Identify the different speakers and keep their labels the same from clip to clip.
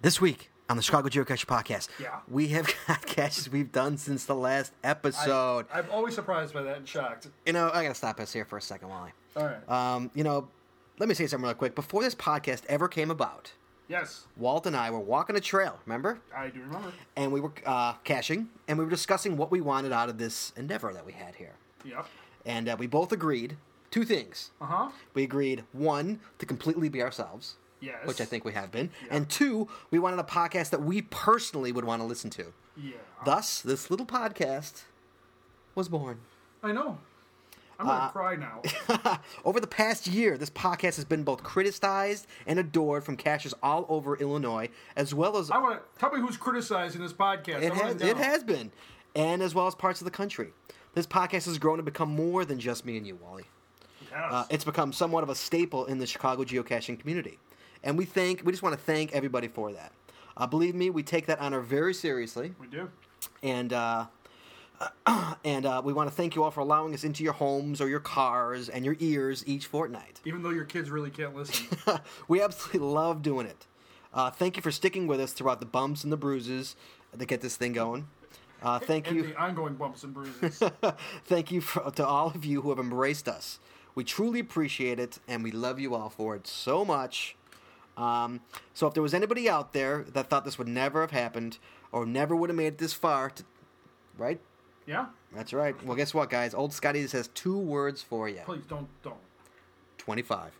Speaker 1: This week on the Chicago Geocache podcast,
Speaker 2: Yeah.
Speaker 1: we have got caches we've done since the last episode.
Speaker 2: I'm always surprised by that and shocked.
Speaker 1: you know, I gotta stop us here for a second, Wally.
Speaker 2: All right.
Speaker 1: Um, you know, let me say something real quick. Before this podcast ever came about,
Speaker 2: yes,
Speaker 1: Walt and I were walking a trail, remember?
Speaker 2: I do remember.
Speaker 1: And we were uh, caching, and we were discussing what we wanted out of this endeavor that we had here.
Speaker 2: Yep.
Speaker 1: And uh, we both agreed two things.
Speaker 2: Uh huh.
Speaker 1: We agreed, one, to completely be ourselves,
Speaker 2: Yes.
Speaker 1: which I think we have been, and two, we wanted a podcast that we personally would want to listen to.
Speaker 2: Yeah.
Speaker 1: Thus, this little podcast was born.
Speaker 2: I know. I'm gonna
Speaker 1: Uh,
Speaker 2: cry now.
Speaker 1: Over the past year, this podcast has been both criticized and adored from caches all over Illinois, as well as
Speaker 2: I want to tell me who's criticizing this podcast.
Speaker 1: it
Speaker 2: I wanna
Speaker 1: has, it
Speaker 2: know.
Speaker 1: has been, and as well as parts of the country. This podcast has grown to become more than just me and you, Wally.
Speaker 2: Yes.
Speaker 1: Uh, it's become somewhat of a staple in the Chicago geocaching community, and we thank we just want to thank everybody for that. Uh, believe me, we take that honor very seriously.
Speaker 2: we do.
Speaker 1: and uh, and uh, we want to thank you all for allowing us into your homes or your cars and your ears each fortnight.
Speaker 2: Even though your kids really can't listen.
Speaker 1: we absolutely love doing it. Uh, thank you for sticking with us throughout the bumps and the bruises that get this thing going. Uh, thank
Speaker 2: and
Speaker 1: you,
Speaker 2: the ongoing bumps and bruises.
Speaker 1: thank you for, to all of you who have embraced us. We truly appreciate it, and we love you all for it so much. Um, so, if there was anybody out there that thought this would never have happened or never would have made it this far, to, right?
Speaker 2: yeah.
Speaker 1: That's right. Well, guess what, guys? Old Scotty just has two words for you.
Speaker 2: Please don't don't.
Speaker 1: 25.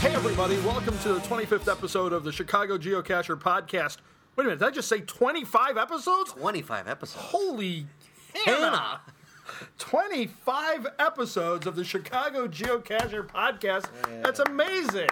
Speaker 2: Hey everybody, welcome to the 25th episode of the Chicago Geocacher podcast. Wait a minute, did I just say 25 episodes?
Speaker 1: 25 episodes.
Speaker 2: Holy Hannah! 25 episodes of the Chicago Geocacher podcast. That's amazing.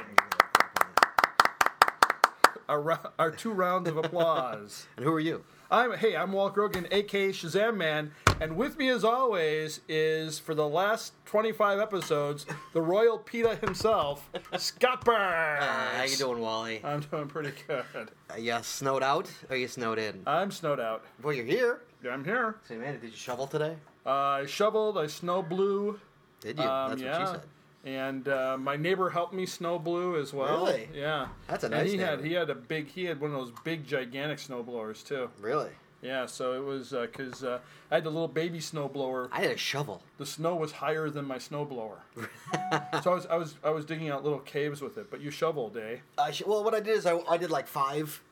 Speaker 2: Our, rou- our two rounds of applause.
Speaker 1: And who are you?
Speaker 2: I'm hey, I'm Walt Grogan, aka Shazam Man, and with me as always is for the last 25 episodes, the Royal PETA himself, Scott Burns.
Speaker 1: Uh, how you doing, Wally?
Speaker 2: I'm doing pretty good.
Speaker 1: Are you Uh, snowed out or are you snowed in?
Speaker 2: I'm snowed out.
Speaker 1: well, you're here.
Speaker 2: I'm here.
Speaker 1: Say, man, did you shovel today?
Speaker 2: Uh, I shoveled. I snow blew.
Speaker 1: Did you?
Speaker 2: Um,
Speaker 1: That's
Speaker 2: yeah.
Speaker 1: what she said.
Speaker 2: And uh, my neighbor helped me snow blue as well.
Speaker 1: Really?
Speaker 2: Yeah.
Speaker 1: That's a
Speaker 2: And
Speaker 1: nice
Speaker 2: he had
Speaker 1: neighbor.
Speaker 2: he had a big he had one of those big gigantic snow blowers too.
Speaker 1: Really?
Speaker 2: Yeah. So it was because uh, I had the little baby snow blower.
Speaker 1: I had a shovel.
Speaker 2: The snow was higher than my snow blower. so I was I was I was digging out little caves with it. But you shoveled, eh?
Speaker 1: I sh- well, what I did is I, I did like five.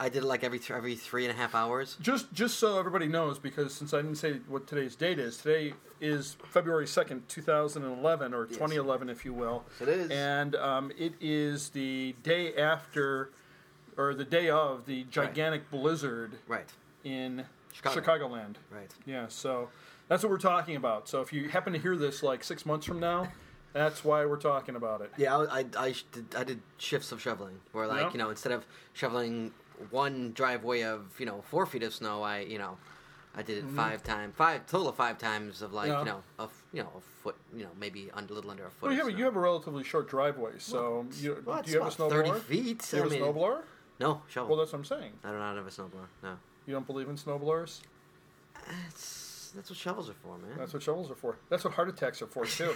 Speaker 1: I did it like every th- every three and a half hours.
Speaker 2: Just just so everybody knows, because since I didn't say what today's date is, today is February second, two thousand and eleven, or twenty eleven, if you will.
Speaker 1: Yes, it is.
Speaker 2: and um, it is the day after, or the day of the gigantic blizzard
Speaker 1: Right.
Speaker 2: in
Speaker 1: Chicago.
Speaker 2: Chicagoland.
Speaker 1: Right.
Speaker 2: Yeah, so that's what we're talking about. So if you happen to hear this like six months from now, that's why we're talking about it.
Speaker 1: Yeah, I, I, I sh- did, I did shifts of shoveling where, like,
Speaker 2: Yeah.
Speaker 1: you know, instead of shoveling one driveway of, you know, four feet of snow, I, you know, I did it five times, five total of five times of like,
Speaker 2: Mm-hmm. Yeah.
Speaker 1: you know, a f- you know a foot, you know, maybe a little under a foot.
Speaker 2: Well,
Speaker 1: of
Speaker 2: yeah, but
Speaker 1: snow.
Speaker 2: you have a relatively short driveway, so you,
Speaker 1: Well,
Speaker 2: do you have a
Speaker 1: it's
Speaker 2: snowblower?
Speaker 1: about 30 feet,
Speaker 2: Do you have
Speaker 1: I
Speaker 2: a
Speaker 1: mean-
Speaker 2: snowblower?
Speaker 1: no
Speaker 2: Well,
Speaker 1: shovel.
Speaker 2: that's what I'm saying.
Speaker 1: I don't have a snowblower. No,
Speaker 2: You don't believe in snowblowers?
Speaker 1: that's that's what shovels are for, man.
Speaker 2: That's what shovels are for. That's what heart attacks are for too.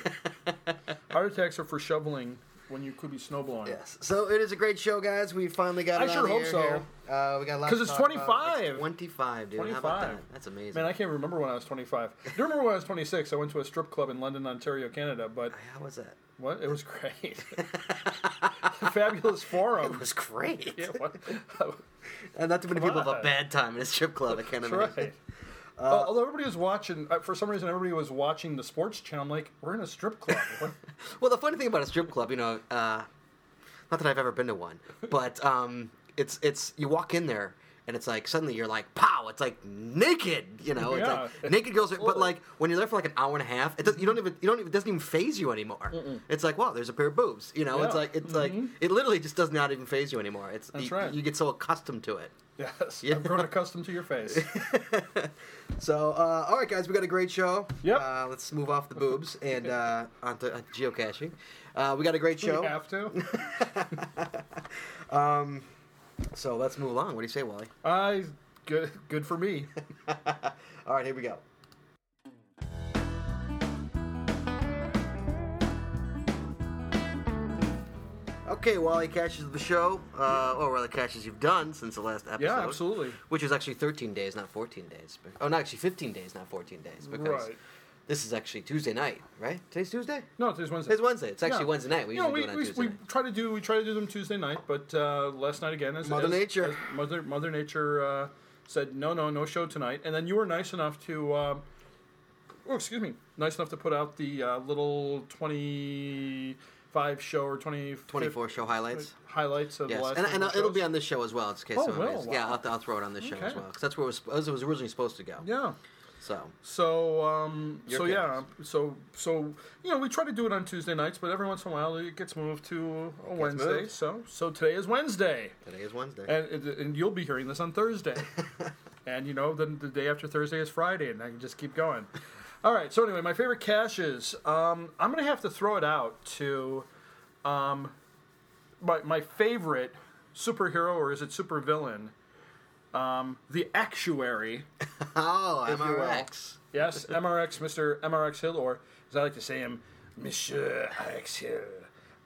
Speaker 2: heart attacks are for shoveling when you could be snowblowing.
Speaker 1: Yes. So it is a great show, guys. We finally got.
Speaker 2: I
Speaker 1: it on
Speaker 2: sure hope
Speaker 1: the air
Speaker 2: so.
Speaker 1: here. Uh, we got a lot
Speaker 2: 'Cause
Speaker 1: to
Speaker 2: it's
Speaker 1: talk about.
Speaker 2: 25.
Speaker 1: Twenty-five, dude. How about
Speaker 2: 25.
Speaker 1: that? That's amazing.
Speaker 2: Man, I can't remember when I was 25. I do remember when I was 26. I went to a strip club in London, Ontario, Canada. But
Speaker 1: How was that?
Speaker 2: what? It was great. Fabulous forum.
Speaker 1: It was great.
Speaker 2: yeah, what?
Speaker 1: And not too many people have a
Speaker 2: on.
Speaker 1: bad time in a strip club. I can't
Speaker 2: That's
Speaker 1: imagine.
Speaker 2: right. Uh, although everybody was watching, uh, for some reason, everybody was watching the sports channel. I'm like, we're in a strip club. What?
Speaker 1: Well, the funny thing about a strip club, you know, uh, not that I've ever been to one, but um, it's it's you walk in there and it's like suddenly you're like pow, it's like naked, you know, it's
Speaker 2: Yeah.
Speaker 1: like naked girls. But like when you're there for like an hour and a half, it doesn't you don't even you don't even, it doesn't even phase you anymore. It's like wow, there's a pair of boobs, you know. It's
Speaker 2: Yeah. Mm-hmm.
Speaker 1: like it's like it literally just does not even phase you anymore. It's
Speaker 2: That's
Speaker 1: you,
Speaker 2: right.
Speaker 1: you get so accustomed to it.
Speaker 2: Yes,
Speaker 1: Yeah.
Speaker 2: I've grown accustomed to your face.
Speaker 1: So, uh, all right, guys, we got a great show.
Speaker 2: Yep.
Speaker 1: Uh, let's move off the boobs and uh, onto uh, geocaching. Uh, we got a great
Speaker 2: Do
Speaker 1: show.
Speaker 2: we have to?
Speaker 1: So let's move along. What do you say, Wally?
Speaker 2: I good good for me.
Speaker 1: All right, here we go. Okay, Wally catches of the show, uh, or rather catches you've done since the last episode.
Speaker 2: Yeah, absolutely.
Speaker 1: Which is actually 13 days, not 14 days. Oh, no, actually 15 days, not 14 days, because
Speaker 2: Right.
Speaker 1: this is actually Tuesday night, right? Today's Tuesday.
Speaker 2: No, today's Wednesday.
Speaker 1: It's Wednesday. It's actually
Speaker 2: Yeah.
Speaker 1: Wednesday night. We
Speaker 2: You know,
Speaker 1: usually
Speaker 2: we,
Speaker 1: do it on
Speaker 2: we,
Speaker 1: Tuesday.
Speaker 2: we
Speaker 1: night.
Speaker 2: try to do we try to do them Tuesday night, but uh, last night again, as
Speaker 1: Mother
Speaker 2: as-
Speaker 1: Nature.
Speaker 2: as Mother Mother Nature uh, said no, no, no show tonight. And then you were nice enough to, um, oh, excuse me, nice enough to put out the uh, little twenty five show or 20
Speaker 1: 24 show highlights.
Speaker 2: highlights of the
Speaker 1: Yes,
Speaker 2: last.
Speaker 1: and, and
Speaker 2: 24
Speaker 1: it'll be
Speaker 2: shows.
Speaker 1: on this show as well, in case
Speaker 2: Oh,
Speaker 1: someone
Speaker 2: will,
Speaker 1: is- Yeah,
Speaker 2: wow.
Speaker 1: I'll, I'll throw it on this show as
Speaker 2: Okay.
Speaker 1: well, because that's where it was, as it was originally supposed to go.
Speaker 2: Yeah.
Speaker 1: So,
Speaker 2: So, um,
Speaker 1: Your
Speaker 2: so
Speaker 1: pick.
Speaker 2: yeah, so so you know, we try to do it on Tuesday nights, but every once in a while it gets moved to a Wednesday.
Speaker 1: moved.
Speaker 2: So, so today is Wednesday,
Speaker 1: today is Wednesday.
Speaker 2: and and you'll be hearing this on Thursday, and you know, then the day after Thursday is Friday, and I can just keep going. All right. So anyway, my favorite caches. Um, I'm gonna have to throw it out to, um, my my favorite superhero or is it supervillain? Um, the actuary.
Speaker 1: Oh,
Speaker 2: you will.
Speaker 1: MRX.
Speaker 2: Yes, MRX, Mr. MRX Hill, or as I like to say him, Monsieur RX Hill.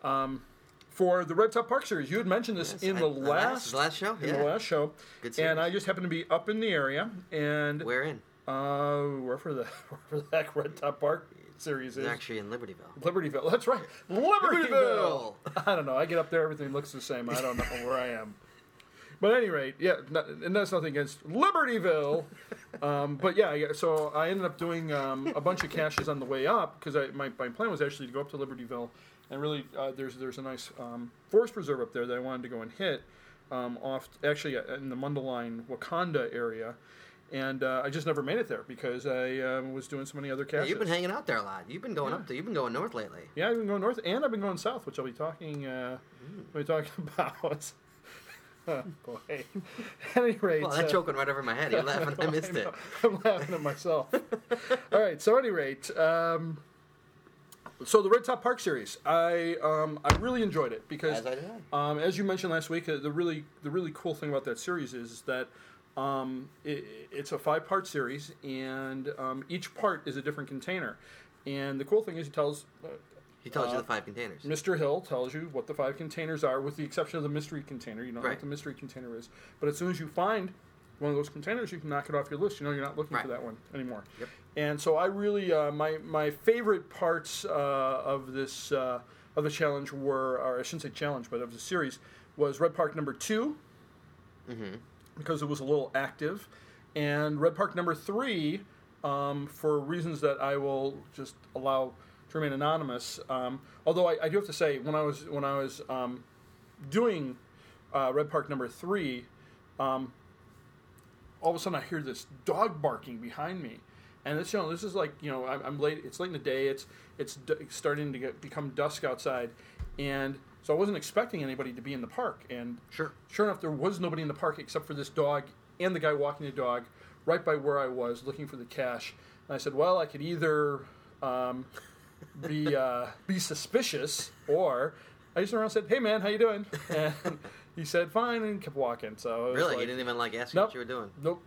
Speaker 2: Um, for the Red Top Park series, you had mentioned this in
Speaker 1: I-
Speaker 2: the
Speaker 1: the last-
Speaker 2: last,
Speaker 1: the last show,
Speaker 2: in
Speaker 1: yeah.
Speaker 2: the last show,
Speaker 1: Good series.
Speaker 2: and I just happened to be up in the area, and
Speaker 1: We're in.
Speaker 2: uh, wherever the wherever the heck Red Top Park series is,
Speaker 1: They're actually in Libertyville.
Speaker 2: Libertyville. That's right, Libertyville. I don't know. I get up there, everything looks the same. I don't know where I am. But at any rate, yeah, not, and that's nothing against Libertyville. Um, but yeah, yeah, so I ended up doing um, a bunch of caches on the way up because my, my plan was actually to go up to Libertyville and really uh, there's there's a nice um, forest reserve up there that I wanted to go and hit um, off actually uh, in the Mundelein Wakanda area. And uh, I just never made it there because I um, was doing so many other
Speaker 1: Yeah,
Speaker 2: caches.
Speaker 1: you've been hanging out there a lot. You've been going up there. You've been going north lately.
Speaker 2: Yeah, I've been going north, and I've been going south, which I'll be talking. Uh,
Speaker 1: Mm.
Speaker 2: I'll be talking about. oh, boy. At any rate,
Speaker 1: Well, that
Speaker 2: uh,
Speaker 1: joke went right over my head. You're laughing. I missed it.
Speaker 2: I'm laughing at myself. All right. So, at any rate, um, so the Red Top Park series, I um, I really enjoyed it because,
Speaker 1: As I did.
Speaker 2: Um, as you mentioned last week, uh, the really the really cool thing about that series is that um, it, it's a five part series, and um, each part is a different container. And the cool thing is, it tells uh,
Speaker 1: He tells you the five containers.
Speaker 2: Mr. Hill tells you what the five containers are, with the exception of the mystery container. You know
Speaker 1: Right.
Speaker 2: what the mystery container is. But as soon as you find one of those containers, you can knock it off your list. You know you're not looking
Speaker 1: Right.
Speaker 2: for that one anymore.
Speaker 1: Yep.
Speaker 2: And so I really uh, my my favorite parts uh, of this uh, of the challenge were, or I shouldn't say challenge, but of the series was Red Park number 2
Speaker 1: Mm-hmm.
Speaker 2: because it was a little active. And Red Park number three, um, for reasons that I will just allow to remain anonymous. Um, although I, I do have to say, when I was when I was um, doing uh, Red Park number three, um, all of a sudden I hear this dog barking behind me, and this you know this is like you know I'm, I'm late. It's late in the day. It's it's d- starting to get become dusk outside, and so I wasn't expecting anybody to be in the park. And
Speaker 1: Sure.
Speaker 2: sure enough, there was nobody in the park except for this dog and the guy walking the dog right by where I was looking for the cash. And I said, well, I could either um, be uh, be suspicious or. I just went around and said, "Hey man, how you doing?" And he said, "Fine," and kept walking. So it was
Speaker 1: Really?
Speaker 2: like-
Speaker 1: he didn't even like ask you
Speaker 2: Nope.
Speaker 1: what you were doing.
Speaker 2: Nope.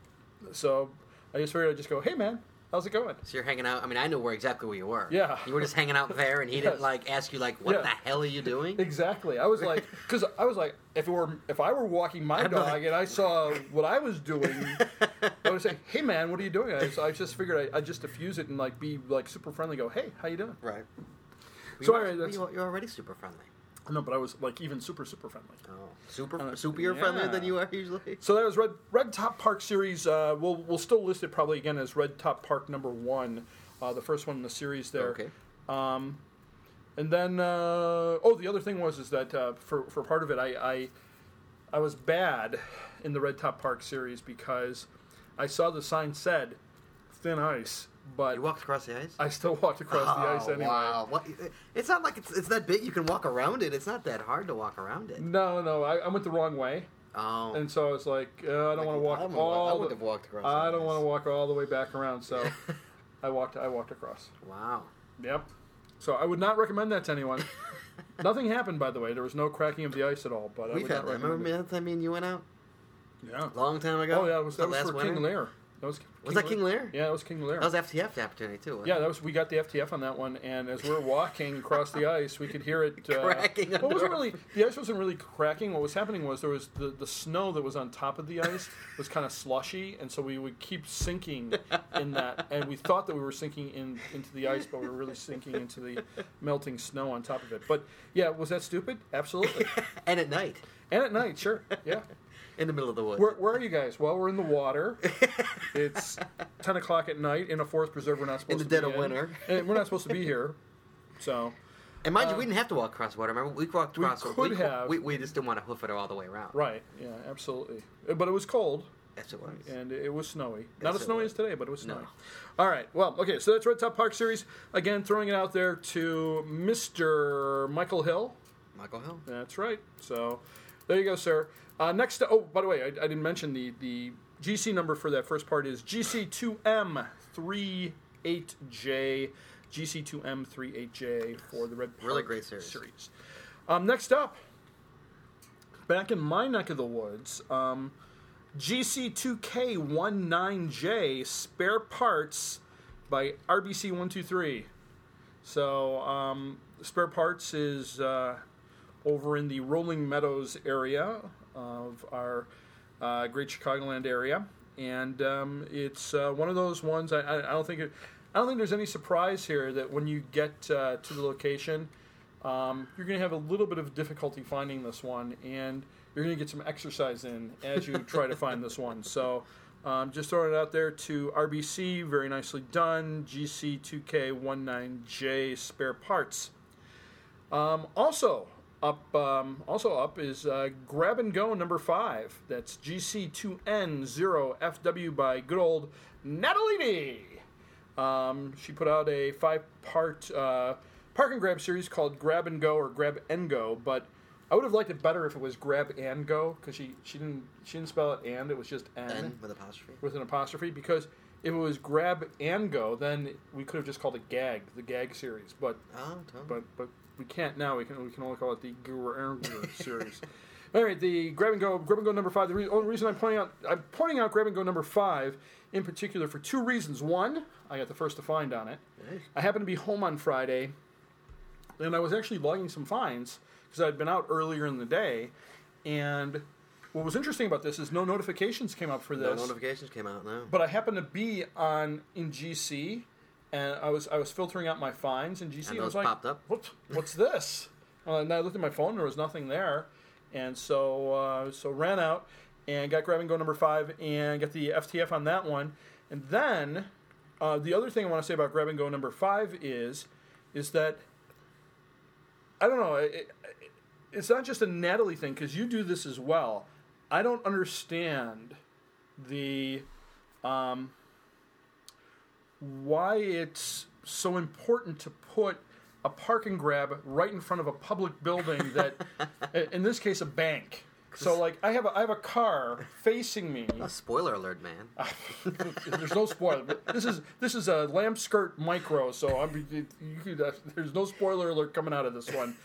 Speaker 2: So I just figured I'd just go, hey man, how's it going?
Speaker 1: So you're hanging out. I mean, I know where exactly where you were.
Speaker 2: Yeah.
Speaker 1: You were just hanging out there, and he
Speaker 2: Yes.
Speaker 1: didn't like ask you like, "What
Speaker 2: Yeah.
Speaker 1: the hell are you doing?"
Speaker 2: Exactly. I was like, because I was like, if it were, if I were walking my
Speaker 1: I'm
Speaker 2: dog
Speaker 1: like-
Speaker 2: and I saw what I was doing, I would say, hey man, what are you doing? I just, I just figured I, I'd just diffuse it and like be like super friendly. Go, hey, how you doing?
Speaker 1: Right.
Speaker 2: So,
Speaker 1: you,
Speaker 2: all right, that's-
Speaker 1: you, you're already super friendly.
Speaker 2: No, but I was like even super super friendly.
Speaker 1: Oh, super,
Speaker 2: Uh,
Speaker 1: superior friendlier
Speaker 2: yeah.
Speaker 1: than you are usually.
Speaker 2: So that was Red Red Top Park series. Uh, we'll we'll still list it probably again as Red Top Park number one, uh, the first one in the series there.
Speaker 1: Okay.
Speaker 2: Um, and then uh, oh, the other thing was is that uh, for for part of it, I, I I was bad in the Red Top Park series because I saw the sign said thin ice, but
Speaker 1: You walked across the ice.
Speaker 2: I still walked across the ice
Speaker 1: Oh,
Speaker 2: anyway.
Speaker 1: Wow. What, it's not like it's, it's that big. You can walk around it. It's not that hard to walk around it.
Speaker 2: No, no, I, I went the wrong way.
Speaker 1: Oh.
Speaker 2: Mm. And so I was like, uh, I don't want to walk
Speaker 1: I wouldn't- I
Speaker 2: all.
Speaker 1: would
Speaker 2: the-
Speaker 1: have walked across.
Speaker 2: I
Speaker 1: that
Speaker 2: don't
Speaker 1: mess.
Speaker 2: want to walk all the way back around. So I walked. I walked across.
Speaker 1: Wow.
Speaker 2: Yep. So I would not recommend that to anyone. Nothing happened, by the way. There was no cracking of the ice at all. But I
Speaker 1: We've
Speaker 2: would not
Speaker 1: had that. Remember
Speaker 2: recommend
Speaker 1: the other time me and you went out?
Speaker 2: it. Yeah.
Speaker 1: Long time ago?
Speaker 2: Oh yeah, it was,
Speaker 1: The
Speaker 2: that was
Speaker 1: last
Speaker 2: for
Speaker 1: winter?
Speaker 2: King Lear. That was. King
Speaker 1: Was that King Lear?
Speaker 2: Yeah, that was King Lear.
Speaker 1: That was FTF opportunity, too. wasn't
Speaker 2: yeah,
Speaker 1: it?
Speaker 2: that was. We got the FTF on that one, and as we were walking across the ice, we could hear it uh,
Speaker 1: Cracking
Speaker 2: Well, it wasn't
Speaker 1: under-
Speaker 2: really the ice wasn't really cracking. What was happening was there was the, the snow that was on top of the ice was kind of slushy, and so we would keep sinking in that. And we thought that we were sinking in into the ice, but we were really sinking into the melting snow on top of it. But yeah, was that stupid? Absolutely.
Speaker 1: And at night,
Speaker 2: and at night, sure. Yeah.
Speaker 1: in the middle of the woods.
Speaker 2: Where, where are you guys? Well, we're in the water. It's ten o'clock at night in a forest preserve. We're not supposed
Speaker 1: the
Speaker 2: to
Speaker 1: dead
Speaker 2: be
Speaker 1: of
Speaker 2: in.
Speaker 1: winter.
Speaker 2: And we're not supposed to be here. So
Speaker 1: and mind you, we didn't have to walk across water. Remember, we walked
Speaker 2: Um, We
Speaker 1: across.
Speaker 2: could have.
Speaker 1: We, we just didn't want to hoof it all the way around.
Speaker 2: right, yeah, absolutely. But it was cold
Speaker 1: That's what it was.
Speaker 2: and it was snowy. Not
Speaker 1: Yes,
Speaker 2: as
Speaker 1: it
Speaker 2: snowy
Speaker 1: was.
Speaker 2: as today, but it was snowy.
Speaker 1: No.
Speaker 2: All right. Well, okay. So that's Red Top Park series again. Throwing it out there to Mister Michael Hill.
Speaker 1: Michael Hill.
Speaker 2: That's right. So there you go, sir. Uh, next, oh, by the way, I, I didn't mention the the GC number for that first part is GC2M38J. GC2M38J for the Red Park
Speaker 1: Really great series.
Speaker 2: series. Um, next up, back in my neck of the woods, um, GC2K19J spare parts by RBC123. So, um, spare parts is uh, over in the Rolling Meadows area of our uh, great Chicagoland area, and um, it's uh, one of those ones. I, I, I don't think it, I don't think there's any surprise here that when you get uh, to the location, um, you're going to have a little bit of difficulty finding this one, and you're going to get some exercise in as you try to find this one. So. Um, just throwing it out there to RBC, very nicely done. GC2K19J spare parts. Um, also up, um, also up is uh, Grab and Go number five. That's GC2N0FW by good old Natalini. Um, she put out a five-part uh, park and grab series called Grab and Go or Grab and Go, but I would have liked it better if it was Grab and Go because she, she didn't she didn't spell it and it was just N
Speaker 1: N with apostrophe.
Speaker 2: with an apostrophe because if it was Grab and Go, then we could have just called it Gag, the Gag series, but
Speaker 1: Oh, totally.
Speaker 2: but but we can't now. We can we can only call it the Gurur series. All right, the grab and go, grab and go number five. The re- only reason I'm pointing out I'm pointing out grab and go number five in particular for two reasons. One, I got the first to find on it.
Speaker 1: Nice.
Speaker 2: I happened to be home on Friday, and I was actually logging some fines because I'd been out earlier in the day. And what was interesting about this is no notifications came up for this
Speaker 1: no notifications came out now.
Speaker 2: but I happened to be on in GC, and I was I was filtering out my fines in GC.
Speaker 1: And
Speaker 2: I was
Speaker 1: those
Speaker 2: like,
Speaker 1: popped up.
Speaker 2: What, what's this? uh, and I looked at my phone. There was nothing there, and so uh, so ran out and got grab and go number five and got the FTF on that one. And then uh, the other thing I want to say about grab and go number five is is that I don't know. It, it, it's not just a Natalie thing because you do this as well. I don't understand the um, why it's so important to put a park and grab right in front of a public building that, i- in this case, a bank. So like I have a, I have a car facing me.
Speaker 1: Oh, spoiler alert, man.
Speaker 2: There's no spoiler. but This is this is a lamb skirt micro, so I'm you could, uh, there's no spoiler alert coming out of this one.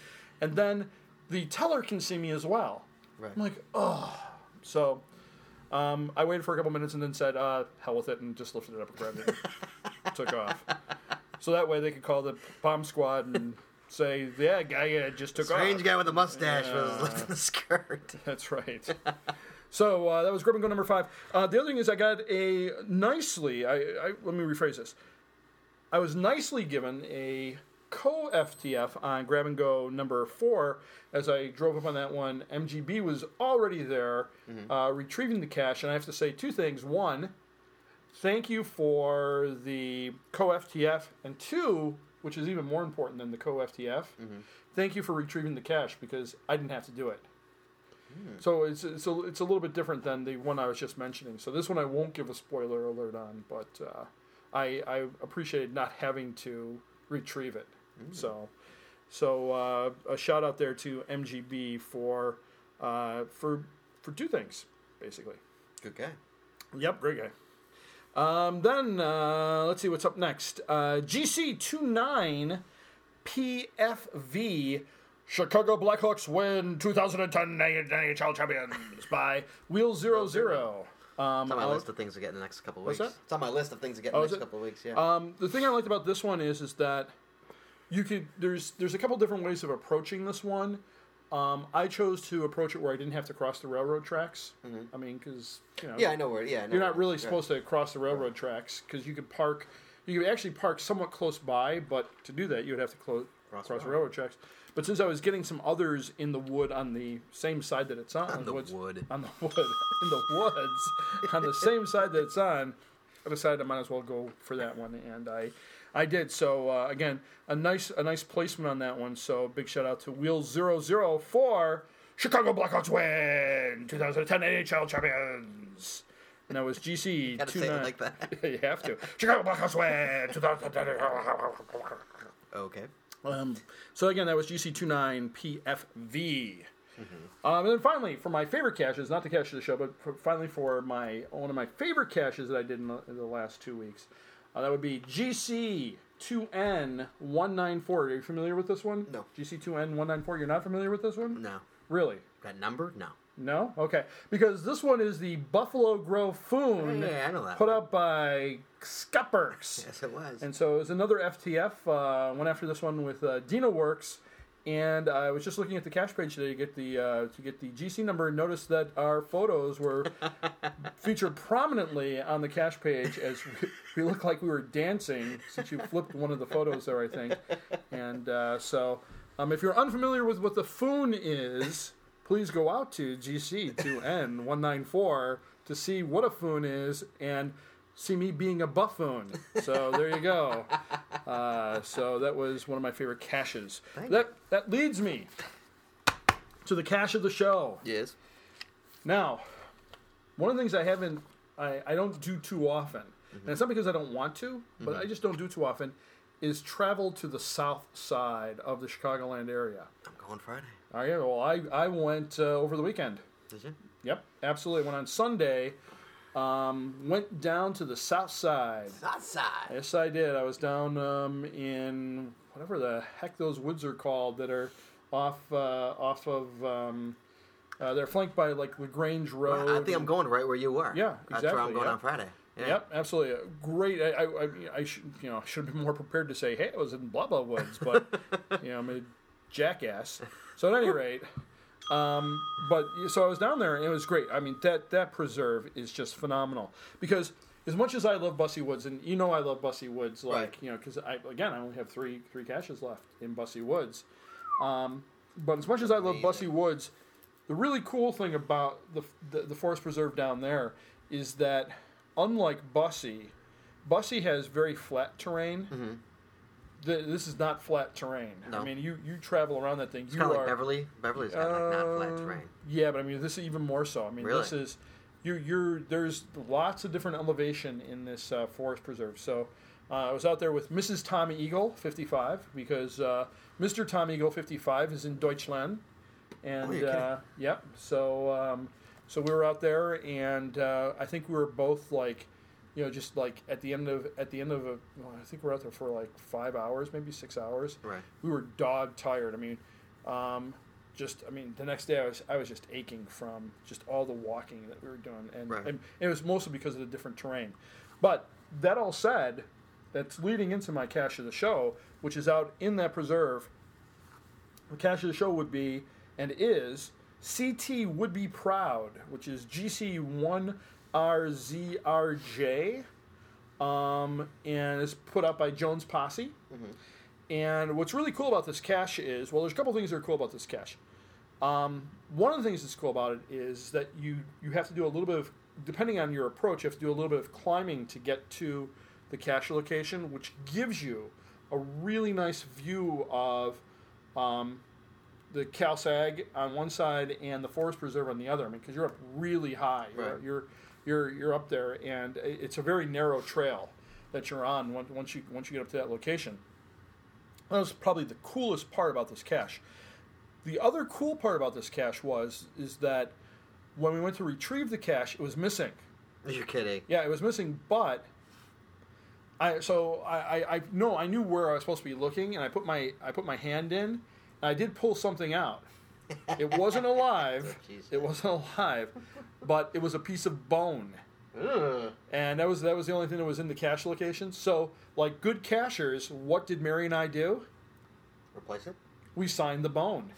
Speaker 2: And then the teller can see me as well.
Speaker 1: Right.
Speaker 2: I'm like, oh. So um, I waited for a couple minutes and then said, uh, hell with it, and just lifted it up and grabbed it and took off. So that way they could call the bomb squad and say, yeah, guy uh, just took off.
Speaker 1: Strange guy with a mustache was
Speaker 2: Yeah.
Speaker 1: lifting the skirt.
Speaker 2: That's right. so uh, that was grip and go number five. Uh, the other thing is, I got a nicely. I, I let me rephrase this. I was nicely given a co FTF on grab and go number four. As I drove up on that one, MGB was already there uh, retrieving the cash, and I have to say two things. One, thank you for the co FTF, and two, which is even more important than the co FTF, thank you for retrieving the cash because I didn't have to do it. So it's it's a, it's a little bit different than the one I was just mentioning. So this one I won't give a spoiler alert on, but uh, I I appreciated not having to retrieve it. So so uh, a shout out there to MGB for uh, for for two things, basically.
Speaker 1: Good guy.
Speaker 2: Yep, great guy. Um, then uh, let's see what's up next. Uh, GC29PFV Chicago Blackhawks win 2010 NHL champions by Wheel Zero Zero. Um,
Speaker 1: It's on my
Speaker 2: I'll-
Speaker 1: list of things to get in the next couple of weeks.
Speaker 2: that?
Speaker 1: It's on my list of things to get in
Speaker 2: Oh,
Speaker 1: the
Speaker 2: is
Speaker 1: next
Speaker 2: it?
Speaker 1: couple of weeks. Yeah.
Speaker 2: Um, the thing I liked about this one is is that you could there's there's a couple different ways of approaching this one. Um, I chose to approach it where I didn't have to cross the railroad tracks. I mean, because you know,
Speaker 1: yeah, I know where. Yeah, I know
Speaker 2: you're
Speaker 1: where
Speaker 2: not
Speaker 1: it
Speaker 2: really
Speaker 1: is. Yeah.
Speaker 2: supposed to cross the railroad tracks because you could park. You could actually park somewhat close by, but to do that, you would have to clo- cross,
Speaker 1: Cross
Speaker 2: the railroad tracks. But since I was getting some others in the wood on the same side that it's on,
Speaker 1: the
Speaker 2: woods-
Speaker 1: wood.
Speaker 2: on the wood, in the woods, on the same side that it's on, I decided I might as well go for that one, and I, I did. So uh, again, a nice a nice placement on that one. So big shout out to Wheel 004, Chicago Blackhawks win 2010 NHL champions. And that was GC
Speaker 1: Gotta say it
Speaker 2: 29.
Speaker 1: like that.
Speaker 2: you have to. Chicago Blackhawks win 2010.
Speaker 1: Okay.
Speaker 2: Um, so again, that was GC29PFV. Um, and then finally, for my favorite caches, not the cache of the show, but for, finally for my one of my favorite caches that I did in the, in the last two weeks, uh, that would be GC2N194. Are you familiar with this one?
Speaker 1: No.
Speaker 2: GC2N194. You're not familiar with this one?
Speaker 1: No.
Speaker 2: Really?
Speaker 1: That number? No.
Speaker 2: No? Okay. Because this one is the Buffalo Grove Foon
Speaker 1: Yeah, I know that
Speaker 2: put
Speaker 1: one.
Speaker 2: up by Scuppers.
Speaker 1: Yes, it was.
Speaker 2: And so it was another FTF. Uh, went after this one with uh, Dino Works, and I was just looking at the cash page today to get the uh, to get the GC number. And noticed that our photos were featured prominently on the cash page as we, we look like we were dancing. Since you flipped one of the photos there, I think. And uh, so, um, if you're unfamiliar with what the Foon is, please go out to GC2N194 to see what a Foon is and see me being a buffoon. So there you go. Uh, so that was one of my favorite caches.
Speaker 1: Thank
Speaker 2: that that leads me to the cache of the show.
Speaker 1: yes.
Speaker 2: Now, one of the things I haven't, I, I don't do too often, and it's not because I don't want to, but
Speaker 1: Mm-hmm.
Speaker 2: I just don't do too often, is travel to the south side of the Chicagoland area.
Speaker 1: I'm going Friday.
Speaker 2: All right, well, I, I went uh, over the weekend.
Speaker 1: Did you?
Speaker 2: Yep, absolutely. Went on Sunday, um, went down to the south side.
Speaker 1: Outside.
Speaker 2: Yes, I did. I was down um, in whatever the heck those woods are called that are off uh, off of. Um, uh, they're flanked by like Lagrange Road.
Speaker 1: I think I'm
Speaker 2: and-
Speaker 1: going right where you were.
Speaker 2: Yeah,
Speaker 1: That's where
Speaker 2: exactly,
Speaker 1: I'm going
Speaker 2: yeah.
Speaker 1: on Friday. Yeah.
Speaker 2: Yep, absolutely. Uh, Great. I, I, I, I should, you know, should have been more prepared to say, "Hey, I was in blah blah woods," but you know, I'm a jackass. So at any rate, um, but so I was down there and it was great. I mean, that that preserve is just phenomenal because as much as I love Bussy Woods, and you know, I love Bussy Woods, like
Speaker 1: Right.
Speaker 2: you know, because I again, I only have three three caches left in Bussy Woods. Um, but as much as I love Bussy
Speaker 1: Amazing.
Speaker 2: Woods, the really cool thing about the, the the forest preserve down there is that unlike Bussy, Bussy has very flat terrain. Th- this is not flat terrain. I
Speaker 1: Mm-hmm. No.
Speaker 2: mean, you you travel around that thing.
Speaker 1: It's
Speaker 2: you
Speaker 1: kind of like
Speaker 2: are-
Speaker 1: Beverly. Beverly's got like not flat terrain.
Speaker 2: Uh, yeah, but I mean, this is even more so. I mean,
Speaker 1: Really?
Speaker 2: this is you. You're there's lots of different elevation in this uh, forest preserve. So uh, I was out there with Mrs. Tom Eagle, 55, because uh, Mr. Tom Eagle, 55, is in Deutschland, and
Speaker 1: Oh, you're kidding.
Speaker 2: uh, yep. So um, so we were out there, and uh, I think we were both like. You know, just like at the end of at the end of a, well, I think we we're out there for like five hours, maybe six hours
Speaker 1: Right.
Speaker 2: we were dog tired. I mean, um, just I mean, the next day I was I was just aching from just all the walking that we were doing, and,
Speaker 1: Right.
Speaker 2: and it was mostly because of the different terrain. But that all said, that's leading into my cache of the show, which is out in that preserve. The cache of the show would be and is CT would be proud, which is GC one RZRJ, um, and is put up by Jones Posse. And what's really cool about this cache is, well, there's a couple things that are cool about this cache. Um, one of the things that's cool about it is that you you have to do a little bit of, depending on your approach, you have to do a little bit of climbing to get to the cache location, which gives you a really nice view of um, the CalSag on one side and the Forest Preserve on the other. I mean, because you're up really high, you're,
Speaker 1: Right.
Speaker 2: you're you're you're up there, and i- it's a very narrow trail that you're on on- once you once you get up to that location. That was probably the coolest part about this cache. The other cool part about this cache was is that When we went to retrieve the cache, it was missing.
Speaker 1: You're kidding.
Speaker 2: Yeah, it was missing, but I so I, I, I no, I knew where I was supposed to be looking, and I put my I put my hand in, and I did pull something out. It wasn't alive.
Speaker 1: Jeez.
Speaker 2: it wasn't alive, but it was a piece of bone,
Speaker 1: Ugh.
Speaker 2: and that was that was the only thing that was in the cache location. So, like good cachers, what did Mary and I do?
Speaker 1: Replace it.
Speaker 2: We signed the bone,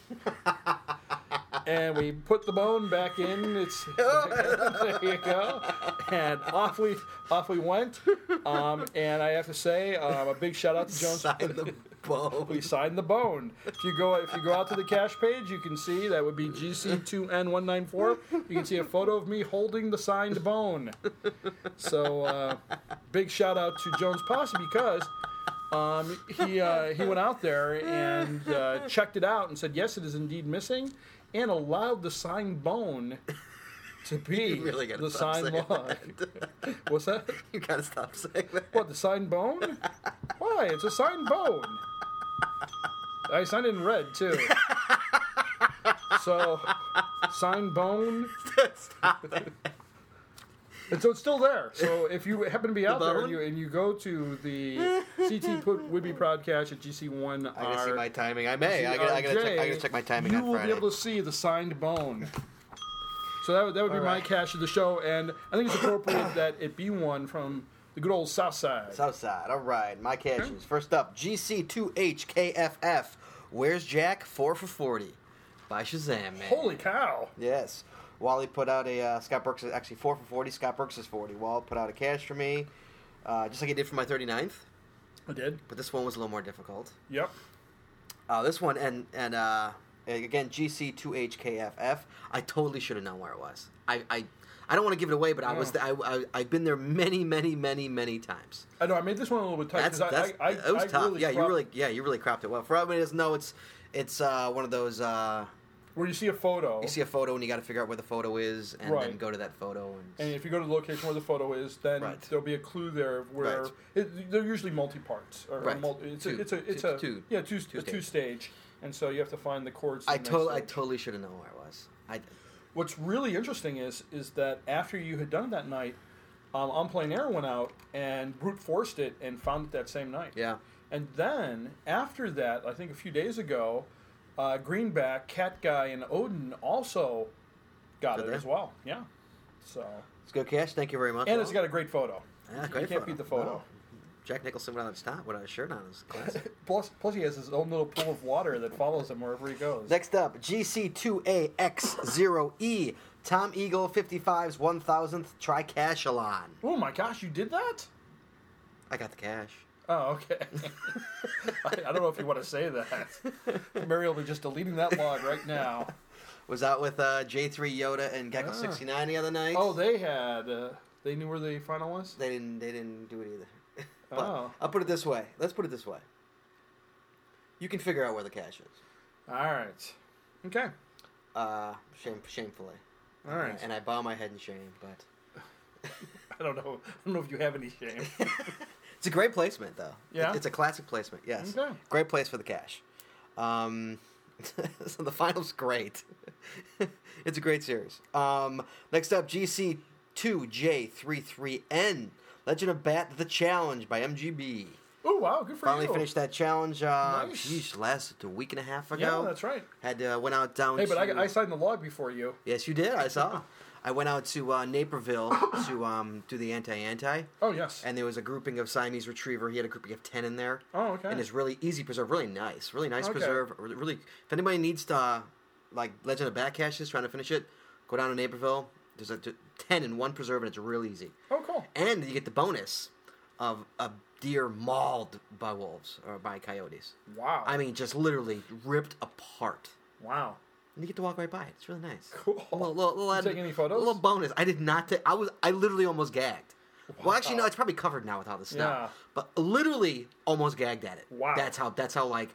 Speaker 2: and we put the bone back in. It's there you go, and off we off we went. Um, and I have to say, um, a big shout out to Jones.
Speaker 1: Sign the
Speaker 2: We
Speaker 1: bone.
Speaker 2: signed the bone. If you go if you go out to the cash page, you can see that would be GC2N194. You can see a photo of me holding the signed bone. So uh, big shout out to Jones Posse because um, he uh, he went out there and uh, checked it out and said yes, it is indeed missing, and allowed the signed bone to be
Speaker 1: You really gotta
Speaker 2: the
Speaker 1: stop
Speaker 2: signed
Speaker 1: saying
Speaker 2: log. What's that?
Speaker 1: you gotta stop saying that.
Speaker 2: What, the signed bone? Why? It's a signed bone. I signed it in red, too. So, signed bone.
Speaker 1: stop it.
Speaker 2: And so it's still there. So if you happen to be out there
Speaker 1: bone?
Speaker 2: and you, and you go to the CT Put Would Be Proudcast at GC1R.
Speaker 1: I gotta see my timing. I may. I gotta, I gotta, check, I gotta check my timing
Speaker 2: You
Speaker 1: on
Speaker 2: will
Speaker 1: Friday.
Speaker 2: be able to see the signed bone. So that would, that would be
Speaker 1: All
Speaker 2: my
Speaker 1: right.
Speaker 2: cash of the show, and I think it's appropriate that it be one from the good old South Side.
Speaker 1: Southside. All right, my catches. First up, GC2HKFF. Where's Jack? Four for forty, by Shazam, man.
Speaker 2: Holy cow!
Speaker 1: Yes. Wally put out a uh, Scott Burks is actually four for forty. Scott Burks is forty. Wall put out a cash for me, uh, just like he did for my 39th.
Speaker 2: I did.
Speaker 1: But this one was a little more difficult.
Speaker 2: Yep.
Speaker 1: Uh, this one and and uh, again GC2HKFF. I totally should have known where it was. I I, I don't want to give it away, but I was
Speaker 2: Yeah.
Speaker 1: I, I I've been there many many many many times.
Speaker 2: I know I made this one a little bit tight
Speaker 1: That's
Speaker 2: because
Speaker 1: that's
Speaker 2: I, I, I,
Speaker 1: it was
Speaker 2: I
Speaker 1: tough.
Speaker 2: really
Speaker 1: yeah, you
Speaker 2: crop-
Speaker 1: really yeah you really cropped it well. For everybody who doesn't know, it's it's uh, one of those uh,
Speaker 2: where you see a photo,
Speaker 1: you see a photo and you got to figure out where the photo is and then
Speaker 2: Oh. Right.
Speaker 1: go to that photo
Speaker 2: and if you go to the location where the photo is, then
Speaker 1: Right.
Speaker 2: there'll be a clue there of where
Speaker 1: Right.
Speaker 2: it, they're usually multi parts or
Speaker 1: Right.
Speaker 2: multi, it's,
Speaker 1: Two.
Speaker 2: a, it's a it's
Speaker 1: Two-
Speaker 2: a
Speaker 1: two-
Speaker 2: yeah two,
Speaker 1: two
Speaker 2: a two stage, and so you have to find the chords. to
Speaker 1: I
Speaker 2: the next
Speaker 1: totally, I
Speaker 2: stage.
Speaker 1: totally should have known where it was. I,
Speaker 2: What's really interesting is is that after you had done it that night, um, on plain air went out and brute forced it and found it that same night.
Speaker 1: yeah,
Speaker 2: And then after that, I think a few days ago, uh, Greenback, Cat Guy, and Odin also got
Speaker 1: Did
Speaker 2: it
Speaker 1: they?
Speaker 2: as well. Yeah. So
Speaker 1: let's go cash. Thank you very much.
Speaker 2: and it's
Speaker 1: Well,
Speaker 2: got a great photo.
Speaker 1: yeah,
Speaker 2: you
Speaker 1: great
Speaker 2: can't beat the photo.
Speaker 1: Wow. Jack Nicholson without his top, without a shirt on, is classic.
Speaker 2: Plus, plus he has his own little pool of water that follows him wherever he goes.
Speaker 1: Next up, GC2AX0E, E. Tom Eagle 55's 1000th Tricashalon.
Speaker 2: oh my gosh, you did that!
Speaker 1: I got the cash.
Speaker 2: Oh, okay. I, I don't know if you want to say that. Mary will be just deleting that log right now.
Speaker 1: Was out with uh, J3 Yoda and Gecko
Speaker 2: Ah.
Speaker 1: 69 the other night.
Speaker 2: Oh, they had. Uh, they knew where the final was.
Speaker 1: they didn't. They didn't do it either. but
Speaker 2: Oh.
Speaker 1: I'll put it this way. Let's put it this way. You can figure out where the cash is.
Speaker 2: All right. Okay.
Speaker 1: Uh, shame, shamefully.
Speaker 2: All right.
Speaker 1: And I bow my head in shame, but.
Speaker 2: I don't know. I don't know if you have any shame.
Speaker 1: It's a great placement, though.
Speaker 2: Yeah?
Speaker 1: It- It's a classic placement, yes.
Speaker 2: Okay.
Speaker 1: Great place for the cash. Um, so the final's great. it's a great series. Um, next up, GC2J33N Legend of Bat The Challenge by MGB.
Speaker 2: Oh wow, good for
Speaker 1: Finally
Speaker 2: you.
Speaker 1: finished that challenge, uh,
Speaker 2: Nice.
Speaker 1: geez, last a week and a half ago.
Speaker 2: Yeah, that's right.
Speaker 1: Had uh, went out down
Speaker 2: Hey, but
Speaker 1: to-
Speaker 2: I, I signed the log before you.
Speaker 1: Yes, you did. I saw. I went out to uh, Naperville to um, do the anti anti,
Speaker 2: Oh yes.
Speaker 1: and there was a grouping of Siamese retriever. He had a grouping of ten in there,
Speaker 2: oh okay.
Speaker 1: and it's really easy preserve, really nice, really nice
Speaker 2: Okay.
Speaker 1: preserve. re- Really, if anybody needs to uh, like Legend of Bat Caches, trying to finish it, go down to Naperville. There's a t- ten in one preserve, and it's real easy.
Speaker 2: oh cool.
Speaker 1: And you get the bonus of a deer mauled by wolves or by coyotes.
Speaker 2: Wow.
Speaker 1: I mean, just literally ripped apart.
Speaker 2: wow.
Speaker 1: And you get to walk right by it. It's really nice.
Speaker 2: Cool.
Speaker 1: Well, little, little
Speaker 2: You
Speaker 1: added-
Speaker 2: take any photos?
Speaker 1: Little bonus. I did not take. I was. I literally almost gagged. Well, actually, no.
Speaker 2: Wow.
Speaker 1: It's probably covered now with all the snow.
Speaker 2: Yeah.
Speaker 1: But literally, almost gagged at it.
Speaker 2: Wow.
Speaker 1: That's how. That's how like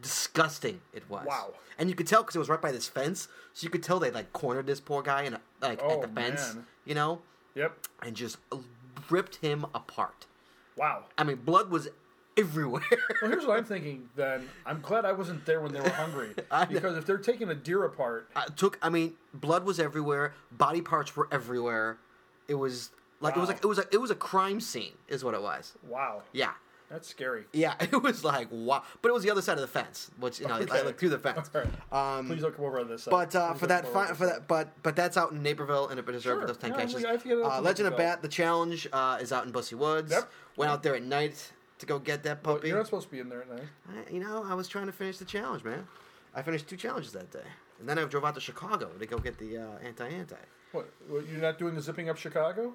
Speaker 1: disgusting it was.
Speaker 2: Wow.
Speaker 1: And you could tell because it was right by this fence, so you could tell they like cornered this poor guy and like at
Speaker 2: Oh,
Speaker 1: the fence,
Speaker 2: man.
Speaker 1: you know,
Speaker 2: Yep.
Speaker 1: and just uh, ripped him apart.
Speaker 2: Wow.
Speaker 1: I mean, blood was everywhere.
Speaker 2: Well, here's what I'm thinking. Then I'm glad I wasn't there when they were hungry
Speaker 1: I know.
Speaker 2: because if they're taking a deer apart,
Speaker 1: I took. I mean, blood was everywhere. Body parts were everywhere. It was like it was
Speaker 2: Wow.
Speaker 1: like it was like it was a crime scene, is what it was.
Speaker 2: wow,
Speaker 1: Yeah,
Speaker 2: that's scary.
Speaker 1: yeah. It was like wow, but it was the other side of the fence, which you know, I
Speaker 2: Okay.
Speaker 1: looked through the fence.
Speaker 2: All right.
Speaker 1: Um,
Speaker 2: Please don't come over on this side.
Speaker 1: But uh,
Speaker 2: Please
Speaker 1: for
Speaker 2: don't
Speaker 1: that,
Speaker 2: come over
Speaker 1: fi-
Speaker 2: on
Speaker 1: for
Speaker 2: this
Speaker 1: that, but but that's out in Naperville, and it preserved
Speaker 2: Sure.
Speaker 1: those ten
Speaker 2: Yeah,
Speaker 1: cases.
Speaker 2: we- I feel that's
Speaker 1: Uh,
Speaker 2: in
Speaker 1: Legend of
Speaker 2: Naperville.
Speaker 1: Bat: The Challenge uh, is out in Bussy Woods.
Speaker 2: Yep.
Speaker 1: Went out there at night to go get that
Speaker 2: side.
Speaker 1: puppy.
Speaker 2: You're not supposed to be in there at night.
Speaker 1: I- you know, I was trying to finish the challenge, man. I finished two challenges that day, and then I drove out to Chicago to go get the uh, anti anti.
Speaker 2: What? what, You're not doing the zipping up Chicago?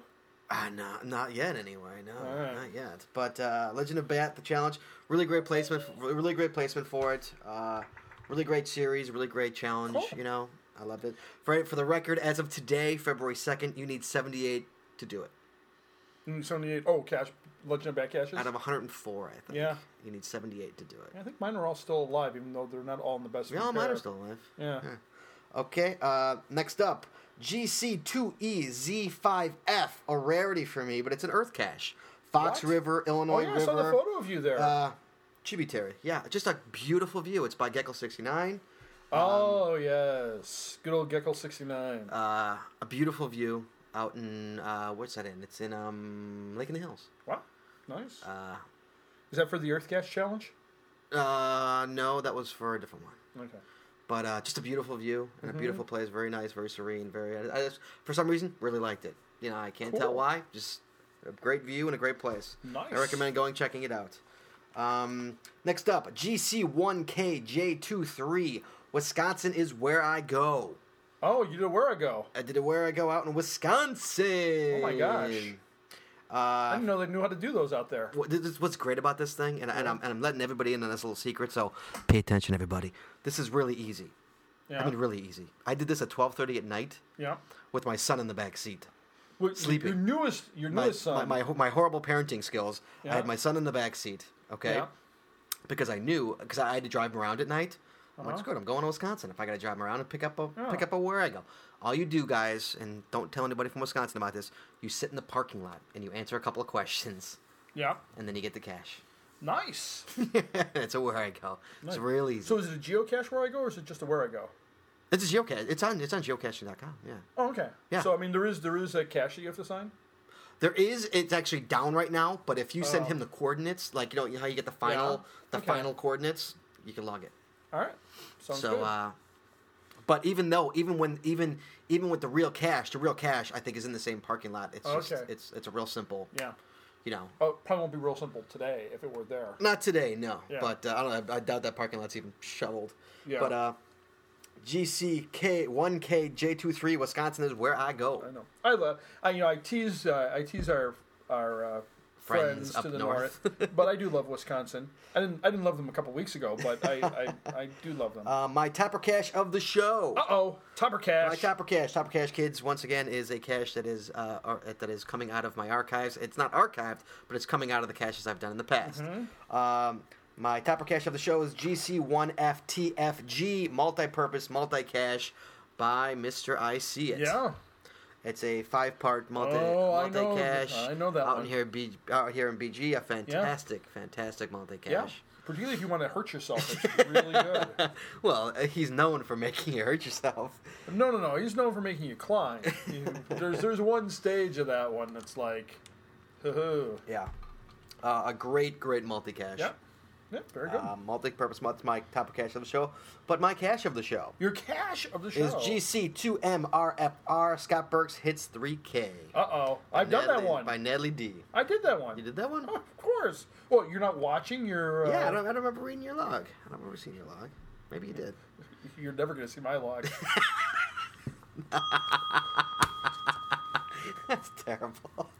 Speaker 1: Uh, no, not yet, anyway. No,
Speaker 2: All right.
Speaker 1: not yet. But uh, Legend of Bat: The Challenge, really great placement. For, really great placement for it. Uh, really great series. Really great challenge.
Speaker 2: Cool.
Speaker 1: You know, I loved it. For for the record, as of today, February second, you need seventy eight to do it.
Speaker 2: Mm, 78. Oh, cash. Legend of Bad Caches?
Speaker 1: Out of one hundred and four, I think.
Speaker 2: Yeah.
Speaker 1: You need seventy eight to do it.
Speaker 2: I think mine are all still alive, even though they're not all in the best.
Speaker 1: Yeah, all mine
Speaker 2: repair.
Speaker 1: are still alive.
Speaker 2: Yeah.
Speaker 1: Yeah. Okay. Uh, next up, E GC2EZ5F, a rarity for me, but it's an Earth cache. Fox
Speaker 2: What?
Speaker 1: River, Illinois
Speaker 2: Oh, yeah,
Speaker 1: River.
Speaker 2: I saw the photo of you there.
Speaker 1: Uh, Tributary. Yeah, just a beautiful view. It's by Gecko69.
Speaker 2: oh, yes. Good old Gecko 69.
Speaker 1: Uh, a beautiful view out in uh, what's that in? It's in um, Lake in the Hills.
Speaker 2: wow. Nice.
Speaker 1: Uh,
Speaker 2: Is that for the Earth Gas Challenge?
Speaker 1: uh, no, that was for a different one.
Speaker 2: Okay.
Speaker 1: But uh, just a beautiful view and
Speaker 2: Mm-hmm.
Speaker 1: a beautiful place. Very nice, very serene. Very. I just, for some reason, really liked it. You know, I can't tell
Speaker 2: Cool.
Speaker 1: why. Just a great view and a great place.
Speaker 2: Nice.
Speaker 1: I recommend going checking it out. Um, next up, GC1KJ23. Wisconsin is where I go.
Speaker 2: Oh, you know where I go.
Speaker 1: I did it where I go out in Wisconsin.
Speaker 2: Oh my gosh. I
Speaker 1: Uh,
Speaker 2: didn't know they knew how to do those out there.
Speaker 1: what- this is what's great about this thing, and, and, I'm, and I'm letting everybody in on this little secret, so pay attention, everybody. This is really easy.
Speaker 2: Yeah.
Speaker 1: I mean, really easy. I did this at 12:30 at night
Speaker 2: yeah.
Speaker 1: with my son in the back seat.
Speaker 2: Well,
Speaker 1: sleeping.
Speaker 2: Your newest, your
Speaker 1: My,
Speaker 2: newest son.
Speaker 1: my, my, my horrible parenting skills. I
Speaker 2: Yeah.
Speaker 1: had my son in the back seat. Okay.
Speaker 2: Yeah.
Speaker 1: because I knew because I had to drive him around at night. I'm like,
Speaker 2: Uh-huh.
Speaker 1: screw it, I'm going to Wisconsin. If I got to drive him around and pick up a pick
Speaker 2: Yeah.
Speaker 1: up a where I go, all you do, guys, and don't tell anybody from Wisconsin about this. You sit in the parking lot and you answer a couple of questions,
Speaker 2: Yeah.
Speaker 1: and then you get the cash.
Speaker 2: Nice.
Speaker 1: That's a where I go. It's
Speaker 2: Nice.
Speaker 1: really easy.
Speaker 2: so is it a geocache where I go, or is it just a where I go?
Speaker 1: this is geocache. It's on it's on geocaching.com. Yeah,
Speaker 2: Oh, okay.
Speaker 1: Yeah.
Speaker 2: So I mean, there is there is a cache that you have to sign.
Speaker 1: there is. It's actually down right now, but if you send him the coordinates, like you know how you get the final the
Speaker 2: Oh. Okay.
Speaker 1: final coordinates, you can log it.
Speaker 2: All right. Sounds
Speaker 1: so,
Speaker 2: good.
Speaker 1: uh, but even though, even when, even even with the real cash, the real cash, I think is in the same parking lot. It's just,
Speaker 2: Okay.
Speaker 1: it's it's a real simple,
Speaker 2: yeah.
Speaker 1: you know.
Speaker 2: Oh, probably won't be real simple today if it were there.
Speaker 1: Not today, no.
Speaker 2: Yeah.
Speaker 1: But uh, I don't. know, I doubt that parking lot's even shoveled.
Speaker 2: Yeah.
Speaker 1: But uh, GCK one K J 23 Wisconsin is where I go.
Speaker 2: I know. I love. I you know I tease uh, I tease our our uh,
Speaker 1: Friends
Speaker 2: friends,
Speaker 1: up
Speaker 2: to the
Speaker 1: north.
Speaker 2: north, but I do love Wisconsin. I didn't I didn't love them a couple weeks ago, but I I, I do love them. Uh
Speaker 1: Uh, my topper cash of the show.
Speaker 2: oh, Topper
Speaker 1: My
Speaker 2: Cash.
Speaker 1: Topper Cash, Topper Cash Kids, once again, is a cache that is uh, ar- that is coming out of my archives. It's not archived, but it's coming out of the caches I've done in the past.
Speaker 2: Mm-hmm.
Speaker 1: Um, my Topper Cache of the show is GC1FTFG, multi-purpose, multi-cache by Mr. I See It.
Speaker 2: yeah.
Speaker 1: It's a five-part multi
Speaker 2: Oh, I know
Speaker 1: multi-cache
Speaker 2: th- I know that
Speaker 1: out in
Speaker 2: one.
Speaker 1: here B- out here in BG. A fantastic, fantastic multi-cache.
Speaker 2: Yeah. Particularly if you want to hurt yourself, it's really good.
Speaker 1: Well, uh, he's known for making you hurt yourself.
Speaker 2: No, no, no. He's known for making you climb. You- there's there's one stage of that one that's like, hoo-hoo.
Speaker 1: Yeah. Uh, a great, great multi-cache.
Speaker 2: Yep. Yep. Very good.
Speaker 1: Uh, multi-purpose month, my top cash of the show, but my cash of the show
Speaker 2: Your cash of the show.
Speaker 1: is GC2MRFR. Scott Burks hits 3K.
Speaker 2: Uh oh. I've done that
Speaker 1: Natalie-
Speaker 2: one.
Speaker 1: by Natalie D.
Speaker 2: I did that one.
Speaker 1: You did that one?
Speaker 2: Oh, of course. Well, you're not watching. You're uh,
Speaker 1: yeah, I don't, I don't remember reading your log. I don't remember seeing your log. Maybe you did.
Speaker 2: You're never gonna see my log.
Speaker 1: That's terrible.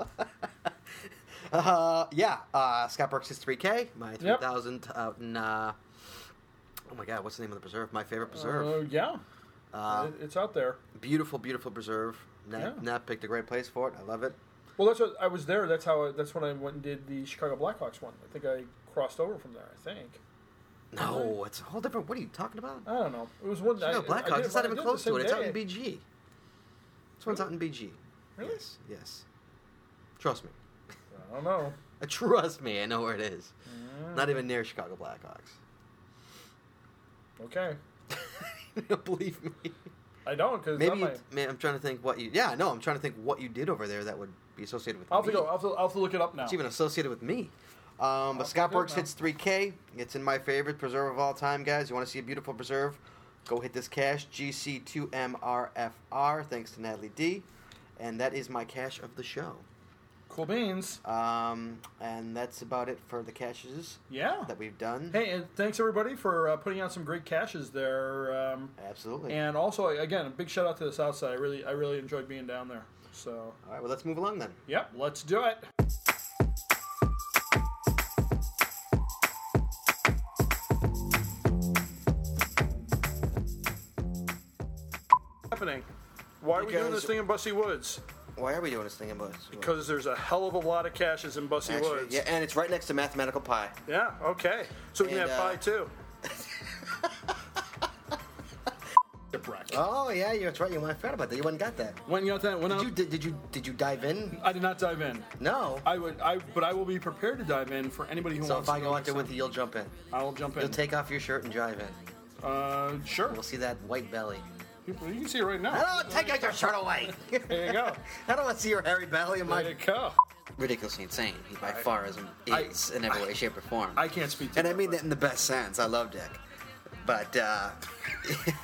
Speaker 1: uh, yeah, uh, Scott Burks hits 3K. My 3,000 out in. Uh, oh my God, what's the name of the preserve? My favorite preserve.
Speaker 2: Uh, yeah.
Speaker 1: uh,
Speaker 2: It- it's out there.
Speaker 1: beautiful, beautiful preserve. Nat,
Speaker 2: Yeah.
Speaker 1: Nat picked a great place for it. I love it.
Speaker 2: Well, that's what I was there. That's how. I, that's when I went and did the Chicago Blackhawks one. I think I crossed over from there. I think.
Speaker 1: No, it's a whole different. What are you talking about?
Speaker 2: I don't know. It was one. Oh, I,
Speaker 1: No,
Speaker 2: I
Speaker 1: Blackhawks.
Speaker 2: did
Speaker 1: It's not
Speaker 2: I
Speaker 1: even
Speaker 2: did
Speaker 1: close
Speaker 2: the
Speaker 1: to it.
Speaker 2: same
Speaker 1: It's out in
Speaker 2: day.
Speaker 1: BG. This one's out in BG.
Speaker 2: Really?
Speaker 1: Yes. Yes. Trust me.
Speaker 2: I don't know.
Speaker 1: Trust me. I know where it is.
Speaker 2: Mm.
Speaker 1: Not even near Chicago Blackhawks.
Speaker 2: Okay.
Speaker 1: Believe me.
Speaker 2: I don't because
Speaker 1: Maybe
Speaker 2: my...
Speaker 1: you, man, I'm trying to think what you. Yeah, no, I'm trying to think what you did over there that would be associated with.
Speaker 2: I'll have
Speaker 1: me.
Speaker 2: to go. I'll have to, I'll have to look it up now.
Speaker 1: It's even associated with me. Um, but Scott
Speaker 2: do it
Speaker 1: Burks
Speaker 2: now.
Speaker 1: hits 3K. It's in my favorite preserve of all time, guys. You want to see a beautiful preserve? Go hit this cash GC2MRFR. Thanks to Natalie D. And that is my cash of the show.
Speaker 2: Cool beans.
Speaker 1: Um, and that's about it for the caches
Speaker 2: Yeah.
Speaker 1: that we've done.
Speaker 2: Hey, and thanks everybody for uh, putting out some great caches there. Um,
Speaker 1: Absolutely.
Speaker 2: and also, again, a big shout out to the South Side. I really, I really enjoyed being down there. So,
Speaker 1: all right, well, let's move along then.
Speaker 2: yep, let's do it. Happening. Why are we doing
Speaker 1: Because-
Speaker 2: this thing in Bussy Woods?
Speaker 1: Why are we doing this thing in Bush?
Speaker 2: Because there's a hell of a lot of caches in Bussy
Speaker 1: Actually,
Speaker 2: Woods.
Speaker 1: yeah, and it's right next to Mathematical Pie.
Speaker 2: Yeah, okay. So we can
Speaker 1: And,
Speaker 2: have
Speaker 1: uh,
Speaker 2: pie too. Shipwreck.
Speaker 1: Oh yeah, yeah, that's right. You I forgot about that. You went and got that.
Speaker 2: when you got that when
Speaker 1: Did
Speaker 2: I,
Speaker 1: you did, did you did you dive in?
Speaker 2: I did not dive in.
Speaker 1: No.
Speaker 2: I would I but I will be prepared to dive in for anybody who
Speaker 1: So
Speaker 2: wants
Speaker 1: if I
Speaker 2: to
Speaker 1: go out there
Speaker 2: next
Speaker 1: with you, you'll jump in.
Speaker 2: time. I'll jump in.
Speaker 1: You'll take off your shirt and drive in.
Speaker 2: uh sure.
Speaker 1: We'll see that white belly.
Speaker 2: You, you can see it right
Speaker 1: I
Speaker 2: now.
Speaker 1: don't take out your shirt away.
Speaker 2: There you go.
Speaker 1: I don't want to see your hairy belly in
Speaker 2: There
Speaker 1: my
Speaker 2: you go.
Speaker 1: ridiculously insane. He by far is,
Speaker 2: I-
Speaker 1: is in every way, shape, or form.
Speaker 2: I can't speak to
Speaker 1: and I mean that in the best sense. I love Dick, but uh,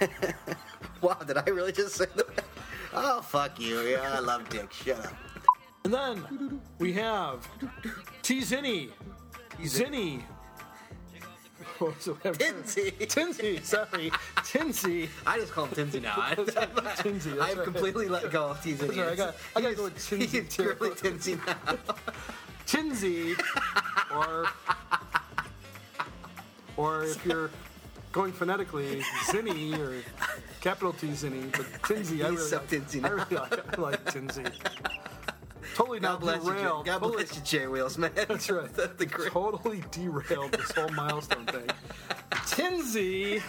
Speaker 1: wow, did I really just say that? Oh fuck you! Yeah, I love Dick. Shut up.
Speaker 2: And then we have T Zinny. Zinny.
Speaker 1: Tinsy.
Speaker 2: Tinsy, sorry. Tinsy.
Speaker 1: I just call him Tinsy now. I,
Speaker 2: Tinsy, that's
Speaker 1: I've
Speaker 2: right.
Speaker 1: completely let go of Tinsy.
Speaker 2: That's right, I got- I gotta go with Tinsy,
Speaker 1: He's
Speaker 2: too.
Speaker 1: purely Tinsy now.
Speaker 2: Tinsy, or or if you're going phonetically, Zinny or capital T Zinny, but Tinsy, I
Speaker 1: He's
Speaker 2: really
Speaker 1: so
Speaker 2: like,
Speaker 1: Tinsy
Speaker 2: I really like, I like Tinsy. Totally
Speaker 1: God
Speaker 2: not
Speaker 1: bless you. Jay-
Speaker 2: derailed.
Speaker 1: God
Speaker 2: totally,
Speaker 1: bless you, J Wheels, man.
Speaker 2: That's right.
Speaker 1: That's the great.
Speaker 2: totally derailed this whole milestone thing. Tinsy.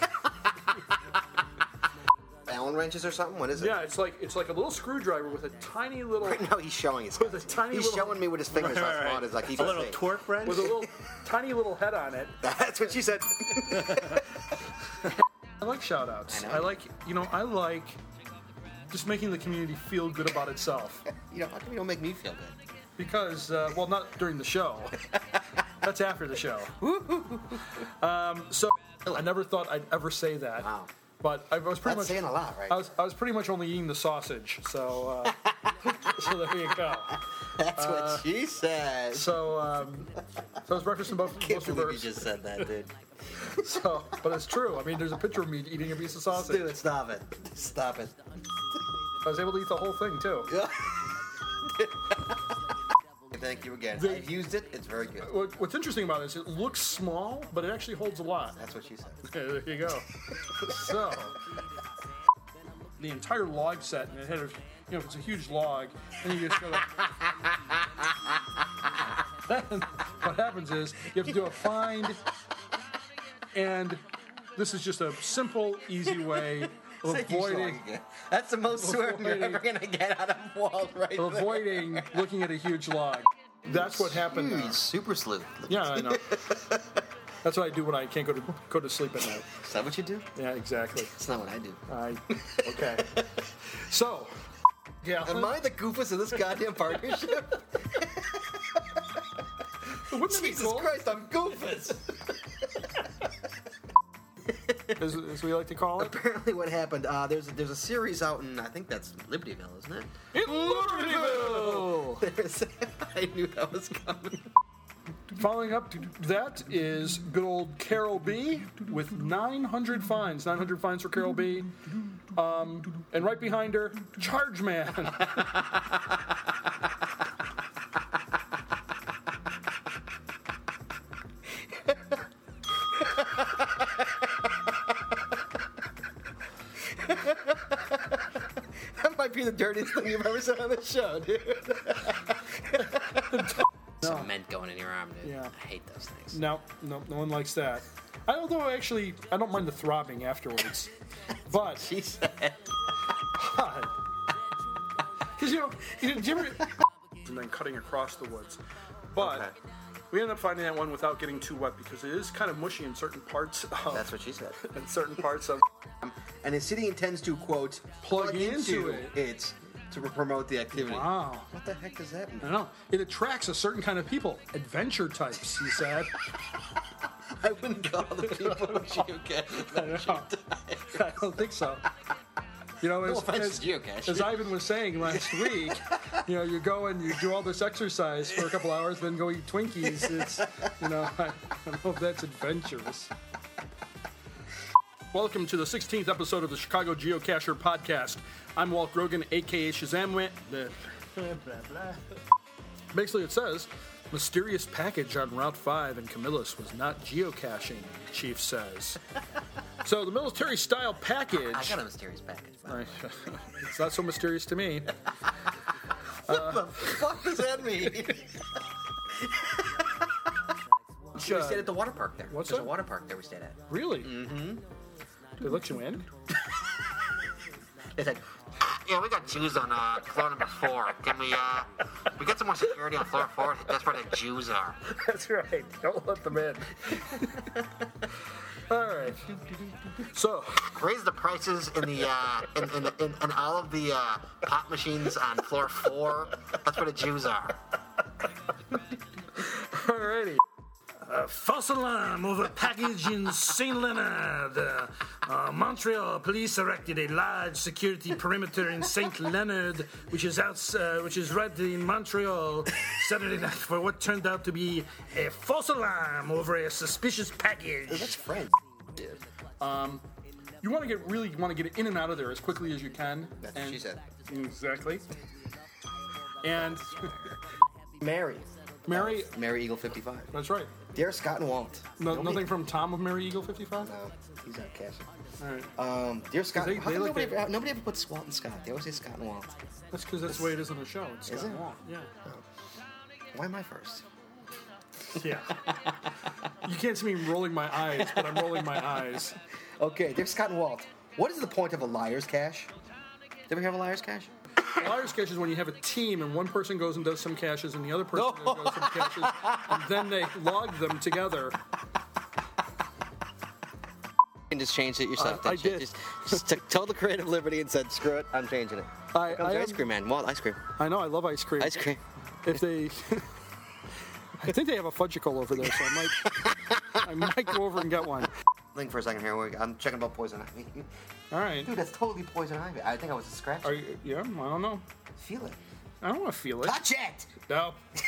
Speaker 1: Allen wrenches or something. What is it?
Speaker 2: Yeah, it's like it's like a little screwdriver with a tiny little
Speaker 1: Right now he's showing his.
Speaker 2: With a tiny
Speaker 1: he's
Speaker 2: little-
Speaker 1: showing me with his fingers
Speaker 3: All
Speaker 1: how
Speaker 3: right.
Speaker 1: small it is. Like he
Speaker 3: a
Speaker 1: can
Speaker 3: little
Speaker 1: see.
Speaker 3: twerk wrench.
Speaker 2: with a little tiny little head on it.
Speaker 1: That's what she said.
Speaker 2: I like shout outs.
Speaker 1: I
Speaker 2: I,
Speaker 1: know.
Speaker 2: like, you know, I like just making the community feel good about itself.
Speaker 1: You know, how come you don't make me feel good?
Speaker 2: Because, uh, well, not during the show. That's after the show. um, so I never thought I'd ever say that.
Speaker 1: Wow.
Speaker 2: But I was pretty
Speaker 1: That's
Speaker 2: much.
Speaker 1: saying a lot, right?
Speaker 2: I was, I was pretty much only eating the sausage, so uh, so there you go.
Speaker 1: That's what she said.
Speaker 2: uh, So um, so it's breakfast in both
Speaker 1: Can't
Speaker 2: both
Speaker 1: believe you
Speaker 2: reverse.
Speaker 1: just said that, dude.
Speaker 2: So, but it's true. I mean, there's a picture of me eating a piece of sausage.
Speaker 1: Dude, stop it. Stop it.
Speaker 2: I was able to eat the whole thing too.
Speaker 1: Thank you again.
Speaker 2: The-
Speaker 1: I've used it. It's very good.
Speaker 2: What, what's interesting about it is it looks small, but it actually holds a lot.
Speaker 1: That's what she said.
Speaker 2: Yeah, there you go. so the entire log set, and it had a, you know, if it's a huge log, and you just go. Like, then what happens is you have to do a find, and this is just a simple, easy way of
Speaker 1: Say you slog
Speaker 2: avoiding.
Speaker 1: again. That's the most swearing you're
Speaker 2: Avoiding-
Speaker 1: ever gonna get out of Walt right
Speaker 2: of
Speaker 1: there.
Speaker 2: Avoiding looking at a huge log. That's what happened. there.
Speaker 1: Jeez, super sleuth.
Speaker 2: Yeah, I know. That's what I do when I can't go to go to sleep at night.
Speaker 1: Is that what you do?
Speaker 2: Yeah, exactly.
Speaker 1: That's not what I do.
Speaker 2: I okay. So, yeah,
Speaker 1: Am I the goofus of this goddamn partnership?
Speaker 2: wouldn't it be
Speaker 1: Jesus
Speaker 2: cool,
Speaker 1: Christ, I'm goofus.
Speaker 2: as, as we like to call it?
Speaker 1: Apparently, what happened? Uh, there's there's a series out in I think that's Libertyville, isn't it?
Speaker 2: In Libertyville.
Speaker 1: There's, I knew that was coming.
Speaker 2: Following up to that is good old Carol B with 900 fines. 900 fines for Carol B. Um, and right behind her, Charge Man.
Speaker 1: That might be the dirtiest thing you've ever said on the show, dude. Cement going in your arm, dude.
Speaker 2: Yeah.
Speaker 1: I hate those things.
Speaker 2: No, no, no one likes that. I although actually I don't mind the throbbing afterwards, but
Speaker 1: She said.
Speaker 2: because you know, you, did you ever, and then cutting across the woods, but We ended up finding that one without getting too wet because it is kind of mushy in certain parts of
Speaker 1: That's what she said.
Speaker 2: in certain parts of
Speaker 1: And the city intends to quote plug, into, it. to promote the activity.
Speaker 2: Wow.
Speaker 1: What the heck does that mean?
Speaker 2: I don't know. It attracts a certain kind of people, adventure types, he said.
Speaker 1: I wouldn't call the people of geocache.
Speaker 2: I don't think so. You know, as,
Speaker 1: offense
Speaker 2: as,
Speaker 1: to geocaching.
Speaker 2: as Ivan was saying last week, you know, you go and you do all this exercise for a couple hours, then go eat Twinkies. It's, you know, I, I don't know if that's adventurous. Welcome to the 16th episode of the Chicago Geocacher Podcast. I'm Walt Grogan, aka Shazamwit. The- Basically, it says mysterious package on Route 5 in Camillus was not geocaching, Chief says. so the military style package.
Speaker 1: I got a mysterious package. by the way.
Speaker 2: It's not so mysterious to me.
Speaker 1: What the fuck does that mean? Should we stayed at the water park there.
Speaker 2: What's
Speaker 1: There's
Speaker 2: that?
Speaker 1: a water park there we stayed at.
Speaker 2: Really? Mm-hmm. They let you in?
Speaker 1: They said,
Speaker 3: Yeah, we got Jews on uh, floor number four. Can we uh, we got some more security on floor four? That's where the Jews are.
Speaker 2: That's right. Don't let them in. All right. So,
Speaker 3: Raise the prices in the uh, in, in, in, in all of the uh, pop machines on floor four. That's where the Jews are.
Speaker 2: alrighty.
Speaker 4: Uh, False alarm over package in St. Leonard. Uh, uh, Montreal police erected a large security perimeter in St. Leonard, which is out, uh, which is right in Montreal, Saturday night for what turned out to be a false alarm over a suspicious package.
Speaker 1: that's friends. dude."
Speaker 2: You want to get really want to get in and out of there as quickly as you can.
Speaker 1: That's what
Speaker 2: and-
Speaker 1: she said.
Speaker 2: Exactly. And
Speaker 1: Mary.
Speaker 2: Mary,
Speaker 1: Mary Eagle 55.
Speaker 2: that's right.
Speaker 1: Dear Scott and Walt.
Speaker 2: No,
Speaker 1: Nobody-
Speaker 2: nothing from Tom of Mary Eagle 55?
Speaker 1: No, he's not cashing.
Speaker 2: All right.
Speaker 1: Um, dear Scott,
Speaker 2: They-
Speaker 1: how
Speaker 2: they
Speaker 1: come
Speaker 2: like
Speaker 1: nobody,
Speaker 2: it.
Speaker 1: ever, nobody ever puts Walt and Scott? They always say Scott and Walt.
Speaker 2: That's because that's the way it is on the show. It's
Speaker 1: Is
Speaker 2: Scott
Speaker 1: it?
Speaker 2: Wall. Yeah.
Speaker 1: Why am I first?
Speaker 2: Yeah. you can't see me rolling my eyes, but I'm rolling my eyes.
Speaker 1: Okay, dear Scott and Walt. What is the point of a liar's cache? Did we have a liar's cache?
Speaker 2: Liar's cache is when you have a team and one person goes and does some caches and the other person does some caches, and then they log them together.
Speaker 1: You can just change it yourself.
Speaker 2: I- I
Speaker 1: That's it.
Speaker 2: did.
Speaker 1: Just, just took, told the creative liberty and said, "Screw it, I'm changing it."
Speaker 2: I-
Speaker 1: Here comes
Speaker 2: I
Speaker 1: the
Speaker 2: am-
Speaker 1: ice cream man. Walt, ice cream,
Speaker 2: I know, I love ice cream.
Speaker 1: ice cream.
Speaker 2: If they. I think they have a fudgicle over there, so I might, I might go over and get one.
Speaker 1: Think for a second here. we- I'm checking about poison ivy.
Speaker 2: All right.
Speaker 1: Dude, that's totally poison ivy. I think I was a scratch.
Speaker 2: Are you, yeah, I don't know.
Speaker 1: Feel it.
Speaker 2: I don't want to feel it.
Speaker 1: Touch it.
Speaker 2: No.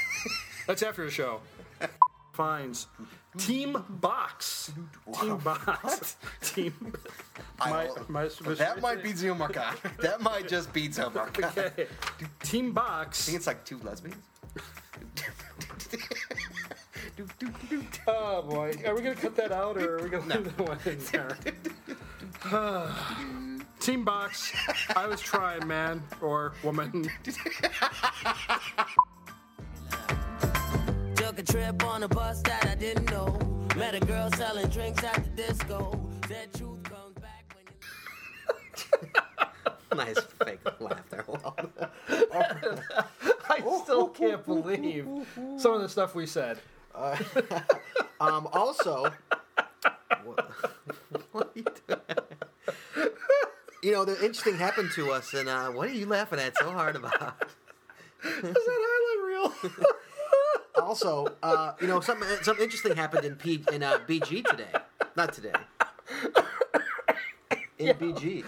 Speaker 2: That's after the show. Fines. Team Box. Team Box. Team. My-
Speaker 1: I'll-
Speaker 2: my-
Speaker 1: that might be Zoomorcon. that might just be Zoomorcon. I
Speaker 2: Okay. Team Box.
Speaker 1: think it's like two lesbians.
Speaker 2: Oh boy. Are we gonna cut that out or are we gonna leave that one in there? Team Box. I was trying, man or woman.
Speaker 5: Took a trip on a bus that I didn't know. Met a girl selling drinks at the disco. That truth comes back when you.
Speaker 1: nice fake laugh there. Walt.
Speaker 2: I still can't believe some of the stuff we said.
Speaker 1: Um, also, what, what are you doing? You know, the interesting happened to us, and uh, what are you laughing at so hard about?
Speaker 2: Is that highlight real?
Speaker 1: Also, uh, you know, something something interesting happened in P, in uh, BG today. Not today. In BG,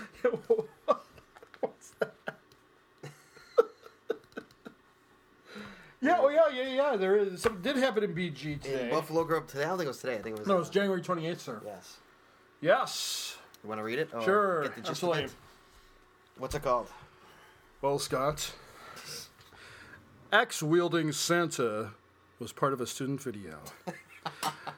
Speaker 2: yeah, oh yeah, yeah, yeah. There is something did happen in BG
Speaker 1: in
Speaker 2: today.
Speaker 1: Buffalo Grove today. I don't think it was today. I think it was.
Speaker 2: No, it's January twenty eighth, sir.
Speaker 1: yes.
Speaker 2: Yes.
Speaker 1: You want to read it? or
Speaker 2: Sure.
Speaker 1: Get the gist of
Speaker 2: Absolutely.
Speaker 1: it? What's it called?
Speaker 2: Well, Scott, axe wielding Santa was part of a student video.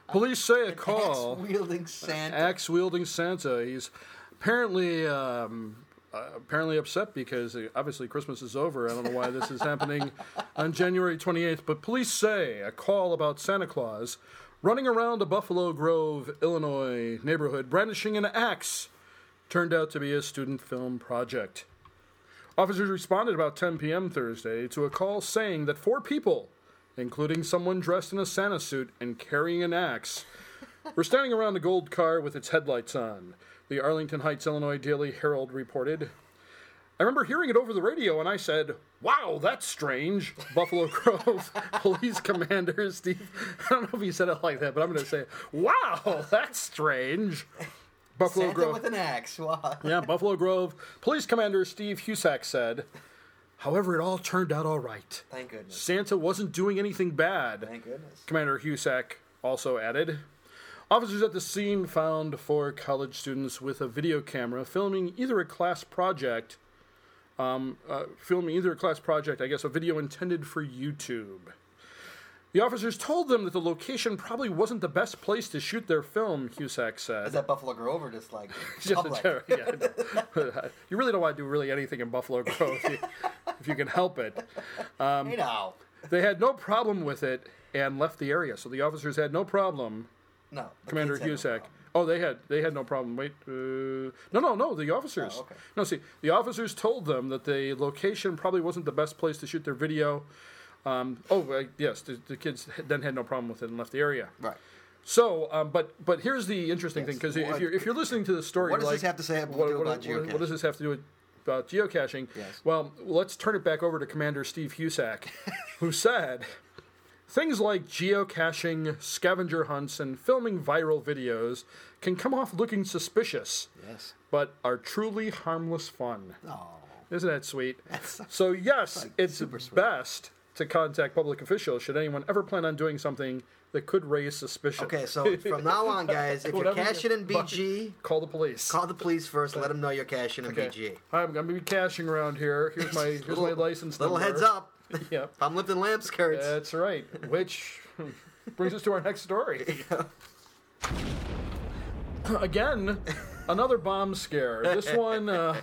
Speaker 2: Police say a call.
Speaker 1: Wielding Santa.
Speaker 2: axe wielding Santa. He's apparently um, uh, apparently upset because uh, obviously Christmas is over. I don't know why this is happening on January 28th, but police say a call about Santa Claus running around a Buffalo Grove, Illinois neighborhood brandishing an axe turned out to be a student film project. Officers responded about 10 p.m. Thursday to a call saying that four people including someone dressed in a Santa suit and carrying an axe. We're standing around the gold car with its headlights on, the Arlington Heights, Illinois Daily Herald reported. I remember hearing it over the radio and I said, Wow, that's strange. Buffalo Grove Police Commander Steve. I don't know if he said it like that, but I'm going to say, Wow, that's strange. Buffalo
Speaker 1: Santa
Speaker 2: Grove.
Speaker 1: with an axe. Wow.
Speaker 2: Yeah, Buffalo Grove Police Commander Steve Husak said, however, it all turned out all right.
Speaker 1: Thank goodness.
Speaker 2: Santa wasn't doing anything bad.
Speaker 1: Thank goodness.
Speaker 2: Commander Husak also added. Officers at the scene found four college students with a video camera filming either a class project, um, uh, filming either a class project, I guess a video intended for YouTube. The officers told them that the location probably wasn't the best place to shoot their film, Husak said.
Speaker 1: Is that Buffalo Grove or just like
Speaker 2: Just a
Speaker 1: public?
Speaker 2: terror, yeah. you really don't want to do really anything in Buffalo Grove if you, if you can help it. Um,
Speaker 1: you know.
Speaker 2: They had no problem with it and left the area, so the officers had no problem.
Speaker 1: No. the
Speaker 2: Commander
Speaker 1: kids had no
Speaker 2: Husak.
Speaker 1: problem.
Speaker 2: Oh, they had they had no problem. Wait, uh, no, no, no. The officers.
Speaker 1: Oh, okay.
Speaker 2: No, see, the officers told them that the location probably wasn't the best place to shoot their video. Um, oh, uh, yes, the, the kids then had no problem with it and left the area.
Speaker 1: Right.
Speaker 2: So, um, but but here's the interesting thing 'cause thing because
Speaker 1: What-
Speaker 2: if you're if you're listening to the story,
Speaker 1: what does
Speaker 2: like,
Speaker 1: this have to say about- do about
Speaker 2: what- what does
Speaker 1: geocaching?
Speaker 2: this have to do with, about geocaching?
Speaker 1: Yes.
Speaker 2: Well, let's turn it back over to Commander Steve Husak, who said things like geocaching, scavenger hunts, and filming viral videos can come off looking suspicious,
Speaker 1: Yes.
Speaker 2: but are truly harmless fun.
Speaker 1: Oh.
Speaker 2: Isn't that sweet?
Speaker 1: so-
Speaker 2: so yes, it's
Speaker 1: super sweet.
Speaker 2: best to contact public officials should anyone ever plan on doing something that could raise suspicion.
Speaker 1: Okay, so from now on, guys, if you're
Speaker 2: Whatever you-
Speaker 1: cashing in BG,
Speaker 2: Call the police.
Speaker 1: call the police first. Let them know you're cashing in
Speaker 2: Okay.
Speaker 1: BG.
Speaker 2: I'm gonna be cashing around here. Here's my here's my license.
Speaker 1: Little
Speaker 2: number.
Speaker 1: heads up.
Speaker 2: Yep.
Speaker 1: I'm lifting lamp skirts.
Speaker 2: That's right. Which brings us to our next story. Again, another bomb scare. This one, uh,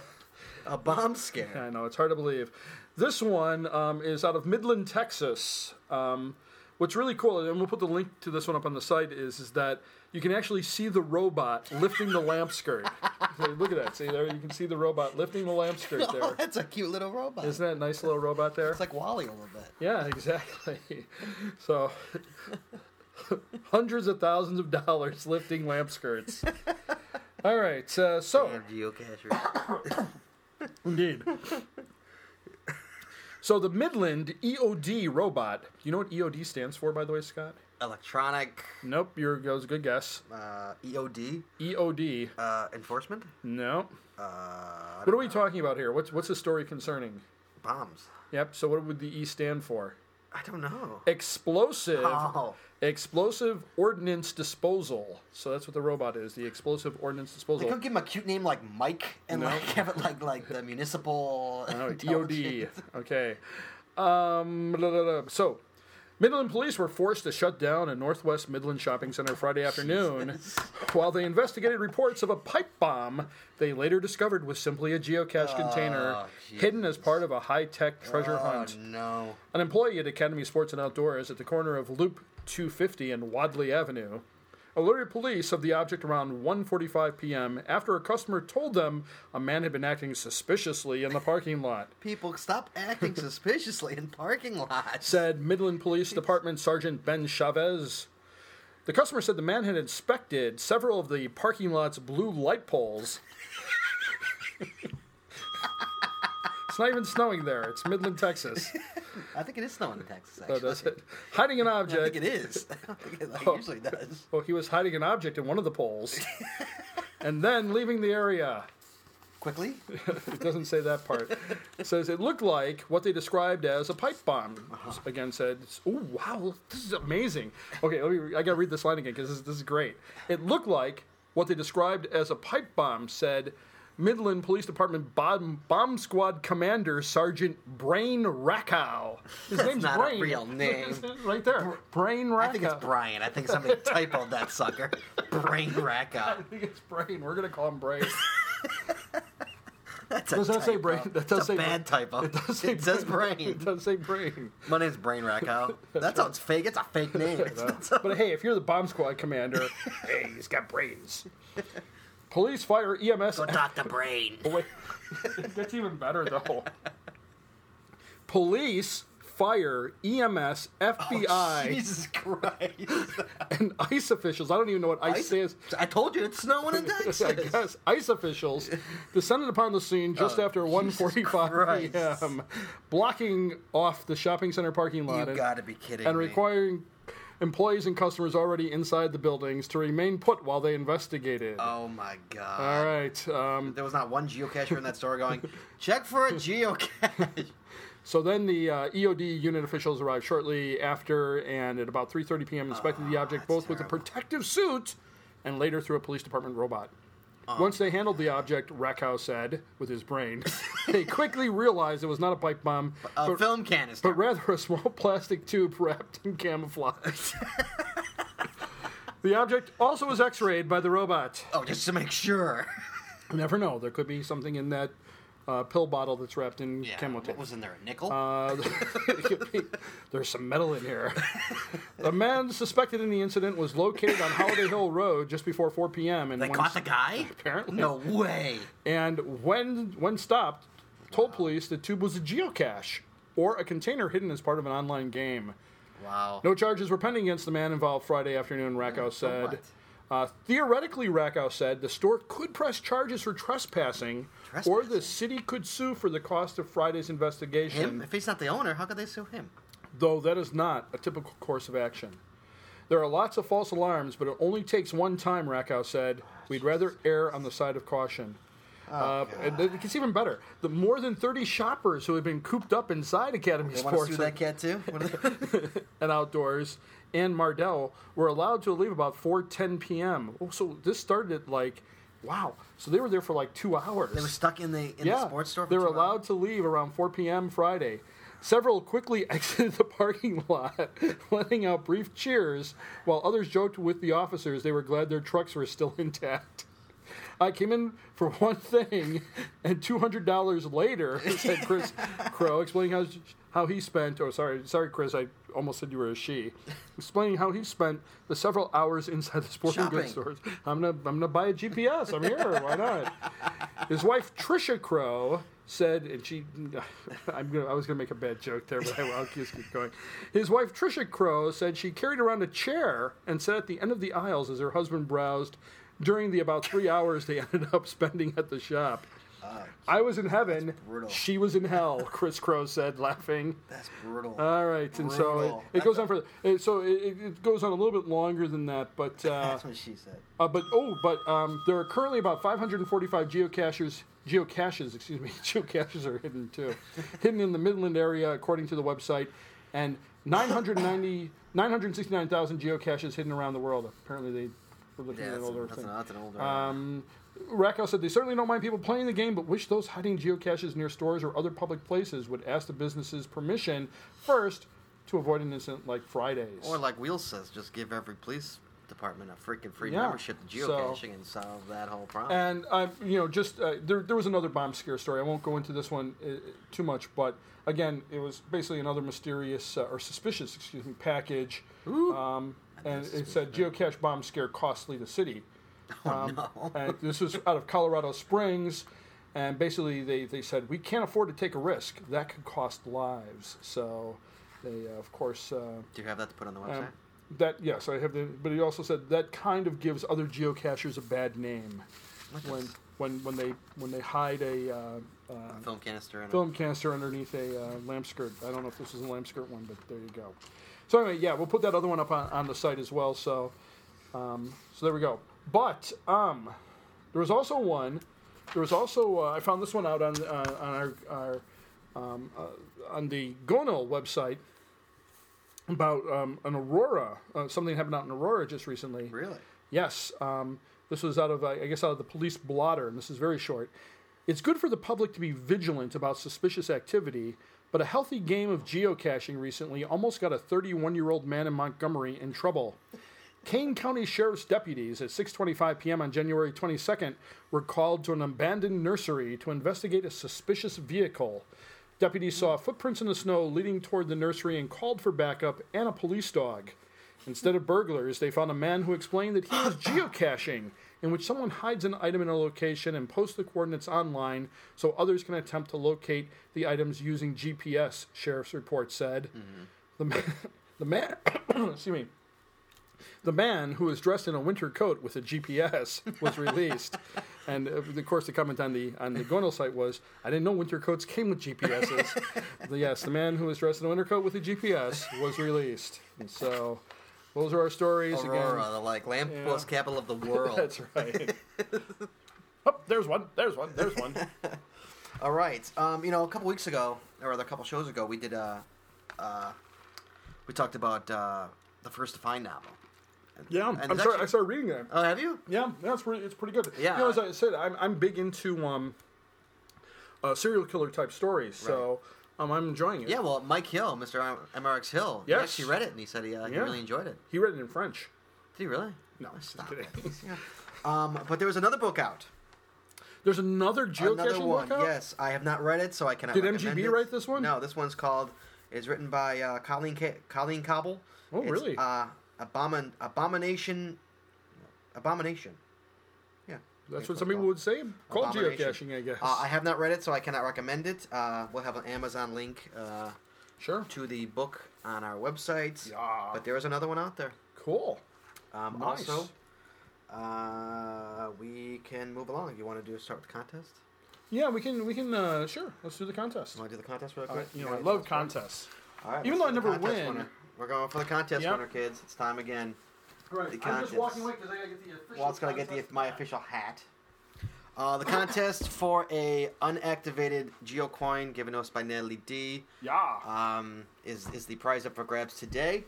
Speaker 1: a bomb scare.
Speaker 2: I know it's hard to believe. This one um, is out of Midland, Texas. Um, what's really cool, and we'll put the link to this one up on the site, is is that you can actually see the robot lifting the lamp skirt. So Look at that. See there, you can see the robot lifting the lamp skirt
Speaker 1: Oh,
Speaker 2: there.
Speaker 1: that's a cute little robot.
Speaker 2: Isn't that a nice little robot there?
Speaker 1: It's like Wally a little bit.
Speaker 2: Yeah, exactly. So, hundreds of thousands of dollars lifting lamp skirts. All right, uh, so
Speaker 1: Geocacher.
Speaker 2: indeed. So the Midland EOD robot. You know what EOD stands for, by the way, Scott?
Speaker 1: Electronic
Speaker 2: Nope, your goes a good guess.
Speaker 1: uh, EOD
Speaker 2: EOD.
Speaker 1: uh, enforcement.
Speaker 2: No.
Speaker 1: Uh,
Speaker 2: What are we talking about here? What's what's the story concerning?
Speaker 1: bombs.
Speaker 2: Yep. So what would the E stand for?
Speaker 1: I don't know.
Speaker 2: Explosive.
Speaker 1: Oh.
Speaker 2: Explosive Ordnance Disposal. So that's what the robot is, the Explosive Ordnance
Speaker 1: They could
Speaker 2: Disposal.
Speaker 1: give him a cute name like Mike and
Speaker 2: No.
Speaker 1: like have it like like the municipal
Speaker 2: Oh, EOD.
Speaker 1: intelligence.
Speaker 2: Okay. Um, blah, blah, blah. So, Midland police were forced to shut down a Northwest Midland shopping center Friday afternoon while they investigated reports of a pipe bomb they later discovered was simpally a geocache container hidden as part of a high tech treasure
Speaker 1: Oh
Speaker 2: hunt.
Speaker 1: no!
Speaker 2: An employee at Academy Sports and Outdoors at the corner of Loop 250 and Wadley Avenue alerted police of the object around 1:45 p.m. after a customer told them a man had been acting suspiciously in the parking lot.
Speaker 1: People stop acting suspiciously in parking lots.
Speaker 2: Said Midland Police Department Sergeant Ben Chavez. The customer said the man had inspected several of the parking lot's blue light poles. it's not even snowing there. It's Midland, Texas.
Speaker 1: I think it is snowing in Texas. Actually,
Speaker 2: Oh, does Oh. it? Hiding an object.
Speaker 1: I think it is. I think it like, usually does.
Speaker 2: Well, he was hiding an object in one of the poles and then leaving the area.
Speaker 1: Quickly,
Speaker 2: It doesn't say that part. It says it looked like what they described as a pipe bomb.
Speaker 1: Uh-huh.
Speaker 2: Again, said, "Oh wow, this is amazing." Okay, let me. I gotta read this line again because this, this is great. It looked like what they described as a pipe bomb. Said Midland Police Department bomb, bomb squad commander Sergeant Brain Rackow. His name's
Speaker 1: not a
Speaker 2: Brain.
Speaker 1: real name.
Speaker 2: right there, Brain Rackow.
Speaker 1: I think it's Brian. I think somebody typoed that sucker. Brain rack
Speaker 2: I
Speaker 1: up.
Speaker 2: think it's Brain. We're gonna call him Brain.
Speaker 1: That's a
Speaker 2: Does that say
Speaker 1: typo.
Speaker 2: brain? That does
Speaker 1: it's
Speaker 2: say
Speaker 1: a bad typo. It,
Speaker 2: does say
Speaker 1: says
Speaker 2: brain.
Speaker 1: brain.
Speaker 2: It does say brain.
Speaker 1: My name's Brain Rack out. That sounds fake. It's a fake name. It's not so-
Speaker 2: But hey, if you're the bomb squad commander, hey, he's got brains. Police, fire, E EMS.
Speaker 3: Go talk to Brain.
Speaker 2: Wait, that's even better though. Police, fire, E EMS, FBI,
Speaker 1: Oh, Jesus Christ.
Speaker 2: and ICE officials. I don't even know what ICE,
Speaker 1: ICE?
Speaker 2: stands.
Speaker 1: I told you it's snowing in
Speaker 2: I
Speaker 1: Texas.
Speaker 2: guess ICE officials descended upon the scene just after
Speaker 1: Oh,
Speaker 2: 1:45
Speaker 1: Christ.
Speaker 2: p.m., blocking off the shopping center parking lot
Speaker 1: You
Speaker 2: and-
Speaker 1: gotta be kidding
Speaker 2: and
Speaker 1: me.
Speaker 2: requiring employees and customers already inside the buildings to remain put while they investigated.
Speaker 1: oh my god.
Speaker 2: All right. Um,
Speaker 1: There was not one geocacher in that store going, check for a geocache.
Speaker 2: so then the uh, EOD unit officials arrived shortly after, and at about 3:30 p.m., inspected the object both with a protective suit and later through a police department robot. Once they handled the object, Rakow said with his brain, they quickly realized it was not a pipe bomb,
Speaker 1: A
Speaker 2: but,
Speaker 1: film canister.
Speaker 2: but rather a small plastic tube wrapped in camouflage. the object also was X-rayed by the robot.
Speaker 1: oh, just to make sure.
Speaker 2: You never know. There could be something in that uh, pill bottle that's wrapped in
Speaker 1: Yeah,
Speaker 2: camo tape.
Speaker 1: what was in there? A nickel?
Speaker 2: Uh, it could be- there's some metal in here. the man suspected in the incident was located on Holiday Hill Road just before 4 p.m. and
Speaker 1: they
Speaker 2: when
Speaker 1: caught the guy?
Speaker 2: apparently.
Speaker 1: No way.
Speaker 2: and when when stopped, told police the tube was a geocache or a container hidden as part of an online game.
Speaker 1: Wow.
Speaker 2: No charges were pending against the man involved Friday
Speaker 1: Oh,
Speaker 2: afternoon, Rackow said. Uh, theoretically, Rackow said the store could press charges for trespassing, or the
Speaker 1: Trespassing?
Speaker 2: city could sue for the cost of Friday's investigation,
Speaker 1: Him? If he's not the owner, how could they sue him?
Speaker 2: though that is not a typical course of action. There are lots of false alarms, but it only takes one time, Rackow said. We'd rather err on the side of caution.
Speaker 1: Oh,
Speaker 2: uh, and it gets even better. The more than 30 shoppers who have been cooped up inside Academy
Speaker 1: They want to
Speaker 2: Sports
Speaker 1: sue that cat too? What are they-
Speaker 2: and outdoors and Mardell were allowed to leave about 4:10 p.m. Oh, so this started at like wow. So they were there for like 2 hours.
Speaker 1: they were stuck in the in the sports store. for
Speaker 2: They were
Speaker 1: two
Speaker 2: allowed
Speaker 1: hours?
Speaker 2: to leave around 4 p.m. Friday. Several quickly exited the parking lot, letting out brief cheers, while others joked with the officers they were glad their trucks were still intact. I came in for one thing, and $200 later, said Chris Crow, explaining how, how he spent, oh, sorry, sorry, Chris, I almost said you were a she, explaining how he spent the several hours inside the sporting
Speaker 1: Shopping.
Speaker 2: goods stores. I'm going to I'm gonna buy a GPS. I'm here. Why not? His wife Trisha Crow said, and she, I'm gonna, I was gonna make a bad joke there, but I, will just keep going. His wife Trisha Crow said she carried around a chair and sat at the end of the aisles as her husband browsed during the about three hours they ended up spending at the shop. I was in heaven.
Speaker 1: Ah, brutal.
Speaker 2: She was in hell. Chris Crow said, laughing.
Speaker 1: That's brutal.
Speaker 2: All right, and so it-
Speaker 1: Brutal.
Speaker 2: it, goes on for it- so it, it- it goes on a little bit longer than that, but uh,
Speaker 1: That's what she said.
Speaker 2: uh, but oh, but um, there are currently about 545 geocaches. Geocaches, excuse me, geocaches are hidden too, hidden in the Midland area, according to the website, and 990, 969,000 geocaches hidden around the world. Apparently, they were looking
Speaker 1: Yeah,
Speaker 2: at an
Speaker 1: that's,
Speaker 2: older
Speaker 1: an, that's,
Speaker 2: thing.
Speaker 1: an, that's an older.
Speaker 2: Um, Rackow said they certainly don't mind people playing the game, but wish those hiding geocaches near stores or other public places would ask the businesses permission first to avoid an incident like Fridays.
Speaker 1: or like Wheels says, just give every police department a freaking free
Speaker 2: Yeah,
Speaker 1: membership to
Speaker 2: so-
Speaker 1: geocaching and solve that whole problem.
Speaker 2: And I, you know, just uh, there, there was another bomb scare story. I won't go into this one uh, too much, but again, it was basically another mysterious uh, or suspicious, excuse me, package. Um, and it said geocache bomb scare costly to city.
Speaker 1: Oh,
Speaker 2: Um, and this was out of Colorado Springs, and basically they, they said we can't afford to take a risk that could cost lives. So they, uh, of course. Uh,
Speaker 1: Do you have that to put on the website?
Speaker 2: um, that yes, I have the. But he also said that kind of gives other geocachers a bad name when when when they when they hide a uh, uh,
Speaker 1: film canister and a-
Speaker 2: film canister underneath a uh, lamp skirt. I don't know if this is a lamp skirt one, but there you go. So anyway, yeah, we'll put that other one up on, on the site as well. So um, so there we go. But um, there was also one. There was also uh, I found this one out on uh, on our, our um, uh, on the Gonal website about um, an aurora. Uh, something happened out in Aurora just recently.
Speaker 1: Really?
Speaker 2: Yes. Um, this was out of, uh, I guess, out of the police blotter, and this is very short. It's good for the public to be vigilant about suspicious activity, but a healthy game of geocaching recently almost got a 31 year old man in Montgomery in trouble. Kane County Sheriff's deputies at 6:25 p.m. on January 22nd were called to an abandoned nursery to investigate a suspicious vehicle. Deputies saw footprints in the snow leading toward the nursery and called for backup and a police dog. Instead of burglars, they found a man who explained that he was geocaching in which someone hides an item in a location and posts the coordinates online so others can attempt to locate the items using GPS, sheriff's report said. The man, the man excuse me. The man who was dressed in a winter coat with a GPS was released, and uh, of course the comment on the on the Gonal site was, "I didn't know winter coats came with GPSs." The- yes, the man who was dressed in a winter coat with a GPS was released. And so, those are our stories
Speaker 1: Aurora,
Speaker 2: again.
Speaker 1: the like lamppost capital of the world.
Speaker 2: That's right. oh, there's one. There's one. There's one.
Speaker 1: All right. Um, you know, a couple weeks ago, or a couple shows ago, we did uh, uh, we talked about uh, the first to find novel.
Speaker 2: Yeah,
Speaker 1: And it's
Speaker 2: I'm sorry.
Speaker 1: actually-
Speaker 2: I started reading that.
Speaker 1: Oh, have you?
Speaker 2: Yeah, that's pretty, it's pretty good.
Speaker 1: Yeah.
Speaker 2: You know, as I said, I'm, I'm big into um, uh, serial killer type stories, so um, I'm enjoying it.
Speaker 1: Yeah. Well, Mike Hill, Mr. M- MRX Hill, he
Speaker 2: Yes.
Speaker 1: actually read it and he said he, uh, he
Speaker 2: Yeah.
Speaker 1: really enjoyed it.
Speaker 2: He read it in French.
Speaker 1: Did he really?
Speaker 2: No, I'm just
Speaker 1: Stop
Speaker 2: kidding.
Speaker 1: it. Yeah. Um, but there was another book out.
Speaker 2: There's another geocaching
Speaker 1: another one.
Speaker 2: workout?
Speaker 1: Yes, I have not read it, so I cannot.
Speaker 2: Did
Speaker 1: recommend
Speaker 2: MGB
Speaker 1: it.
Speaker 2: write this one?
Speaker 1: No, this one's called. It's written by uh, Colleen Ca Colleen Cobble.
Speaker 2: Oh,
Speaker 1: It's,
Speaker 2: really?
Speaker 1: Uh, abomin abomination, abomination. Yeah,
Speaker 2: That's
Speaker 1: That's
Speaker 2: what some people would say. Called
Speaker 1: Abomination.
Speaker 2: geocaching, I guess.
Speaker 1: Uh, I have not read it, so I cannot recommend it. Uh, we'll have an Amazon link uh,
Speaker 2: sure.
Speaker 1: to the book on our website.
Speaker 2: Yeah.
Speaker 1: But there is another one out there.
Speaker 2: Cool.
Speaker 1: Um,
Speaker 2: Nice.
Speaker 1: Also, uh, we can move along. If you want to do start with the contest,
Speaker 2: Yeah, we can, we can, uh, sure. Let's do the contest.
Speaker 1: you want to do the contest real
Speaker 2: Uh,
Speaker 1: quick?
Speaker 2: you know,
Speaker 1: Yeah,
Speaker 2: I love
Speaker 1: that's fine.
Speaker 2: contests.
Speaker 1: All right,
Speaker 2: Even
Speaker 1: let's do
Speaker 2: though I
Speaker 1: the
Speaker 2: never
Speaker 1: contest
Speaker 2: win.
Speaker 1: winner. we're going for the contest
Speaker 2: Yep.
Speaker 1: winner, kids. It's time again.
Speaker 2: Right.
Speaker 1: The I'm just contest. walking away
Speaker 2: because I gotta get the official.
Speaker 1: Walt's gonna get the, my official hat. Uh, the contest for a unactivated geocoin given to us by Natalie D
Speaker 2: Yeah.
Speaker 1: um, is is the prize up for grabs today.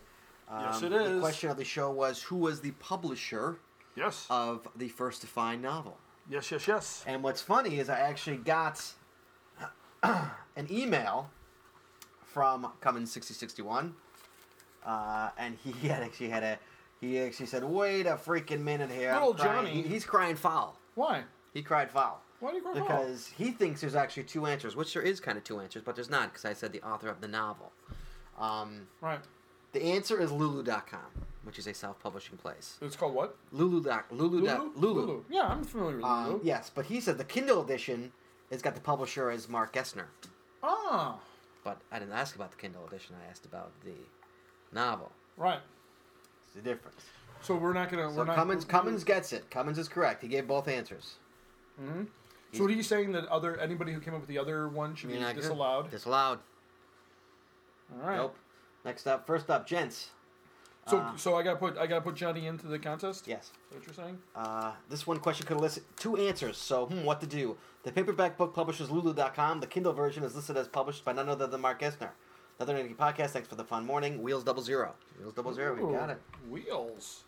Speaker 1: Um,
Speaker 2: Yes, it
Speaker 1: The
Speaker 2: is.
Speaker 1: question of the show was who was the publisher
Speaker 2: yes.
Speaker 1: of the first to find novel.
Speaker 2: yes, yes, yes.
Speaker 1: uh, And what's funny is I actually got an email from Cummins sixty sixty one, uh, and he had actually had a he actually said, "Wait a freaking minute here, I'm
Speaker 2: Little
Speaker 1: crying."
Speaker 2: Johnny.
Speaker 1: He- he's crying foul.
Speaker 2: Why?
Speaker 1: He cried foul."
Speaker 2: Why do you cry foul?
Speaker 1: Because he thinks there's actually two answers, which there is kind of two answers, but there's not because I said the author of the novel. Um,
Speaker 2: Right.
Speaker 1: the answer is Lulu.com, which is a self-publishing place.
Speaker 2: It's called what?
Speaker 1: Lulu. Lulu. Lulu.
Speaker 2: Lulu?
Speaker 1: Lulu. Lulu.
Speaker 2: Yeah, I'm familiar with
Speaker 1: Um,
Speaker 2: Lulu.
Speaker 1: yes, but he said the Kindle edition has got the publisher as Mark Gessner.
Speaker 2: Ah,
Speaker 1: But I didn't ask about the Kindle edition. I asked about the novel.
Speaker 2: right.
Speaker 1: It's the difference.
Speaker 2: So we're not gonna.
Speaker 1: So
Speaker 2: we're not,
Speaker 1: Cummins Cummins gets it. Cummins is correct. He gave both answers.
Speaker 2: So what are you saying that other anybody who came up with the other one should be
Speaker 1: You're not good.
Speaker 2: disallowed?
Speaker 1: Disallowed.
Speaker 2: All right.
Speaker 1: Nope. Ah. Next up, first up, gents.
Speaker 2: So so I gotta put I gotta put Johnny into the contest.
Speaker 1: Yes.
Speaker 2: Is that what you're saying?
Speaker 1: Uh, this one question could elicit two answers, so hmm, what to do. The paperback book publishers Lulu.com. The Kindle version is listed as published by none other than Mark Gessner. Another Energy Podcast. Thanks for the fun morning. Wheels double zero. Wheels double zero. We got
Speaker 2: Ooh,
Speaker 1: it.
Speaker 2: Wheels.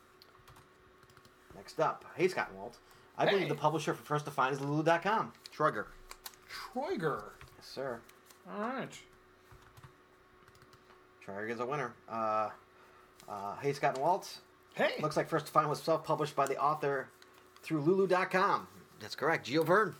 Speaker 1: Next up, hey Scott and Walt. I
Speaker 2: Hey.
Speaker 1: believe the publisher for First to Find is Lulu.com. Trugger.
Speaker 2: Troiger.
Speaker 1: Yes, sir.
Speaker 2: All right.
Speaker 1: Trugger is a winner. Uh, uh, hey Scott and Walt.
Speaker 2: Hey.
Speaker 1: Looks like First to Find was self-published by the author through Lulu.com. That's correct. Gio Verne.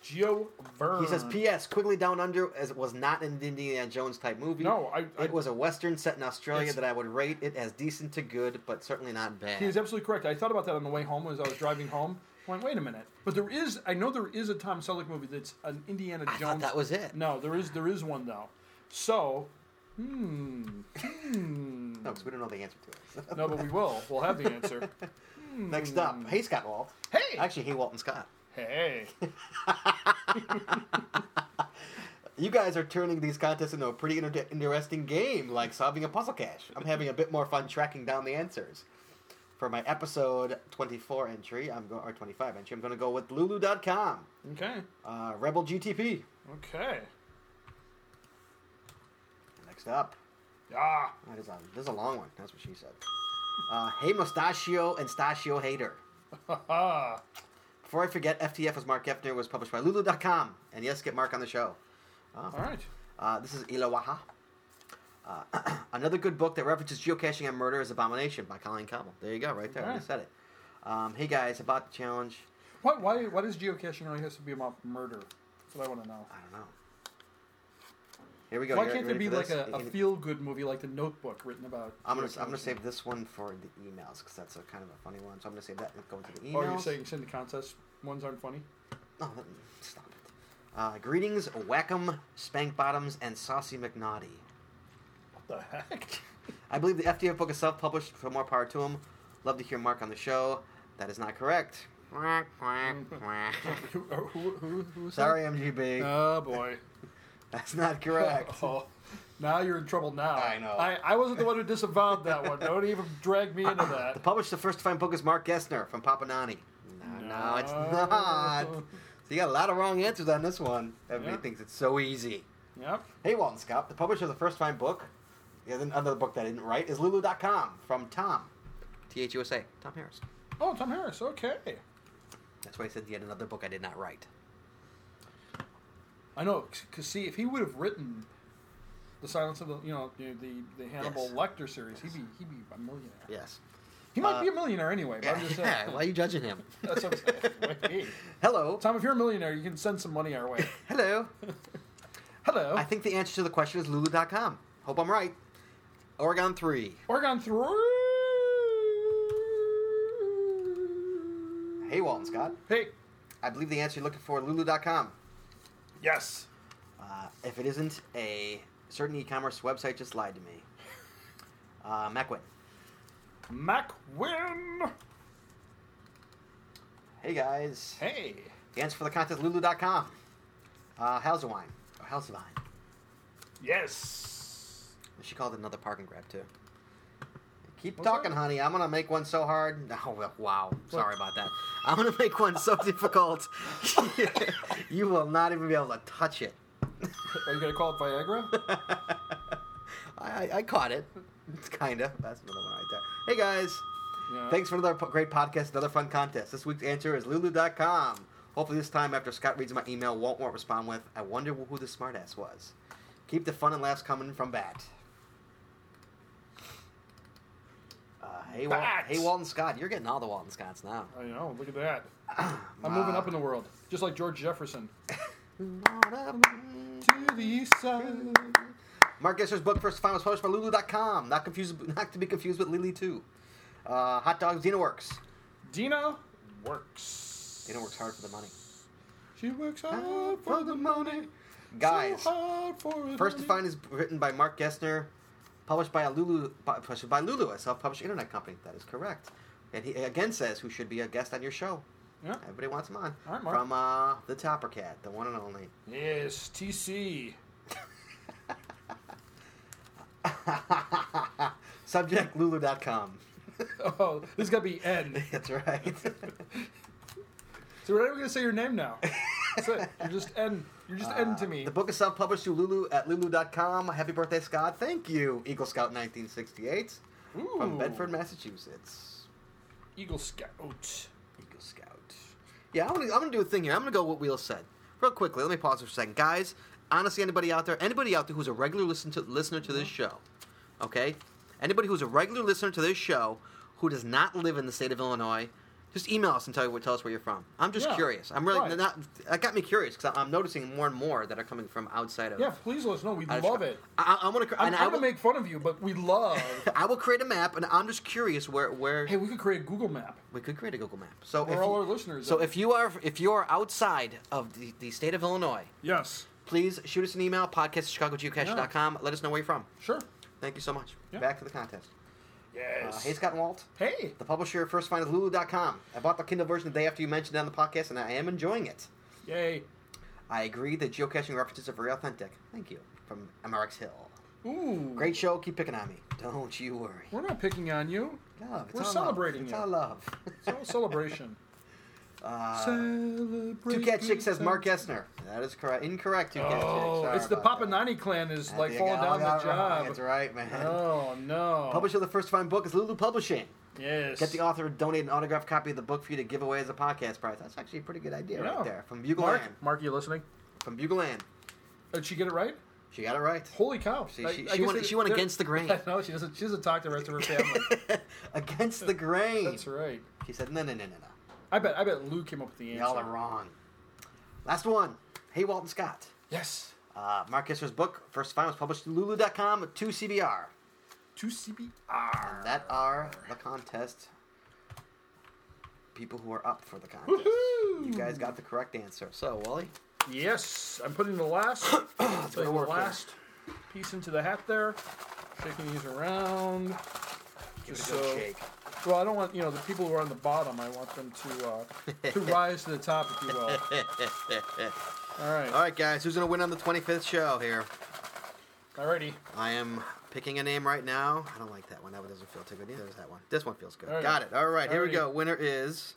Speaker 2: Geo Vern.
Speaker 1: He says, "P.S. Quigley Down Under as it was not an Indiana Jones type movie.
Speaker 2: No, I- I-
Speaker 1: it was a western set in Australia
Speaker 2: It's-
Speaker 1: that I would rate it as decent to good, but certainly not bad.
Speaker 2: He is absolutely correct. I thought about that on the way home as I was driving home. I went, wait a minute. But there is, I know there is a Tom Selleck movie that's an Indiana
Speaker 1: I
Speaker 2: Jones.
Speaker 1: thought that was it.
Speaker 2: No, there is, there is one though. So, hmm,
Speaker 1: No, because we don't know the answer to it.
Speaker 2: no, but we will. We'll have the answer.
Speaker 1: Next up, hey Scott Walt.
Speaker 2: Hmm. Hey!
Speaker 1: actually, hey Walt and Scott.
Speaker 2: Hey,
Speaker 1: You guys are turning these contests into a pretty inter- interesting game, like solving a puzzle cache. I'm having a bit more fun tracking down the answers. For my episode 24 entry, I'm go- or 25 entry, I'm going to go with Lulu.com,
Speaker 2: okay,
Speaker 1: uh, Rebel GTP.
Speaker 2: okay,
Speaker 1: Next up,
Speaker 2: yeah,
Speaker 1: That is a, this is a long one. That's what she said. Uh, hey, Mustachio and Stachio Hater.
Speaker 2: ah,
Speaker 1: Before I forget, FTF as Mark Geffner was published by Lulu.com. And yes, get Mark on the show.
Speaker 2: all right,
Speaker 1: Uh, this is Ilawaha. Uh, another good book that references geocaching and murder is Abomination by Colleen Cobble. There you go, right there. I
Speaker 2: Okay.
Speaker 1: said it. Um, hey, guys, about the challenge.
Speaker 2: why, why, why does geocaching always has to be about murder? That's what I want to know.
Speaker 1: I don't know. Here we go.
Speaker 2: Why
Speaker 1: You
Speaker 2: can't there
Speaker 1: ready
Speaker 2: be
Speaker 1: for
Speaker 2: like
Speaker 1: this?
Speaker 2: a, a
Speaker 1: Any-
Speaker 2: feel-good movie like The Notebook written about?
Speaker 1: I'm gonna
Speaker 2: George
Speaker 1: I'm gonna
Speaker 2: Washington?
Speaker 1: save this one for the emails because that's a kind of a funny one. So I'm gonna save that and go into the
Speaker 2: Oh,
Speaker 1: emails.
Speaker 2: you're saying send the contest ones aren't funny?
Speaker 1: No, that, stop it. Uh, greetings, Whackum, Spank Bottoms, and Saucy McNaughty.
Speaker 2: What the heck?
Speaker 1: I believe the FDF book is self-published. For more power to him. Love to hear Mark on the show. That is not correct.
Speaker 3: Quack, quack, quack.
Speaker 2: who, who, who, who was that?
Speaker 1: Sorry, MGB.
Speaker 2: Oh boy.
Speaker 1: That's not correct.
Speaker 2: Oh, now you're in trouble. Now
Speaker 1: I know.
Speaker 2: I, I wasn't the one who disavowed that one. Don't even drag me into that.
Speaker 1: The published the first to find book is Mark Gessner from Papanani. No, no, it's not. So you got a lot of wrong answers on this one. Everybody
Speaker 2: Yeah.
Speaker 1: thinks it's so easy.
Speaker 2: Yep.
Speaker 1: Hey, Walton Scott, the publisher of the first fine book, the other another book that I didn't write, is Lulu.com from Tom. T H U S A. Tom Harris.
Speaker 2: Oh, Tom Harris. Okay.
Speaker 1: That's why I said yet another book I did not write.
Speaker 2: I know. Cause see, if he would have written the Silence of the, you know, the the, the Hannibal
Speaker 1: Yes.
Speaker 2: Lecter series, he'd be he'd be a millionaire.
Speaker 1: Yes.
Speaker 2: He might
Speaker 1: Uh,
Speaker 2: be a millionaire anyway. But I'm just saying.
Speaker 1: why are you judging him?
Speaker 2: That's what I'm saying.
Speaker 1: Hello.
Speaker 2: Tom, if you're a millionaire, you can send some money our way.
Speaker 1: Hello.
Speaker 2: Hello.
Speaker 1: I think the answer to the question is Lulu.com. Hope I'm right. Oregon 3.
Speaker 2: Oregon through.
Speaker 1: Hey, Walton Scott.
Speaker 2: Hey.
Speaker 1: I believe the answer you're looking for Lulu.com.
Speaker 2: Yes.
Speaker 1: Uh, if it isn't a certain e-commerce website, just lied to me. Uh, Macwin.
Speaker 2: Mac win.
Speaker 1: Hey guys.
Speaker 2: Hey.
Speaker 1: The answer for the contest Lulu.com. Uh, Halsewine. Or Halsevine.
Speaker 2: Yes.
Speaker 1: She called it another parking grab too. Keep
Speaker 2: What's
Speaker 1: talking,
Speaker 2: that?
Speaker 1: honey. I'm gonna make one so hard. Oh, well, wow. Sorry about that. I'm gonna make one so difficult, you will not even be able to touch it.
Speaker 2: Are you gonna call it Viagra?
Speaker 1: I, I caught it. It's kinda. That's another one right there. Hey guys.
Speaker 2: Yeah.
Speaker 1: Thanks for another po- great podcast, another fun contest. This week's answer is lulu.com. Hopefully, this time after Scott reads my email, won't won't respond with, I wonder who the smartass was. Keep the fun and laughs coming from Bat. Uh, hey, Wal-
Speaker 2: Bat!
Speaker 1: hey, Walton Scott. You're getting all the Walton Scotts now.
Speaker 2: I know. Look at that. I'm moving up in the world, just like George Jefferson. to the east side.
Speaker 1: Mark Gesser's book, First and Final, is published by lulu.com. Not, confused, not to be confused with Lily, too. Uh, Hot Dogs, Dina Works.
Speaker 2: Dina works.
Speaker 1: Dina works hard for the money.
Speaker 2: She works hard for the money.
Speaker 1: Guys.
Speaker 2: So hard for the
Speaker 1: First to
Speaker 2: money.
Speaker 1: Find is written by Mark Gessner, published by a Lulu, by, published by Lulu, a self-published internet company. That is correct. And he again says who should be a guest on your show.
Speaker 2: Yeah.
Speaker 1: Everybody wants him on.
Speaker 2: All right, Mark.
Speaker 1: From uh, the Topper Cat, the one and only.
Speaker 2: Yes, TC.
Speaker 1: Subject Lulu.com.
Speaker 2: Oh, this is gonna be N.
Speaker 1: That's right.
Speaker 2: So we're not even gonna say your name now. That's it. You're just N. You're just N to me.
Speaker 1: Uh, the book is self-published through Lulu at Lulu.com. Happy birthday, Scott. Thank you, Eagle Scout 1968
Speaker 2: Ooh.
Speaker 1: from Bedford, Massachusetts.
Speaker 2: Eagle Scout.
Speaker 1: Eagle Scout. Yeah, I'm gonna, I'm gonna do a thing here. I'm gonna go what Wheels said. Real quickly, let me pause for a second. Guys, honestly, anybody out there, anybody out there who's a regular listen to, listener to
Speaker 2: Mm-hmm.
Speaker 1: this show, okay? Anybody who's a regular listener to this show who does not live in the state of Illinois, just email us and tell, you- tell us where you're from. I'm just
Speaker 2: Yeah,
Speaker 1: curious. I'm really
Speaker 2: right.
Speaker 1: not. That got me curious because I'm noticing more and more that are coming from outside of.
Speaker 2: Yeah, please let us know. We
Speaker 1: out of
Speaker 2: love
Speaker 1: Chicago.
Speaker 2: it.
Speaker 1: I, I, I want to.
Speaker 2: I'm
Speaker 1: and I
Speaker 2: trying to
Speaker 1: will,
Speaker 2: make fun of you, but we love.
Speaker 1: I will create a map, and I'm just curious where where.
Speaker 2: hey, we could create a Google map.
Speaker 1: We could create a Google map. So
Speaker 2: Where
Speaker 1: if
Speaker 2: all
Speaker 1: you,
Speaker 2: our listeners
Speaker 1: So
Speaker 2: are.
Speaker 1: if you are if you are outside of the, the state of Illinois,
Speaker 2: Yes.
Speaker 1: please shoot us an email podcast at chicagogeocache.com. Let us know where you're from.
Speaker 2: Sure.
Speaker 1: Thank you so much.
Speaker 2: Yeah.
Speaker 1: Back to the contest. Uh,
Speaker 2: Yes.
Speaker 1: hey Scott and Walt.
Speaker 2: Hey.
Speaker 1: The publisher of First Find is Lulu.com. I bought the Kindle version the day after you mentioned it on the podcast, and I am enjoying it.
Speaker 2: Yay.
Speaker 1: I agree that geocaching references are very authentic. Thank you. From MRX Hill.
Speaker 2: Ooh.
Speaker 1: Great show. Keep picking on me. Don't you worry.
Speaker 2: We're not picking on you.
Speaker 1: Love. It's
Speaker 2: We're
Speaker 1: all love.
Speaker 2: celebrating
Speaker 1: It's
Speaker 2: you.
Speaker 1: all love.
Speaker 2: It's all celebration.
Speaker 1: Uh,
Speaker 2: Celebrate.
Speaker 1: Two Cat Chick says Mark Gessner. That is correct. Incorrect. Two Cat Chick.
Speaker 2: Oh,
Speaker 1: Sorry
Speaker 2: it's the
Speaker 1: about that.
Speaker 2: Papanani clan is
Speaker 1: I
Speaker 2: like
Speaker 1: think
Speaker 2: falling
Speaker 1: I
Speaker 2: down
Speaker 1: got
Speaker 2: the
Speaker 1: it wrong.
Speaker 2: job.
Speaker 1: That's right, man.
Speaker 2: Oh no.
Speaker 1: Publisher of the first fine book is Lulu Publishing.
Speaker 2: Yes.
Speaker 1: Get the author to donate an autographed copy of the book for you to give away as a podcast prize. That's actually a pretty good idea
Speaker 2: Yeah.
Speaker 1: right there. From Bugleland.
Speaker 2: Mark. Mark, are you listening? Uh,
Speaker 1: From Bugleland.
Speaker 2: Did she get it right?
Speaker 1: She got it right.
Speaker 2: Holy cow!
Speaker 1: See, she- she went- she went against the grain.
Speaker 2: No, she doesn't. She doesn't talk to the rest of her family.
Speaker 1: Against the grain.
Speaker 2: That's right.
Speaker 1: She said, no, no, no, no, no.
Speaker 2: I bet. I bet Lou came up with the answer.
Speaker 1: Y'all are wrong. Last one. Hey, Walton Scott.
Speaker 2: Yes.
Speaker 1: Uh, Mark Kissler's book, First to Find, was published through Lulu.com to CBR.
Speaker 2: Two CB.
Speaker 1: And that are the contest people who are up for the contest. You guys got the correct answer. So, Wally,
Speaker 2: Yes, I'm putting the last, putting the
Speaker 1: work here.
Speaker 2: last piece into the hat there, shaking these around.
Speaker 1: give it
Speaker 2: Just
Speaker 1: a good
Speaker 2: so-
Speaker 1: shake.
Speaker 2: Well, I don't want you know the people who are on the bottom. I want them to uh, to rise to the top, if you will. All right,
Speaker 1: All right, guys, who's going to win on the 25th show here?
Speaker 2: alrighty.
Speaker 1: I am picking a name right now. I don't like that one. That one doesn't feel too good. Neither does that one. This one feels good.
Speaker 2: All right.
Speaker 1: Got it. All right, here we
Speaker 2: Alrighty.
Speaker 1: go. Winner is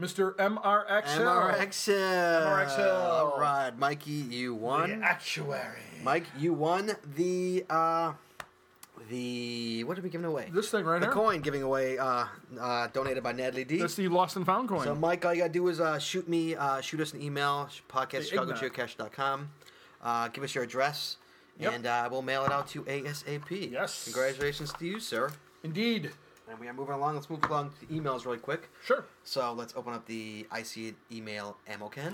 Speaker 2: Mr. MRXL.
Speaker 1: MRXL.
Speaker 2: MRXL.
Speaker 1: All right, Mikey, you won.
Speaker 2: Actuary.
Speaker 1: Mike, you won the uh, the what are we giving away?
Speaker 2: This thing right
Speaker 1: the
Speaker 2: here.
Speaker 1: coin giving away uh, uh, donated by Natalie D.
Speaker 2: That's the lost and found coin.
Speaker 1: So Mike, all you gotta do is uh, shoot me, uh, shoot us an email, sh- podcast
Speaker 2: The
Speaker 1: chicago
Speaker 2: Ignat.
Speaker 1: geocache.com. Uh, give us your address,
Speaker 2: Yep.
Speaker 1: and uh, we'll mail it out to ASAP.
Speaker 2: Yes.
Speaker 1: Congratulations to you, sir.
Speaker 2: Indeed.
Speaker 1: And we are moving along. Let's move along to the emails really quick.
Speaker 2: Sure.
Speaker 1: So let's open up the IC email Amoken.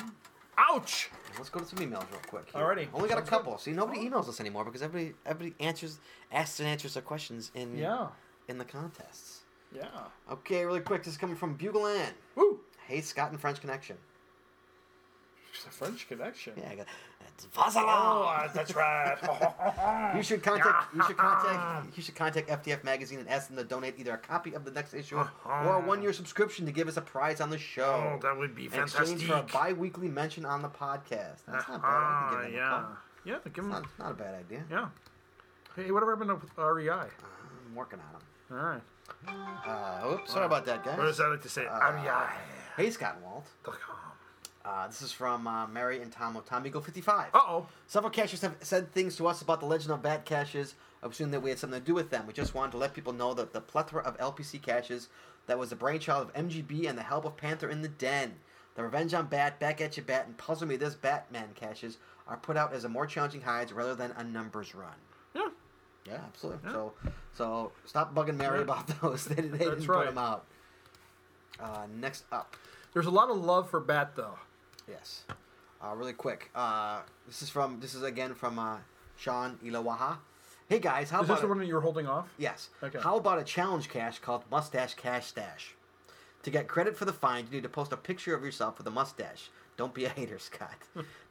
Speaker 2: Ouch.
Speaker 1: Let's go to some emails real quick.
Speaker 2: Alrighty.
Speaker 1: Only got a couple. See, nobody emails us anymore because everybody everybody answers asks and answers their questions in
Speaker 2: Yeah.
Speaker 1: in the contests.
Speaker 2: Yeah.
Speaker 1: Okay, really quick. This is coming from Bugleland.
Speaker 2: Woo.
Speaker 1: Hey, Scott and French Connection.
Speaker 2: It's a French connection.
Speaker 1: Yeah, I got it's Vassala.
Speaker 2: Oh, that's right.
Speaker 1: You should contact you should contact you should contact FTF magazine and ask them to donate either a copy of the next issue or a one year subscription to give us a prize on the show.
Speaker 4: Oh, that would be
Speaker 1: in exchange
Speaker 4: fantastic.
Speaker 1: for a bi weekly mention on the podcast. That's not bad. I can
Speaker 4: Ah,
Speaker 1: give them a
Speaker 4: yeah.
Speaker 1: call.
Speaker 2: Uh-huh, yeah. Give him.
Speaker 1: Not, not a bad idea.
Speaker 2: Yeah. Hey, whatever happened to REI? E All
Speaker 1: I'm working on them.
Speaker 2: right.
Speaker 1: Uh, oops, sorry about that, guys.
Speaker 4: Or as I like to say,
Speaker 1: Uh,
Speaker 2: E
Speaker 4: REI.com.
Speaker 1: Hey, Scott and Walt. Uh, this is from uh, Mary and Tom of Tommy Go 55.
Speaker 2: Uh oh.
Speaker 1: Several cashers have said things to us about the legend of bat caches, assuming that we had something to do with them. We just wanted to let people know that the plethora of LPC caches that was the brainchild of MGB and the help of Panther in the Den. The Revenge on Bat, Back at Your Bat, and Puzzle Me This Batman caches are put out as a more challenging hides rather than a numbers run.
Speaker 2: Yeah.
Speaker 1: Yeah, absolutely. So, so stop bugging Mary about those. They, they didn't put
Speaker 2: right.
Speaker 1: them out. Uh, next up,
Speaker 2: There's a lot of love for Bat though.
Speaker 1: yes, uh, really quick. Uh, this is from this is again from uh, Sean Ilawaha. Hey guys, how
Speaker 2: Is
Speaker 1: about
Speaker 2: this the
Speaker 1: a-
Speaker 2: one that you're holding off?
Speaker 1: yes?
Speaker 2: Okay.
Speaker 1: How about a challenge cash called Mustache Cash Stash? To get credit for the find, you need to post a picture of yourself with a mustache. Don't be a hater, Scott.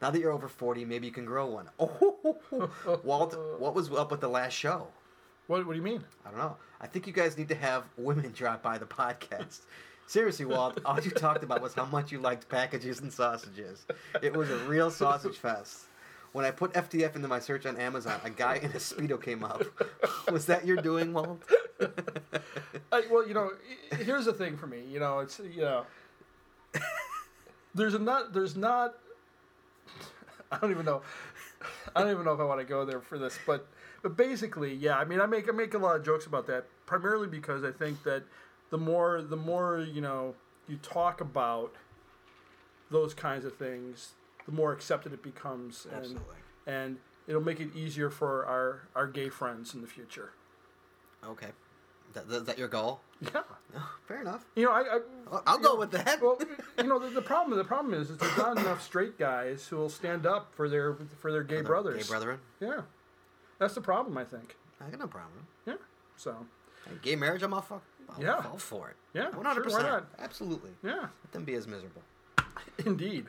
Speaker 1: now that you're over forty, maybe you can grow one. Oh, Walt, what was up with the last show?
Speaker 2: What, what do you mean?
Speaker 1: I don't know. I think you guys need to have women drop by the podcast. Seriously, Walt, all you talked about was how much you liked packages and sausages. It was a real sausage fest. When I put FTF into my search on Amazon, a guy in a Speedo came up. Was that your doing, Walt?
Speaker 2: I, well, you know, i- here's the thing for me. You know, it's you know, there's a not there's not. I don't even know. I don't even know if I want to go there for this, but but basically, yeah. I mean, I make I make a lot of jokes about that primarily because I think that the more the more you know you talk about those kinds of things, the more accepted it becomes, and and it'll make it easier for our our gay friends in the future.
Speaker 1: Okay. That, that, that your goal?
Speaker 2: Yeah,
Speaker 1: Fair enough.
Speaker 2: you know, I, I
Speaker 1: I'll, I'll go with that.
Speaker 2: well, you know the, the problem. The problem is, is there's not enough straight guys who will stand up for their for their gay brothers.
Speaker 1: Hey, brethren.
Speaker 2: Yeah, that's the problem. I think.
Speaker 1: I got no problem.
Speaker 2: Yeah. So.
Speaker 1: Hey, gay marriage, I'm all, fuck, I'm
Speaker 2: Yeah.
Speaker 1: all for it.
Speaker 2: Yeah,
Speaker 1: 100%.
Speaker 2: sure, why not?
Speaker 1: Absolutely.
Speaker 2: Yeah.
Speaker 1: Let them be as miserable.
Speaker 2: Indeed.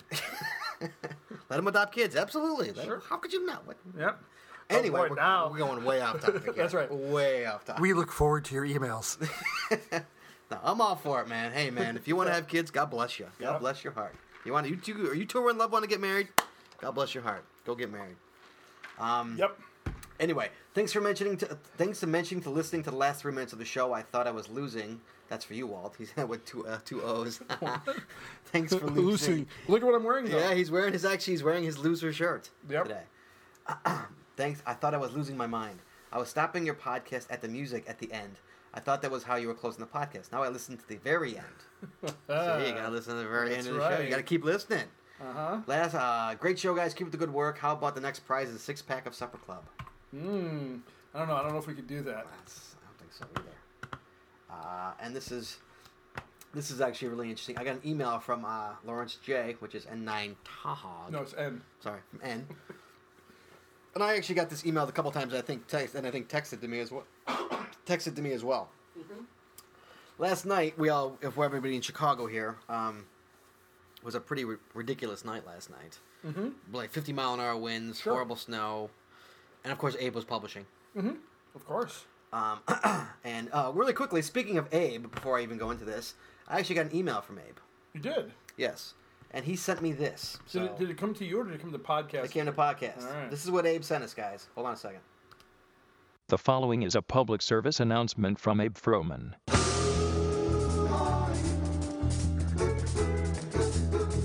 Speaker 1: Let them adopt kids. Absolutely. Let 'em-
Speaker 2: Sure.
Speaker 1: How could you not? What?
Speaker 2: Yep.
Speaker 1: Anyway,
Speaker 2: boy,
Speaker 1: we're,
Speaker 2: Oh, now.
Speaker 1: we're going way off topic. Here.
Speaker 2: That's right.
Speaker 1: way off topic.
Speaker 6: We look forward to your emails.
Speaker 1: No, I'm all for it, man. Hey, man, if you want to have kids, God bless you. God
Speaker 2: Yeah.
Speaker 1: bless your heart. You want you two? Are you two in love? Want to get married? God bless your heart. Go get married.
Speaker 2: Yep.
Speaker 1: Anyway, thanks for mentioning. To, thanks for mentioning to listening to the last three minutes of the show. I thought I was losing. That's for you, Walt. He's with two uh, two O's. thanks for losing.
Speaker 2: Look at what I'm wearing. Though.
Speaker 1: Yeah, he's wearing his actually he's wearing his loser shirt
Speaker 2: Yep.
Speaker 1: today. Thanks. I thought I was losing my mind. I was stopping your podcast at the music at the end. I thought that was how you were closing the podcast. Now I listen to the very end. so you gotta listen to the very end of the show. You
Speaker 2: right.
Speaker 1: gotta keep listening. Uh-huh. Last, uh, great show, guys. Keep up the good work. How about the next prize is a six pack of Supper Club?
Speaker 2: Hmm. I don't know. I don't know if we could do that.
Speaker 1: That's, I don't think so either. Uh, and this is This is actually really interesting. I got an email from uh, Lawrence J, which is N9 Tahog.
Speaker 2: No, it's N.
Speaker 1: sorry, from N. and I actually got this email a couple times. I think text and I think texted to me as well. texted to me as well.
Speaker 2: Mm-hmm.
Speaker 1: Last night we all, if we're everybody in Chicago here, um, was a pretty ri- ridiculous night last night. Mm-hmm. Like 50 mile an hour winds,
Speaker 2: Sure.
Speaker 1: horrible snow, and of course Abe was publishing.
Speaker 2: Of course.
Speaker 1: Um, and uh, really quickly, speaking of Abe, before I even go into this, I actually got an email from Abe.
Speaker 2: You did.
Speaker 1: Yes, and he sent me this.
Speaker 2: Did,
Speaker 1: So
Speaker 2: it, did it come to you or did it come to the podcast?
Speaker 1: it came to podcast.
Speaker 2: All right.
Speaker 1: This is what Abe sent us, guys. Hold on a second.
Speaker 6: The following is a public service announcement from Abe Froman.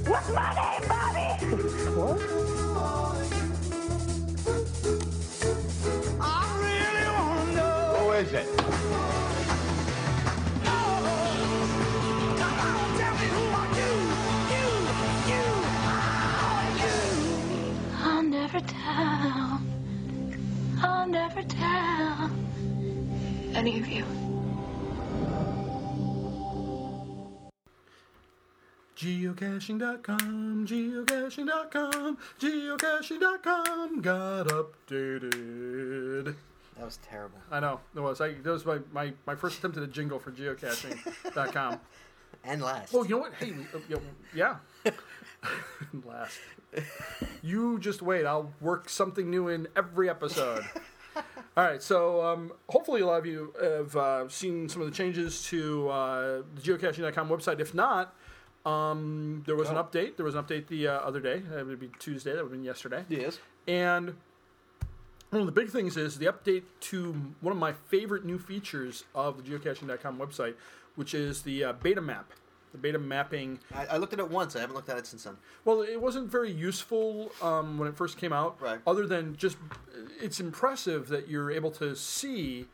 Speaker 7: What's my name, Bobby? What? I'll never tell. I'll never tell any of you.
Speaker 2: Geocaching.com, geocaching.com, geocaching.com got updated.
Speaker 1: That was terrible.
Speaker 2: I know, it was. I, that was my, my, my first attempt at a jingle for geocaching.com.
Speaker 1: And last.
Speaker 2: Oh, you know what? Hey, uh, yeah, yeah. Last. You just wait. I'll work something new in every episode. All right, so um, hopefully a lot of you have uh, seen some of the changes to uh, the geocaching.com website. If not, um, there was an update. There was an update the uh, other day. That would be Tuesday. That would have been yesterday.
Speaker 1: yes.
Speaker 2: And one of the big things is the update to one of my favorite new features of the geocaching.com website, which is the uh, beta map. The beta mapping.
Speaker 1: I, I looked at it once. I haven't looked at it since then.
Speaker 2: Well, it wasn't very useful um, when it first came out,
Speaker 1: Right.
Speaker 2: other than just it's impressive that you're able to see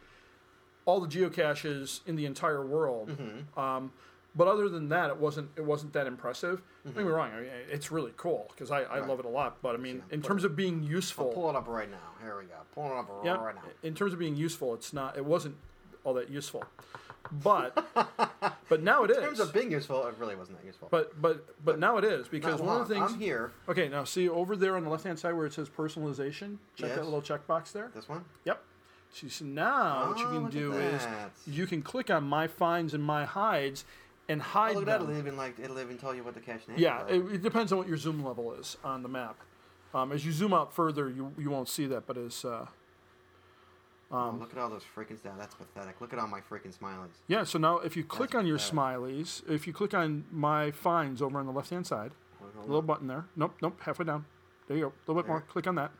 Speaker 2: all the geocaches in the entire world. Um, but other than that, it wasn't it wasn't that impressive. Don't get me wrong; I mean, it's really cool because I, I love it Mm-hmm. a lot. But I mean, in terms of being useful,
Speaker 1: Pull it up right now. Here we go. Pull it up
Speaker 2: yeah,
Speaker 1: right now.
Speaker 2: in terms of being useful, it's not. It wasn't all that useful, but but now it is.
Speaker 1: In terms of being useful, it really wasn't that useful.
Speaker 2: but but but now it is because
Speaker 1: Not
Speaker 2: one
Speaker 1: long.
Speaker 2: of the things
Speaker 1: I'm here.
Speaker 2: Okay, now see over there on the left hand side where it says personalization. Check that
Speaker 1: Yes.
Speaker 2: little checkbox there.
Speaker 1: This one.
Speaker 2: Yep. See, so now what you
Speaker 1: Oh,
Speaker 2: can
Speaker 1: look at
Speaker 2: do is
Speaker 1: that.
Speaker 2: you can click on my finds and my hides and
Speaker 1: Oh,
Speaker 2: hide
Speaker 1: look at that.
Speaker 2: them.
Speaker 1: It'll even like it'll even tell you what the cache name.
Speaker 2: Yeah,
Speaker 1: is.
Speaker 2: it, it depends on what your zoom level is on the map. Um, as you zoom out further, you you won't see that, but as uh,
Speaker 1: Oh, look at all those freaking down. That's pathetic. Look at all my freaking smileys.
Speaker 2: yeah. So now if you click
Speaker 1: That's
Speaker 2: on your
Speaker 1: bad.
Speaker 2: smileys, if you click on my finds over on the left hand side, little button there. Nope, nope, halfway down. There you go. A little bit more. Click on that.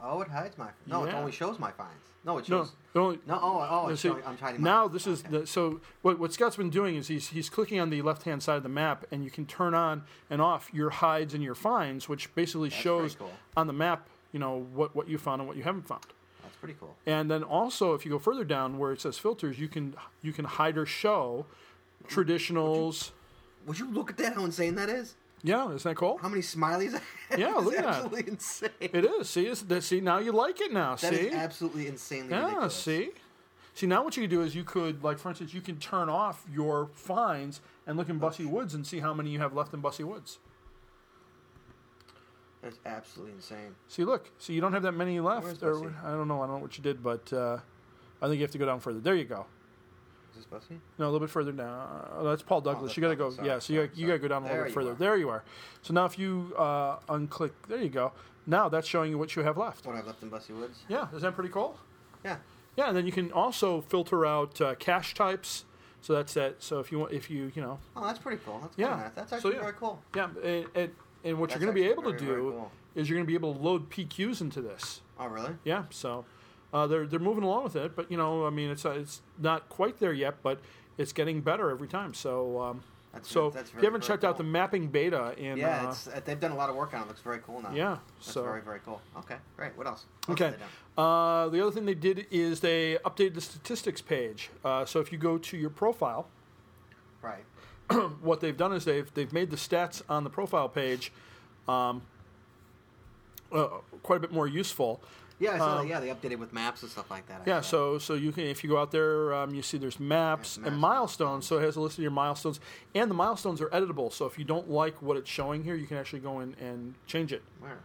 Speaker 1: Oh, it hides my. No, it
Speaker 2: Yeah.
Speaker 1: only shows my finds. No, it
Speaker 2: No,
Speaker 1: shows.
Speaker 2: it only-
Speaker 1: No, oh, oh,
Speaker 2: No,
Speaker 1: it's
Speaker 2: see,
Speaker 1: showing, I'm hiding. my-
Speaker 2: now this is
Speaker 1: okay.
Speaker 2: the, so what, what Scott's been doing is he's he's clicking on the left hand side of the map and you can turn on and off your hides and your finds, which basically shows
Speaker 1: pretty cool.
Speaker 2: on the map you know what what you found and what you haven't found.
Speaker 1: That's pretty cool.
Speaker 2: And then also if you go further down where it says filters, you can you can hide or show traditionals.
Speaker 1: Would you look at that? How insane that is.
Speaker 2: Yeah, isn't that cool?
Speaker 1: How many smileys? I have
Speaker 2: Yeah,
Speaker 1: is
Speaker 2: look at that.
Speaker 1: absolutely insane.
Speaker 2: It is. See, it's, that- see now you like it now.
Speaker 1: That
Speaker 2: see,
Speaker 1: is absolutely insanely
Speaker 2: Yeah,
Speaker 1: ridiculous.
Speaker 2: see? See, now what you could do is you could, like, for instance, you can turn off your fines and look in Bussy Woods and see how many you have left in Bussy Woods.
Speaker 1: That's absolutely insane.
Speaker 2: See, look. So you don't have that many left.
Speaker 1: Where's
Speaker 2: Or,
Speaker 1: Bussy?
Speaker 2: I don't know. I don't know what you did, but uh, I think you have to go down further. There you go.
Speaker 1: Is this Bussy?
Speaker 2: No, a little bit further down. Oh, that's Paul Douglas.
Speaker 1: that's
Speaker 2: you got to
Speaker 1: Paul.
Speaker 2: go.
Speaker 1: Sorry,
Speaker 2: yeah, so you
Speaker 1: sorry,
Speaker 2: got you got to
Speaker 1: sorry.
Speaker 2: go down a little
Speaker 1: There
Speaker 2: bit
Speaker 1: you
Speaker 2: further.
Speaker 1: are.
Speaker 2: There you are. So now if you uh, unclick, there you go. Now that's showing you what you have left.
Speaker 1: What I've left in Bussy Woods?
Speaker 2: Yeah, is that pretty cool?
Speaker 1: Yeah.
Speaker 2: Yeah, and then you can also filter out uh, cache types. So that's that. So if you want, if you you know
Speaker 1: Oh, that's pretty cool. That's
Speaker 2: Yeah.
Speaker 1: yeah. That's actually
Speaker 2: So, yeah.
Speaker 1: very cool.
Speaker 2: Yeah, and, and, and what
Speaker 1: That's
Speaker 2: you're going to be
Speaker 1: actually
Speaker 2: able to
Speaker 1: very,
Speaker 2: do
Speaker 1: very cool.
Speaker 2: is you're going to be able to load PQs into this.
Speaker 1: Oh, really?
Speaker 2: Yeah, so uh, they're they're moving along with it, but you know, I mean, it's uh, it's not quite there yet, but it's getting better every time. So. Um,
Speaker 1: That's-
Speaker 2: so
Speaker 1: that's
Speaker 2: if
Speaker 1: very,
Speaker 2: you haven't
Speaker 1: very
Speaker 2: checked out the
Speaker 1: cool.
Speaker 2: mapping beta in
Speaker 1: Yeah,
Speaker 2: uh,
Speaker 1: it's, uh, they've done a lot of work on it. It looks very cool now.
Speaker 2: Yeah,
Speaker 1: That's
Speaker 2: so-
Speaker 1: very, very cool. Okay, great. What else? What else
Speaker 2: Okay.
Speaker 1: have they done?
Speaker 2: Uh, the other thing they did is they updated the statistics page. Uh, so if you go to your profile,
Speaker 1: Right.
Speaker 2: what they've done is they've they've made the stats on the profile page um, uh, quite a bit more useful.
Speaker 1: Yeah, I saw that. Yeah, they updated with maps and stuff like that. I
Speaker 2: Yeah,
Speaker 1: saw.
Speaker 2: so so you can if you go out there, um, you see there's maps,
Speaker 1: maps.
Speaker 2: and milestones. So it has a list of your milestones, and the milestones are editable. So if you don't like what it's showing here, you can actually go in and change it.
Speaker 1: Where?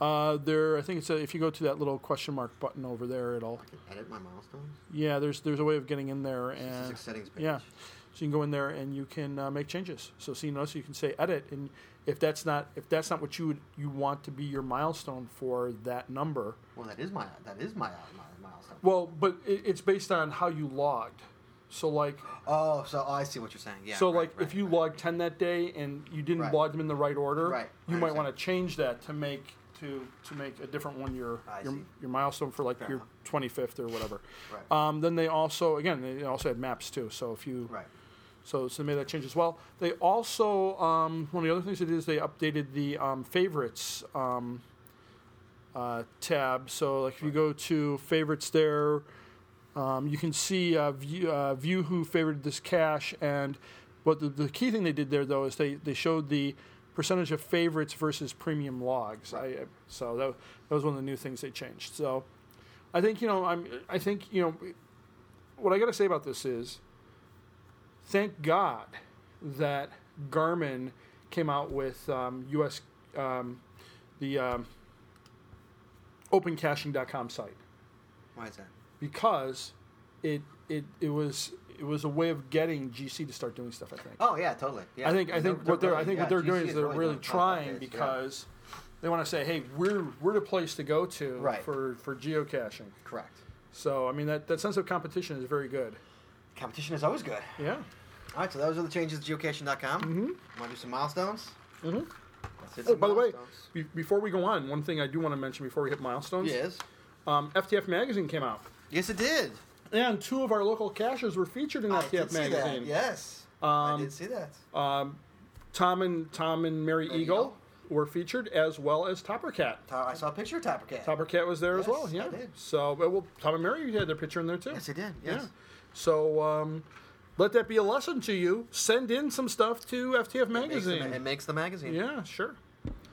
Speaker 2: Uh, there, I think it's a, if you go to that little question mark button over there, it'll
Speaker 1: Edit my milestones?
Speaker 2: yeah. There's there's a way of getting in there
Speaker 1: This is
Speaker 2: and
Speaker 1: a settings page.
Speaker 2: Uh, yeah, so you can go in there and you can uh, make changes. So see, notice you can say edit, and if that's not if that's not what you would, you want to be your milestone for that number,
Speaker 1: Well, that is my that is my, my milestone.
Speaker 2: well, but it, it's based on how you logged. So like
Speaker 1: oh, so oh, I see what you're saying. Yeah.
Speaker 2: So,
Speaker 1: right,
Speaker 2: like,
Speaker 1: right,
Speaker 2: if you
Speaker 1: right.
Speaker 2: logged ten that day and you didn't
Speaker 1: Right.
Speaker 2: log them in the right order,
Speaker 1: Right,
Speaker 2: you
Speaker 1: I
Speaker 2: might
Speaker 1: understand.
Speaker 2: want to change that to make to to make a different one your
Speaker 1: I
Speaker 2: your,
Speaker 1: see.
Speaker 2: your milestone for like
Speaker 1: Fair
Speaker 2: your
Speaker 1: enough.
Speaker 2: twenty fifth or whatever.
Speaker 1: Right.
Speaker 2: Um, then they also again they also had maps too. So if you
Speaker 1: right,
Speaker 2: so so they made that change as well. They also um, one of the other things they did is they updated the um, favorites um, uh, tab. So like if you go to favorites there, um, you can see uh, view, uh, view who favored this cache. And what the, the key thing they did there though is they they showed the percentage of favorites versus premium logs. I, I- so that, that was one of the new things they changed. So I think you know I'm I think you know what I got to say about this is thank God that Garmin came out with um, US um, the um, opencaching.com site
Speaker 1: why is that?
Speaker 2: because it it it was it was a way of getting GC to start doing stuff. I think.
Speaker 1: Oh yeah, totally. Yeah.
Speaker 2: I think I
Speaker 1: And
Speaker 2: think what they're I
Speaker 1: really-
Speaker 2: think
Speaker 1: yeah,
Speaker 2: what they're
Speaker 1: GC
Speaker 2: doing is they're
Speaker 1: really
Speaker 2: really,
Speaker 1: doing stuff like
Speaker 2: trying
Speaker 1: this, yeah.
Speaker 2: because they want to say, hey, we're we're the place to go to
Speaker 1: Right.
Speaker 2: for for geocaching.
Speaker 1: correct.
Speaker 2: So I mean that that sense of competition is very good.
Speaker 1: Competition is always good.
Speaker 2: Yeah.
Speaker 1: All right, so those are the changes to geocaching.com. Mm-hmm. Want to do some milestones? Mm-hmm. Let's hit
Speaker 2: Oh,
Speaker 1: some
Speaker 2: by the way,
Speaker 1: milestones.
Speaker 2: be, before we go on, one thing I do want to mention before we hit milestones.
Speaker 1: yes,
Speaker 2: Um, FTF magazine came out,
Speaker 1: yes, it did.
Speaker 2: and two of our local caches were featured in
Speaker 1: I
Speaker 2: FTF
Speaker 1: did see that.
Speaker 2: magazine. Um, uh,
Speaker 1: Yes, I did see that.
Speaker 2: Tom and Tom and Mary
Speaker 1: Mary
Speaker 2: Eagle,
Speaker 1: Eagle.
Speaker 2: were featured as well as Topper Cat.
Speaker 1: Ta- Uh, I saw a picture of Topper Cat.
Speaker 2: Topper Cat was there as
Speaker 1: Yes,
Speaker 2: well.
Speaker 1: I
Speaker 2: Yeah.
Speaker 1: did.
Speaker 2: So but, well, Tom and Mary had their picture in there too.
Speaker 1: Yes, they did. Yes.
Speaker 2: Yeah. So um, let that be a lesson to you. Send in some stuff to FTF
Speaker 1: It makes the
Speaker 2: magazine.
Speaker 1: ma- It makes the magazine.
Speaker 2: yeah, sure.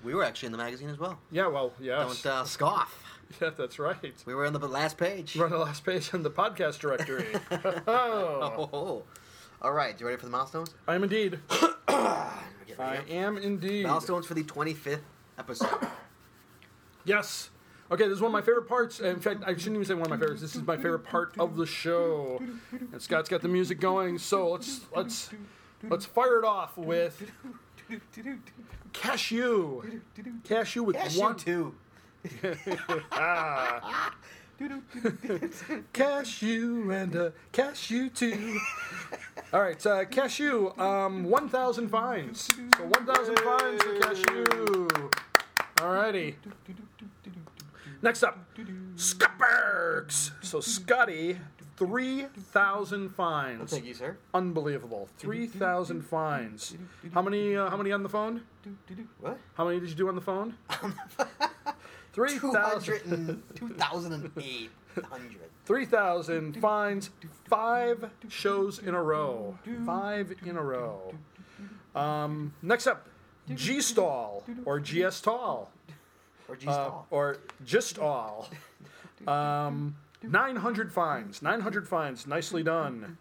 Speaker 1: We were actually in the magazine as well.
Speaker 2: Yeah, well, yes.
Speaker 1: Don't uh, scoff.
Speaker 2: yeah, that's right.
Speaker 1: We were on the last page.
Speaker 2: We're on the last page on the podcast directory.
Speaker 1: Oh, oh. All right, you ready for the milestones?
Speaker 2: I am indeed.
Speaker 1: Get
Speaker 2: I
Speaker 1: ready up.
Speaker 2: am indeed.
Speaker 1: Milestones for the 25th episode.
Speaker 2: Yes. Okay, this is one of my favorite parts. Uh, In fact, I shouldn't even say one of my favorites. This is my favorite part of the show. And Scott's got the music going, so let's let's let's fire it off with Cashew. Cashew with
Speaker 1: Cashew
Speaker 2: one
Speaker 1: two.
Speaker 2: Cashew and a cashew too. All right, uh, cashew, um, 1,000 vines. So 1,000 vines for cashew. All righty. Next up, Scutbergs. So Scotty, 3,000 fines.
Speaker 1: Thank you, sir.
Speaker 2: Unbelievable. 3,000 fines. How many, uh, how many on the phone?
Speaker 1: What?
Speaker 2: How many did you do on the phone? 3,000.
Speaker 1: 200 and 2,800.
Speaker 2: 3,000 finds five shows in a row. Five in a row. Um, next up, G Stall or GS Tall
Speaker 1: Or
Speaker 2: Uh,
Speaker 1: G stall.
Speaker 2: or Just All. Um, 900 finds. 900 finds. Nicely done.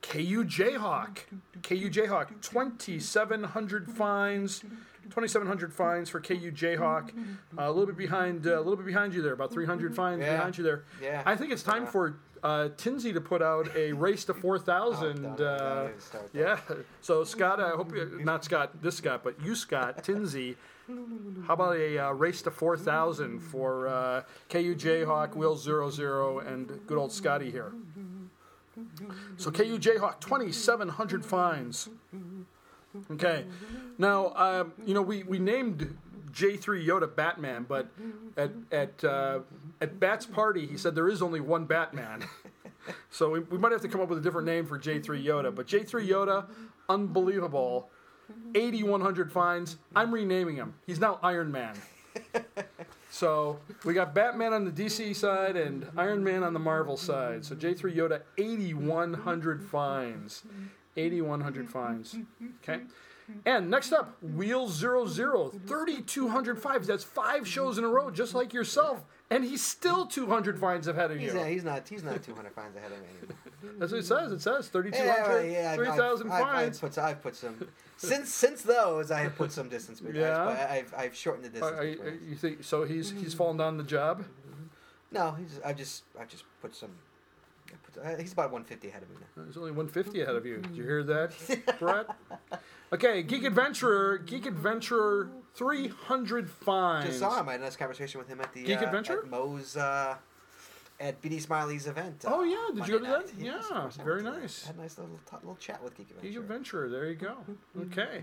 Speaker 2: KU Jayhawk. KU Jayhawk. 2,700 finds. 2,700 fines for KU Jayhawk. Uh, a little bit behind. Uh, a little bit behind you there. About 300 fines
Speaker 1: Yeah.
Speaker 2: behind you there.
Speaker 1: Yeah.
Speaker 2: I think it's time for uh, Tinsey to put out a race to 4,000.
Speaker 1: Oh, don't- don't
Speaker 2: uh,
Speaker 1: even start that.
Speaker 2: yeah. So Scott, I hope you not Scott, this Scott, but you Scott Tinsey. How about a uh, race to 4,000 for uh, KU Jayhawk, Will 00, and good old Scotty here? So KU Jayhawk, 2,700 fines. Okay. Now, um, you know, we, we named J3 Yoda Batman, but at, at, uh, at Bat's party, he said there is only one Batman. so we, we might have to come up with a different name for J3 Yoda. But J3 Yoda, unbelievable. 8,100 fines. I'm renaming him. He's now Iron Man. so we got Batman on the DC side and Iron Man on the Marvel side. So J3 Yoda, 8,100 fines. 8,100 fines. Okay. And next up, Wheel Zero Zero, 3,200 fines. That's five shows in a row, just like yourself. And he's still 200 fines ahead of you.
Speaker 1: He's, uh, he's not. He's not 200 fines ahead of me. anymore.
Speaker 2: That's what it says. It says
Speaker 1: Mm-hmm. Yeah,
Speaker 2: 3,200,
Speaker 1: right, yeah. I've-
Speaker 2: 3,000
Speaker 1: I've- I've-
Speaker 2: fines.
Speaker 1: I've put, I've put some since since those. I have put some distance between.
Speaker 2: Yeah.
Speaker 1: I've, I've, I've shortened the
Speaker 2: Uh,
Speaker 1: distance.
Speaker 2: uh,
Speaker 1: between us.
Speaker 2: you think, so he's
Speaker 1: Mm-hmm.
Speaker 2: he's fallen down the job.
Speaker 1: no, he's, I just I just put some. I put, uh, he's about 150 ahead of me now.
Speaker 2: There's only 150 ahead of you. Did you hear that, Brett? Okay, Geek Adventurer, Geek Adventurer, 300 fines.
Speaker 1: Just saw him. I had a nice conversation with him at the
Speaker 2: Geek
Speaker 1: uh,
Speaker 2: Adventure?
Speaker 1: at Moe's uh, at BD Smiley's event. uh,
Speaker 2: Oh, yeah, did you go to
Speaker 1: Monday
Speaker 2: that?
Speaker 1: night. Yes, of
Speaker 2: Yeah,
Speaker 1: course I
Speaker 2: very
Speaker 1: went to that.
Speaker 2: nice.
Speaker 1: Had a nice little t- little chat with Geek Adventure.
Speaker 2: Geek Adventurer, there you go. Okay.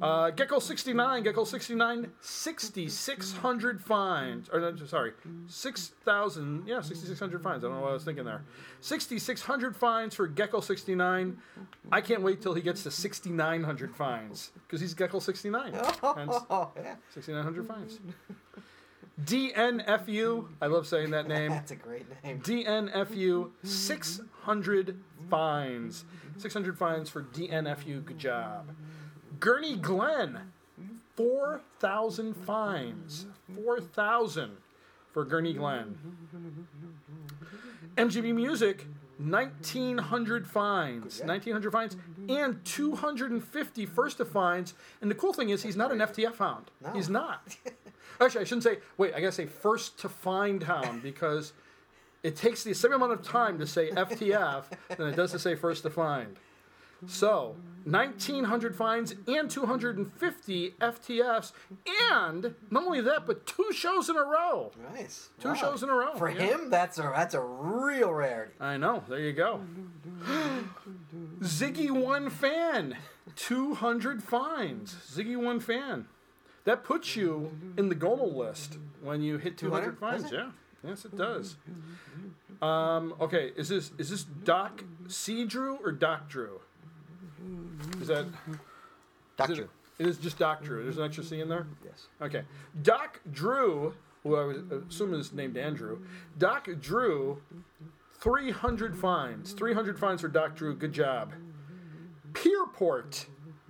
Speaker 2: Uh, Gecko 69, Gecko 69, 6,600 fines. Or, no, sorry, 6,000, yeah, 6,600 fines. I don't know what I was thinking there. 6,600 fines for Gecko 69. I can't wait till he gets to 6,900 fines because he's Gecko 69. Hence,
Speaker 1: Oh yeah,
Speaker 2: 6,900 fines. DNFU, I love saying that name.
Speaker 1: that's a great name.
Speaker 2: DNFU 600 fines. 600 fines for DNFU. Good job. Gurney Glenn 4,000 fines. 4,000 for Gurney Glenn. MGB Music 1,900 fines. 1,900 fines and 250 first of fines. And the cool thing is, he's not an FTF hound. He's not. Actually, I shouldn't say. Wait, I gotta say first to find hound because it takes the same amount of time to say FTF than it does to say first to find. So, 1,900 fines and 250 FTFs, and not only that, but two shows in a row.
Speaker 1: Nice.
Speaker 2: Two shows in a row.
Speaker 1: For
Speaker 2: yeah. Uh,
Speaker 1: him, that's a that's a real rarity.
Speaker 2: I know. There you go. Ziggy One Fan, 200 fines. Ziggy One Fan. That puts you in the goal list when you hit
Speaker 1: 200?
Speaker 2: 200 fines.
Speaker 1: Does it?
Speaker 2: Yeah. Yes, it does. Um, okay, is this is this Doc C Drew or Doc Drew? Is that is
Speaker 1: Doctor.
Speaker 2: it, it is just Doc Drew. There's an extra C in there.
Speaker 1: Yes.
Speaker 2: Okay. Doc Drew, who I would assume is named Andrew, Doc Drew, 300 fines. 300 fines for Doc Drew. Good job. Pierport,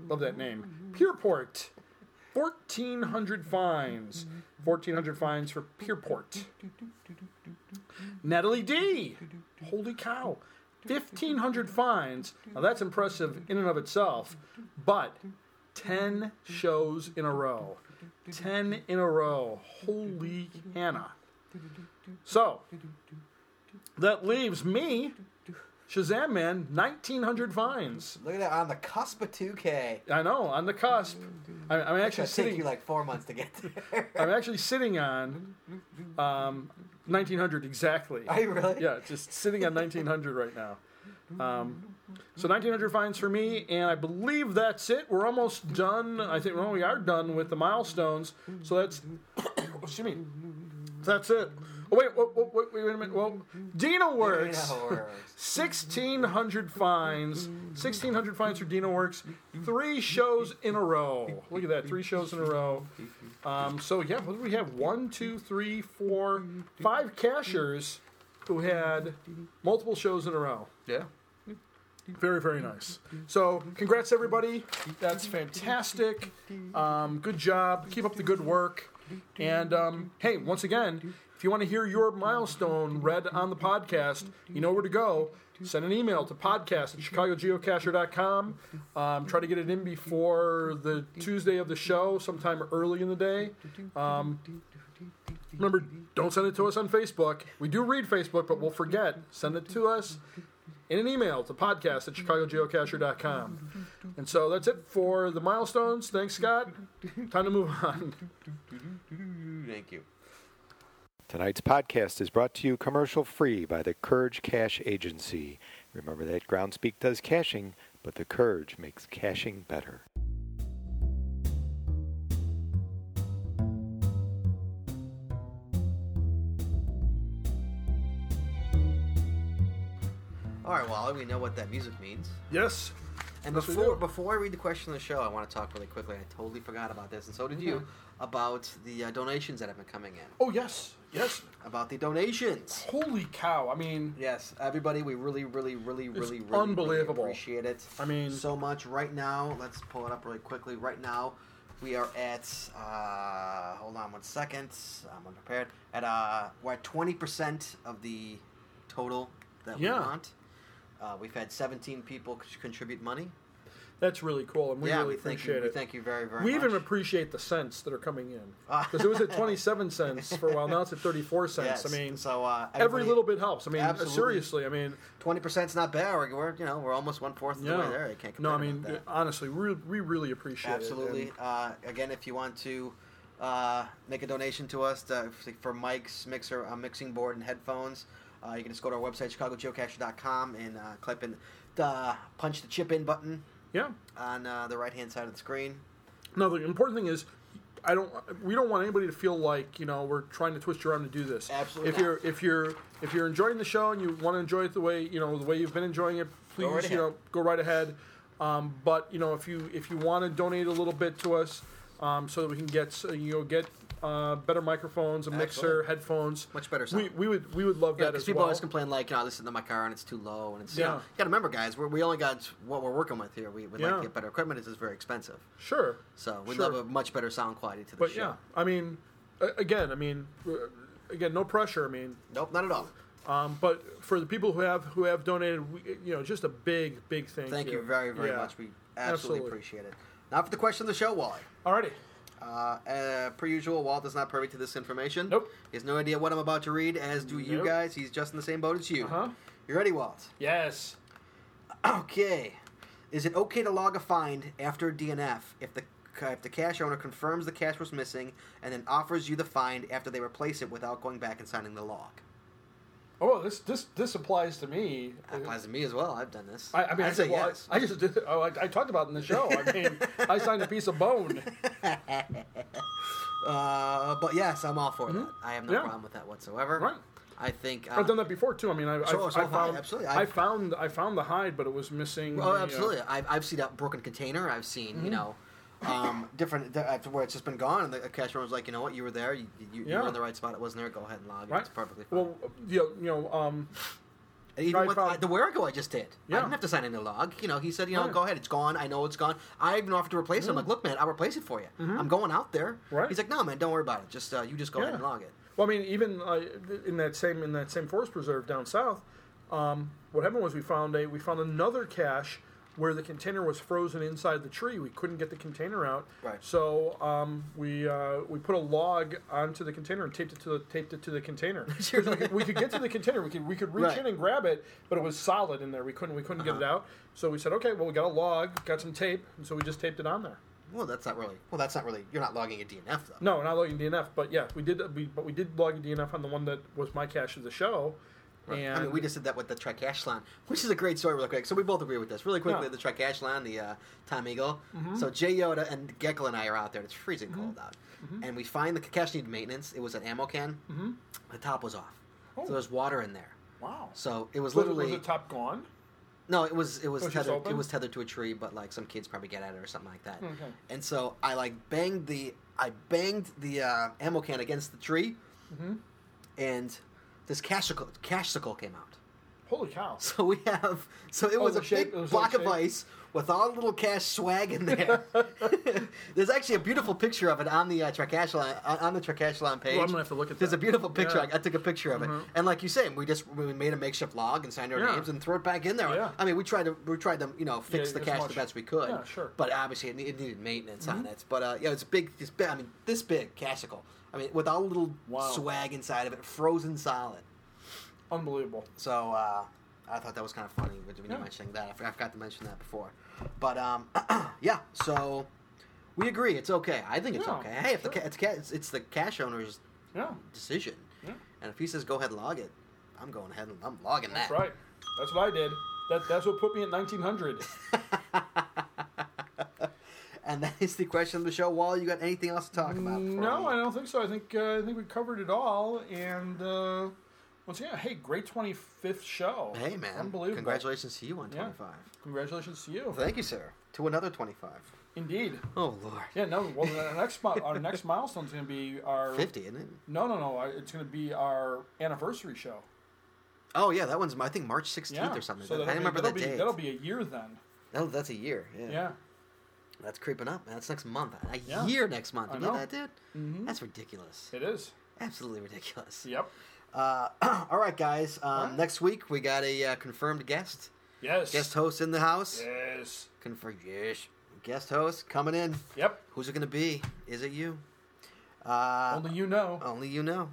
Speaker 2: love that name. Pierport, 1,400 fines. 1,400 fines for Pierport. Natalie D, holy cow. 1,500 fines. Now that's impressive in and of itself, but 10 shows in a row. 10 in a row. Holy Hannah. So, that leaves me, Shazam Man, 1,900 vines.
Speaker 1: Look at that on the cusp of 2K.
Speaker 2: I know, on the cusp. I- I'm actually
Speaker 1: It's gonna take
Speaker 2: sitting.
Speaker 1: you like four months to get there.
Speaker 2: I'm actually sitting on um, 1,900 exactly.
Speaker 1: Are you really?
Speaker 2: Yeah, just sitting on 1,900 right now. Um, so 1,900 fines for me, and I believe that's it. We're almost done. I think well, we are done with the milestones. So that's excuse me. That's it. Oh wait, wait, wait, wait, wait a minute. Well, Dino
Speaker 1: You
Speaker 2: works.
Speaker 1: know how it works.
Speaker 2: 1600 fines 1600 fines for dino works three shows in a row look at that three shows in a row um, so yeah what do we have one two three four five cashers who had multiple shows in a row yeah very very nice so congrats everybody that's fantastic um, good job keep up the good work and um, hey once again if you want to hear your milestone read on the podcast you know where to go send an email to podcast at chicagogeocacher.com um, try to get it in before the tuesday of the show sometime early in the day um, remember don't send it to us on facebook we do read facebook but we'll forget send it to us in an email to podcast at chicagogeocacher.com. And so that's it for the milestones. Thanks, Scott. Time to move on.
Speaker 1: Thank you.
Speaker 8: Tonight's podcast is brought to you commercial free by the Courage Cash Agency. Remember that Groundspeak does caching, but the Courage makes caching better.
Speaker 1: All right, Wally. We know what that music means.
Speaker 2: Yes.
Speaker 1: And
Speaker 2: Yes, we
Speaker 1: before
Speaker 2: do.
Speaker 1: before I read the question of the show, I want to talk really
Speaker 2: Mm-hmm.
Speaker 1: quickly. I totally forgot about this, and so did you about the uh, donations that have been coming in.
Speaker 2: Oh, yes. Yes.
Speaker 1: about the donations.
Speaker 2: Holy cow! I mean,
Speaker 1: Yes, everybody, we really, really, really, really, really,
Speaker 2: unbelievable.
Speaker 1: really appreciate it.
Speaker 2: I mean-
Speaker 1: so much. Right now, let's pull it up really quickly. Right now, we are at. Uh, hold on one second. I'm unprepared. At uh, we're at twenty percent of the total that we
Speaker 2: Yeah.
Speaker 1: want. Uh, we've had 17 people c- contribute money.
Speaker 2: that's really cool, and we
Speaker 1: yeah, we
Speaker 2: really
Speaker 1: thank
Speaker 2: appreciate
Speaker 1: you. We
Speaker 2: it.
Speaker 1: thank you very, very
Speaker 2: we
Speaker 1: much. Ah.
Speaker 2: even appreciate the cents that are coming in because it was at 27 cents for a while. Now it's at 34 cents.
Speaker 1: Yes.
Speaker 2: I mean,
Speaker 1: so uh,
Speaker 2: every
Speaker 1: everybody-
Speaker 2: little bit helps. I mean,
Speaker 1: Absolutely.
Speaker 2: seriously. I mean,
Speaker 1: Twenty percent's not bad. We're, we're you know we're almost one fourth of
Speaker 2: yeah.
Speaker 1: the way there. I can't
Speaker 2: no, I
Speaker 1: complain
Speaker 2: mean,
Speaker 1: about that.
Speaker 2: honestly, we, we really appreciate it.
Speaker 1: absolutely.
Speaker 2: And
Speaker 1: Uh, again, if you want to uh, make a donation to us to, for Mike's mixer, uh, mixing board, and headphones, uh, you can just go to our website chicagogeocacher.com and uh, click in the punch the chip in button
Speaker 2: yeah.
Speaker 1: on uh, the right hand side of the screen.
Speaker 2: No, the important thing is, I don't. We don't want anybody to feel like you know we're trying to twist your arm to do this.
Speaker 1: Absolutely
Speaker 2: If
Speaker 1: not.
Speaker 2: you're if you're if you're enjoying the show and you want to enjoy it the way you know the way you've been enjoying it, please
Speaker 1: right
Speaker 2: you know
Speaker 1: ahead.
Speaker 2: go right ahead. Um, but you know if you if you want to donate a little bit to us, um, so that we can get so you know get uh, better microphones, a mixer,
Speaker 1: Absolutely.
Speaker 2: headphones,
Speaker 1: Much better
Speaker 2: We,
Speaker 1: sound.
Speaker 2: we would we would love that
Speaker 1: because
Speaker 2: as
Speaker 1: people
Speaker 2: well.
Speaker 1: always complain like, oh, you know, I listen to my car and it's too low and it's yeah.
Speaker 2: Yeah.
Speaker 1: you, got to remember, guys, we're, we only got what we're working with here. We would like
Speaker 2: Yeah.
Speaker 1: to get better equipment. It's just very expensive,
Speaker 2: sure.
Speaker 1: so we
Speaker 2: Sure.
Speaker 1: love a much better sound quality to the
Speaker 2: But
Speaker 1: show.
Speaker 2: yeah, I mean, a- again, I mean, uh, again, no pressure. I mean,
Speaker 1: Nope, not at all.
Speaker 2: Um, but for the people who have who have donated, we, you know, just a big, big thank,
Speaker 1: Thank
Speaker 2: you.
Speaker 1: you, very, very
Speaker 2: Yeah.
Speaker 1: much. We absolutely,
Speaker 2: Absolutely.
Speaker 1: appreciate it. Now for the question of the show, Wally.
Speaker 2: Alrighty.
Speaker 1: Uh, uh, per usual, Walt is not privy to this information.
Speaker 2: Nope.
Speaker 1: He has no idea what I'm about to read, as do you
Speaker 2: Nope.
Speaker 1: guys. He's just in the same boat as you.
Speaker 2: Uh-huh.
Speaker 1: You ready, Walt?
Speaker 2: Yes.
Speaker 1: Okay. Is it okay to log a find after a DNF if the if the cash owner confirms the cash was missing and then offers you the find after they replace it without going back and signing the log?
Speaker 2: Oh, this this this applies to me.
Speaker 1: That applies to me as well. I've done this.
Speaker 2: I, I mean,
Speaker 1: I say
Speaker 2: well, I-
Speaker 1: yes.
Speaker 2: I, just did. Oh, I, I talked about it in the show. I mean, I signed a piece of bone.
Speaker 1: Uh, but yes, I'm all for that. I have no
Speaker 2: Yeah.
Speaker 1: problem with that whatsoever.
Speaker 2: Right.
Speaker 1: I think. Uh,
Speaker 2: I've done that before too. I mean, I,
Speaker 1: So-
Speaker 2: I,
Speaker 1: so
Speaker 2: I found
Speaker 1: I- absolutely.
Speaker 2: I,
Speaker 1: I-
Speaker 2: found I found the hide, but it was missing.
Speaker 1: Oh,
Speaker 2: the, uh,
Speaker 1: absolutely. I've, I've seen a broken container. I've seen
Speaker 2: Mm-hmm.
Speaker 1: you know um, different uh, where it's just been gone, and the cashier was like, you know what, you were there. You, you, you
Speaker 2: Yeah.
Speaker 1: were in the right spot. It wasn't there. Go ahead and log it.
Speaker 2: right.
Speaker 1: It's perfectly fine.
Speaker 2: Well, you know, you know um,
Speaker 1: And even
Speaker 2: I
Speaker 1: with
Speaker 2: found-
Speaker 1: uh, the Werigo I just did,
Speaker 2: Yeah.
Speaker 1: I didn't have to sign in the log. You know, he said, you know,
Speaker 2: Right. Mm.
Speaker 1: go ahead. It's gone. I know it's gone. I even offered to replace it. I'm like, look, man, I'll replace it for you. I'm going out there.
Speaker 2: Mm-hmm. Right.
Speaker 1: He's like, no, man, don't worry about it. Just uh, you just go ahead
Speaker 2: Yeah.
Speaker 1: and log it.
Speaker 2: Well, I mean, even uh, in that same in that same forest preserve down south, um, what happened was we found a we found another cache where the container was frozen inside the tree. We couldn't get the container out,
Speaker 1: Right.
Speaker 2: So um, we uh, we put a log onto the container and taped it to the taped it to the container. 'Cause we, could, we could get to the container. We could we could reach
Speaker 1: Right. Uh-huh.
Speaker 2: in and grab it, but it was solid in there. We couldn't we couldn't get it out. So we said, okay, well we got a log, got some tape, and so we just taped it on there.
Speaker 1: Well, that's not really. Well, that's not really. You're not logging a DNF though.
Speaker 2: No, not logging DNF, but yeah, we did. We, but we did log a DNF on the one that was my cache of the show, and
Speaker 1: I mean, we just did that with the Tricashlon, which is a great story, really quick. So we both agree with this. Really quickly,
Speaker 2: Yeah.
Speaker 1: the Tricashlon, the uh, Tom Eagle. So Jay Yoda and Geckel and I are out there. and It's freezing cold out, and we find the cache needed maintenance. It was an ammo can. Mm-hmm. The top was off, so there's water in there.
Speaker 2: wow. So
Speaker 1: So it was
Speaker 2: was,
Speaker 1: literally
Speaker 2: was the top gone?
Speaker 1: no, it was it was,
Speaker 2: Was it just
Speaker 1: tethered.
Speaker 2: open?
Speaker 1: It was tethered to a tree, but like some kids probably get at it or something like that. And so I like banged the I banged the uh, ammo can against the tree, Mm-hmm. and this cashsicle cashsicle came out.
Speaker 2: Holy cow!
Speaker 1: So we have so it was
Speaker 2: the
Speaker 1: a
Speaker 2: shape-
Speaker 1: big
Speaker 2: it was
Speaker 1: block
Speaker 2: like
Speaker 1: of
Speaker 2: shape.
Speaker 1: ice with all the little cash swag in there. There's actually a beautiful picture of it on the uh, Tricashalon on on the Tricashalon page.
Speaker 2: Well, I'm gonna have to look at
Speaker 1: There's
Speaker 2: that.
Speaker 1: a beautiful picture.
Speaker 2: Yeah.
Speaker 1: I, I took a picture of it, and like you say, we just we made a makeshift log and signed our
Speaker 2: Yeah.
Speaker 1: names and threw it back in there.
Speaker 2: Yeah.
Speaker 1: I mean, we tried to we tried to you know fix
Speaker 2: Yeah,
Speaker 1: the
Speaker 2: as
Speaker 1: cash
Speaker 2: much.
Speaker 1: the best we could.
Speaker 2: Yeah, sure. Mm-hmm.
Speaker 1: But obviously, it, ne- it needed maintenance on it. But uh, yeah, it's big. It's big. I mean, this big cashicle. I mean, with all the little
Speaker 2: Wow.
Speaker 1: swag inside of it, frozen solid.
Speaker 2: Unbelievable.
Speaker 1: So uh, I thought that was kind of funny when when you
Speaker 2: Yeah.
Speaker 1: mentioning that. I forgot, I forgot to mention that before. But um, yeah, so we agree. It's okay. I think it's
Speaker 2: Yeah,
Speaker 1: okay. Hey, if the
Speaker 2: sure.
Speaker 1: ca- it's, ca- it's, it's the cash owner's
Speaker 2: Yeah,
Speaker 1: decision,
Speaker 2: Yeah.
Speaker 1: and if he says go ahead log it, I'm going ahead and I'm logging
Speaker 2: that's
Speaker 1: that.
Speaker 2: right. That's what I did. That that's what put me at 1900.
Speaker 1: And that is the question of the show. Wall, you got anything else to talk about? before
Speaker 2: no,
Speaker 1: we-
Speaker 2: I don't think so. I think uh, I think we covered it all. And uh, once again, hey, great 25th show.
Speaker 1: Hey man,
Speaker 2: unbelievable!
Speaker 1: congratulations to you on
Speaker 2: Yeah.
Speaker 1: 25.
Speaker 2: Congratulations to you.
Speaker 1: Thank you, sir. To another 25.
Speaker 2: Indeed.
Speaker 1: Oh lord,
Speaker 2: Yeah, no. Well, the next mi- our next milestone's going to be our
Speaker 1: fifty, isn't it?
Speaker 2: No, no, no. I- It's going to be our anniversary show.
Speaker 1: Oh yeah, that one's I think March sixteenth
Speaker 2: Yeah.
Speaker 1: or something.
Speaker 2: So
Speaker 1: I
Speaker 2: that'll be-
Speaker 1: remember
Speaker 2: that'll
Speaker 1: that
Speaker 2: be,
Speaker 1: date.
Speaker 2: That'll be a year then.
Speaker 1: That'll- that's a year. Yeah.
Speaker 2: Yeah.
Speaker 1: that's creeping up. man. That's next month. A
Speaker 2: Yeah.
Speaker 1: year next month.
Speaker 2: I
Speaker 1: You know Mm-hmm.
Speaker 2: know.
Speaker 1: that, dude? That's ridiculous.
Speaker 2: It is.
Speaker 1: Absolutely ridiculous.
Speaker 2: Yep.
Speaker 1: Uh, all right, guys. Um, Next week we got a uh, confirmed guest,
Speaker 2: Yes.
Speaker 1: guest host in the house.
Speaker 2: Yes.
Speaker 1: Confirmed. Yes. Guest host coming in.
Speaker 2: Yep.
Speaker 1: Who's it gonna be? Is it you? Uh,
Speaker 2: Only you know.
Speaker 1: Only you know.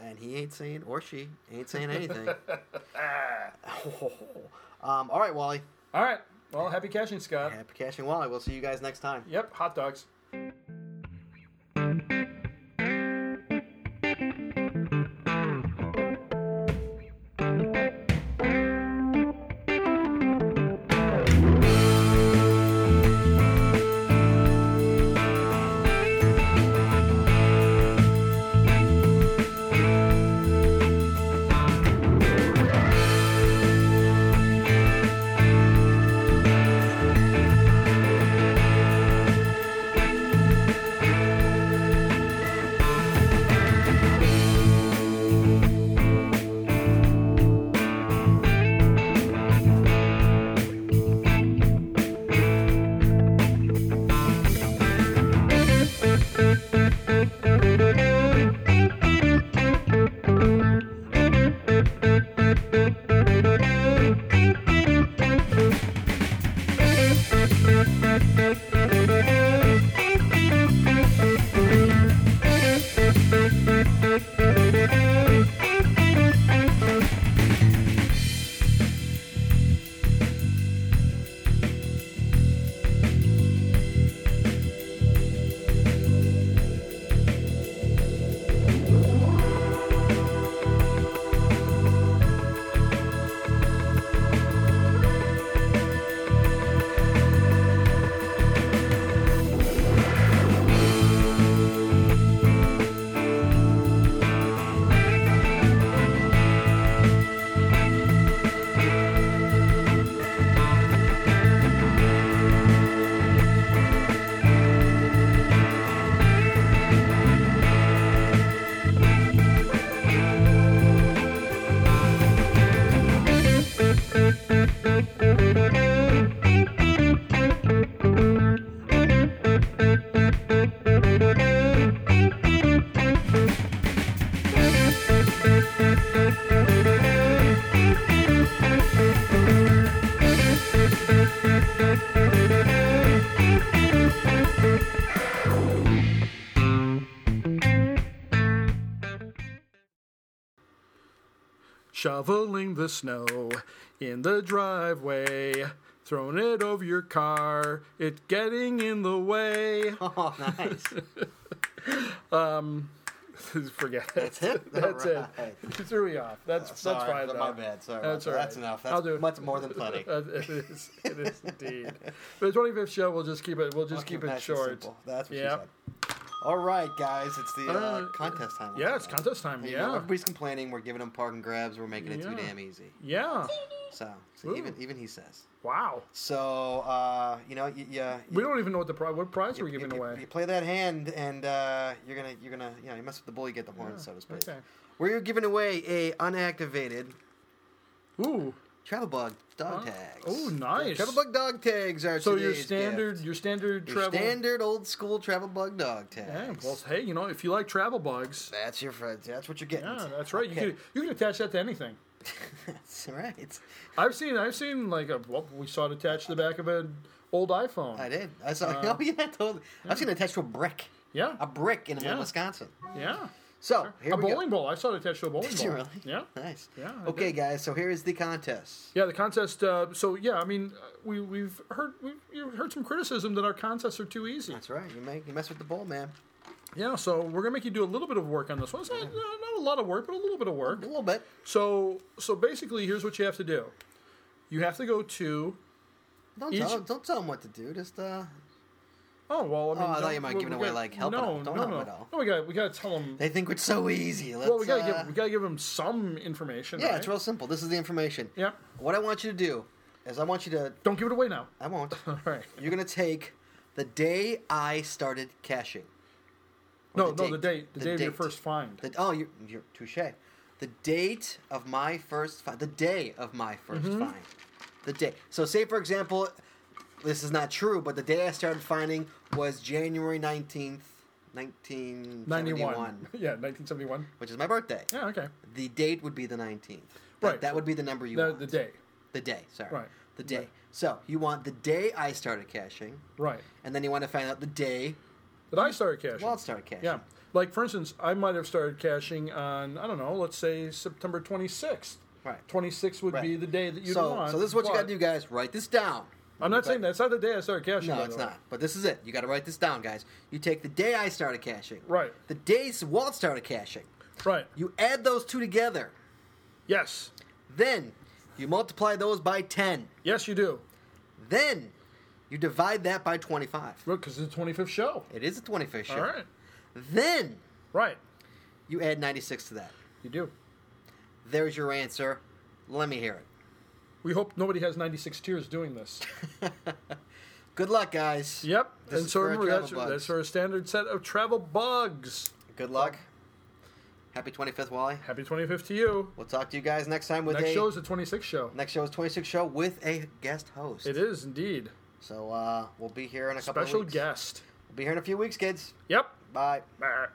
Speaker 1: And he ain't saying, or she ain't saying anything. um, all right, Wally.
Speaker 2: All right. Well, happy cashing, Scott.
Speaker 1: Happy cashing, Wally. We'll see you guys next time.
Speaker 2: Yep. Hot dogs. Shoveling the snow in the driveway, throwing it over your car. It's getting in the way.
Speaker 1: Oh, nice.
Speaker 2: Forget
Speaker 1: That's it?
Speaker 2: That's it.
Speaker 1: Alright.
Speaker 2: You threw me off. That's that's
Speaker 1: Sorry,
Speaker 2: fine.
Speaker 1: th-
Speaker 2: though.
Speaker 1: uh, My bad. Sorry.
Speaker 2: That's
Speaker 1: about that.
Speaker 2: all right.
Speaker 1: That's enough.
Speaker 2: I'll
Speaker 1: That's
Speaker 2: do it.
Speaker 1: much more than plenty.
Speaker 2: Uh, it is. It is indeed. For the twenty fifth show, we'll just keep it. We'll just
Speaker 1: I'll
Speaker 2: keep,
Speaker 1: it
Speaker 2: it
Speaker 1: nice and
Speaker 2: short.
Speaker 1: simple. That's what
Speaker 2: Yep.
Speaker 1: she said. All right, guys. It's the uh,
Speaker 2: Uh,
Speaker 1: contest time.
Speaker 2: Yeah,
Speaker 1: once
Speaker 2: it's
Speaker 1: again.
Speaker 2: contest time.
Speaker 1: You know,
Speaker 2: Yeah,
Speaker 1: everybody's complaining. We're giving them parking grabs. We're making it too
Speaker 2: Yeah.
Speaker 1: damn easy.
Speaker 2: yeah.
Speaker 1: So, so
Speaker 2: Ooh.
Speaker 1: even even he says.
Speaker 2: Wow.
Speaker 1: So uh, you know, y- yeah.
Speaker 2: We don't even know what the prize. What prize are we
Speaker 1: you-
Speaker 2: giving
Speaker 1: you-
Speaker 2: away?
Speaker 1: You play that hand, and uh, you're gonna you're gonna you know you mess with the bull, you get the horn, so to speak.
Speaker 2: okay.
Speaker 1: We're giving away a unactivated
Speaker 2: Ooh.
Speaker 1: travel bug dog tags.
Speaker 2: Oh, nice.
Speaker 1: Travel bug dog tags are
Speaker 2: So your
Speaker 1: today's
Speaker 2: standard,
Speaker 1: gift.
Speaker 2: your standard
Speaker 1: Your
Speaker 2: travel.
Speaker 1: standard old school travel bug dog tags.
Speaker 2: Yeah, well, hey, you know, if you like travel bugs,
Speaker 1: That's your friends. That's what you're getting.
Speaker 2: yeah, that's right. You
Speaker 1: Okay.
Speaker 2: can you can attach that to anything.
Speaker 1: That's right.
Speaker 2: I've seen I've seen like a well, we saw it attached to the back of an old iPhone.
Speaker 1: I did. I saw.
Speaker 2: Uh,
Speaker 1: oh yeah, totally. I've seen it attached to a brick.
Speaker 2: Yeah,
Speaker 1: A brick in uh,
Speaker 2: Yeah.
Speaker 1: Wisconsin.
Speaker 2: yeah.
Speaker 1: So here
Speaker 2: a
Speaker 1: we go.
Speaker 2: bowling ball. I saw it attached to a bowling
Speaker 1: Did
Speaker 2: ball.
Speaker 1: you really?
Speaker 2: Yeah.
Speaker 1: Nice.
Speaker 2: Yeah, I
Speaker 1: Okay, guys. So here is the contest.
Speaker 2: Yeah, the contest. Uh, so yeah, I mean, uh, we we've heard we've, you've heard some criticism that our contests are too easy.
Speaker 1: That's right. You make you mess with the ball, man.
Speaker 2: Yeah, so we're gonna make you do a little bit of work on this one. It's not, not a lot of work, but a little bit of work.
Speaker 1: A little bit.
Speaker 2: So so basically, here's what you have to do. You have to go to.
Speaker 1: Don't
Speaker 2: Each-
Speaker 1: tell don't tell them what to do. Just uh,
Speaker 2: Oh well, I mean.
Speaker 1: Oh, I thought
Speaker 2: no,
Speaker 1: you might
Speaker 2: we-
Speaker 1: giving
Speaker 2: we
Speaker 1: away,
Speaker 2: got-
Speaker 1: like, help
Speaker 2: No,
Speaker 1: them. Don't
Speaker 2: no,
Speaker 1: help
Speaker 2: no.
Speaker 1: them at all.
Speaker 2: No, we got we got to tell them.
Speaker 1: they think it's so easy. Let's,
Speaker 2: well, we gotta
Speaker 1: uh,
Speaker 2: give we gotta give them some information.
Speaker 1: yeah,
Speaker 2: right?
Speaker 1: it's real simple. This is the information.
Speaker 2: Yep.
Speaker 1: What I want you to do is I want you to.
Speaker 2: Don't give it away now.
Speaker 1: I won't.
Speaker 2: All right.
Speaker 1: You're gonna take The day I started caching. Or
Speaker 2: No, no, the date. The, day of your
Speaker 1: date.
Speaker 2: first find.
Speaker 1: The, oh, you're, you're touche. The date of my first find. The day of my 1st
Speaker 2: Mm-hmm.
Speaker 1: find. The day. So, say for example, this is not true, but the day I started finding was January nineteenth, nineteen
Speaker 2: 91.
Speaker 1: ninety-one,
Speaker 2: Yeah, 1971.
Speaker 1: which is my birthday.
Speaker 2: Yeah, okay.
Speaker 1: The date would be the nineteenth.
Speaker 2: Right,
Speaker 1: That
Speaker 2: so
Speaker 1: would be the number you
Speaker 2: The,
Speaker 1: want.
Speaker 2: the day.
Speaker 1: The day. Sorry.
Speaker 2: Right,
Speaker 1: The day. So you want the day I started caching,
Speaker 2: Right.
Speaker 1: and then you want to find out the day
Speaker 2: That I started cashing.
Speaker 1: Walt started caching.
Speaker 2: Yeah. Like, for instance, I might have started caching on, I don't know, let's say September 26th.
Speaker 1: Right.
Speaker 2: 26th would
Speaker 1: Right.
Speaker 2: be the day that you'd
Speaker 1: so,
Speaker 2: want.
Speaker 1: so this is what you
Speaker 2: but-
Speaker 1: got to do, guys. Write this down.
Speaker 2: I'm not saying that's not the day I started cashing.
Speaker 1: No,
Speaker 2: by
Speaker 1: it's
Speaker 2: the way.
Speaker 1: not. But this is it. You got to write this down, guys. You take the day I started caching.
Speaker 2: Right.
Speaker 1: The days Walt started caching.
Speaker 2: Right.
Speaker 1: You add those two together.
Speaker 2: Yes.
Speaker 1: Then you multiply those by 10.
Speaker 2: Yes, you do.
Speaker 1: Then you divide that by 25.
Speaker 2: Look, because it's the 25th show.
Speaker 1: It is a 25th show.
Speaker 2: All right.
Speaker 1: Then
Speaker 2: Right.
Speaker 1: you add 96 to that.
Speaker 2: You do.
Speaker 1: There's your answer. Let me hear it.
Speaker 2: We hope nobody has 96 tears doing this.
Speaker 1: Good luck, guys.
Speaker 2: Yep.
Speaker 1: This
Speaker 2: and
Speaker 1: is
Speaker 2: so
Speaker 1: for our
Speaker 2: remember,
Speaker 1: travel
Speaker 2: that's,
Speaker 1: bugs.
Speaker 2: that's our standard set of travel bugs.
Speaker 1: Good luck. Happy 25th, Wally.
Speaker 2: Happy 25th to you.
Speaker 1: We'll talk to you guys next time with
Speaker 2: Next
Speaker 1: a
Speaker 2: show is the 26th show.
Speaker 1: next show is 26th show with a guest host.
Speaker 2: It is indeed.
Speaker 1: So uh, we'll be here in a couple
Speaker 2: Special
Speaker 1: of weeks.
Speaker 2: guest.
Speaker 1: We'll be here in a few weeks, kids.
Speaker 2: Yep.
Speaker 1: Bye.
Speaker 2: Bah.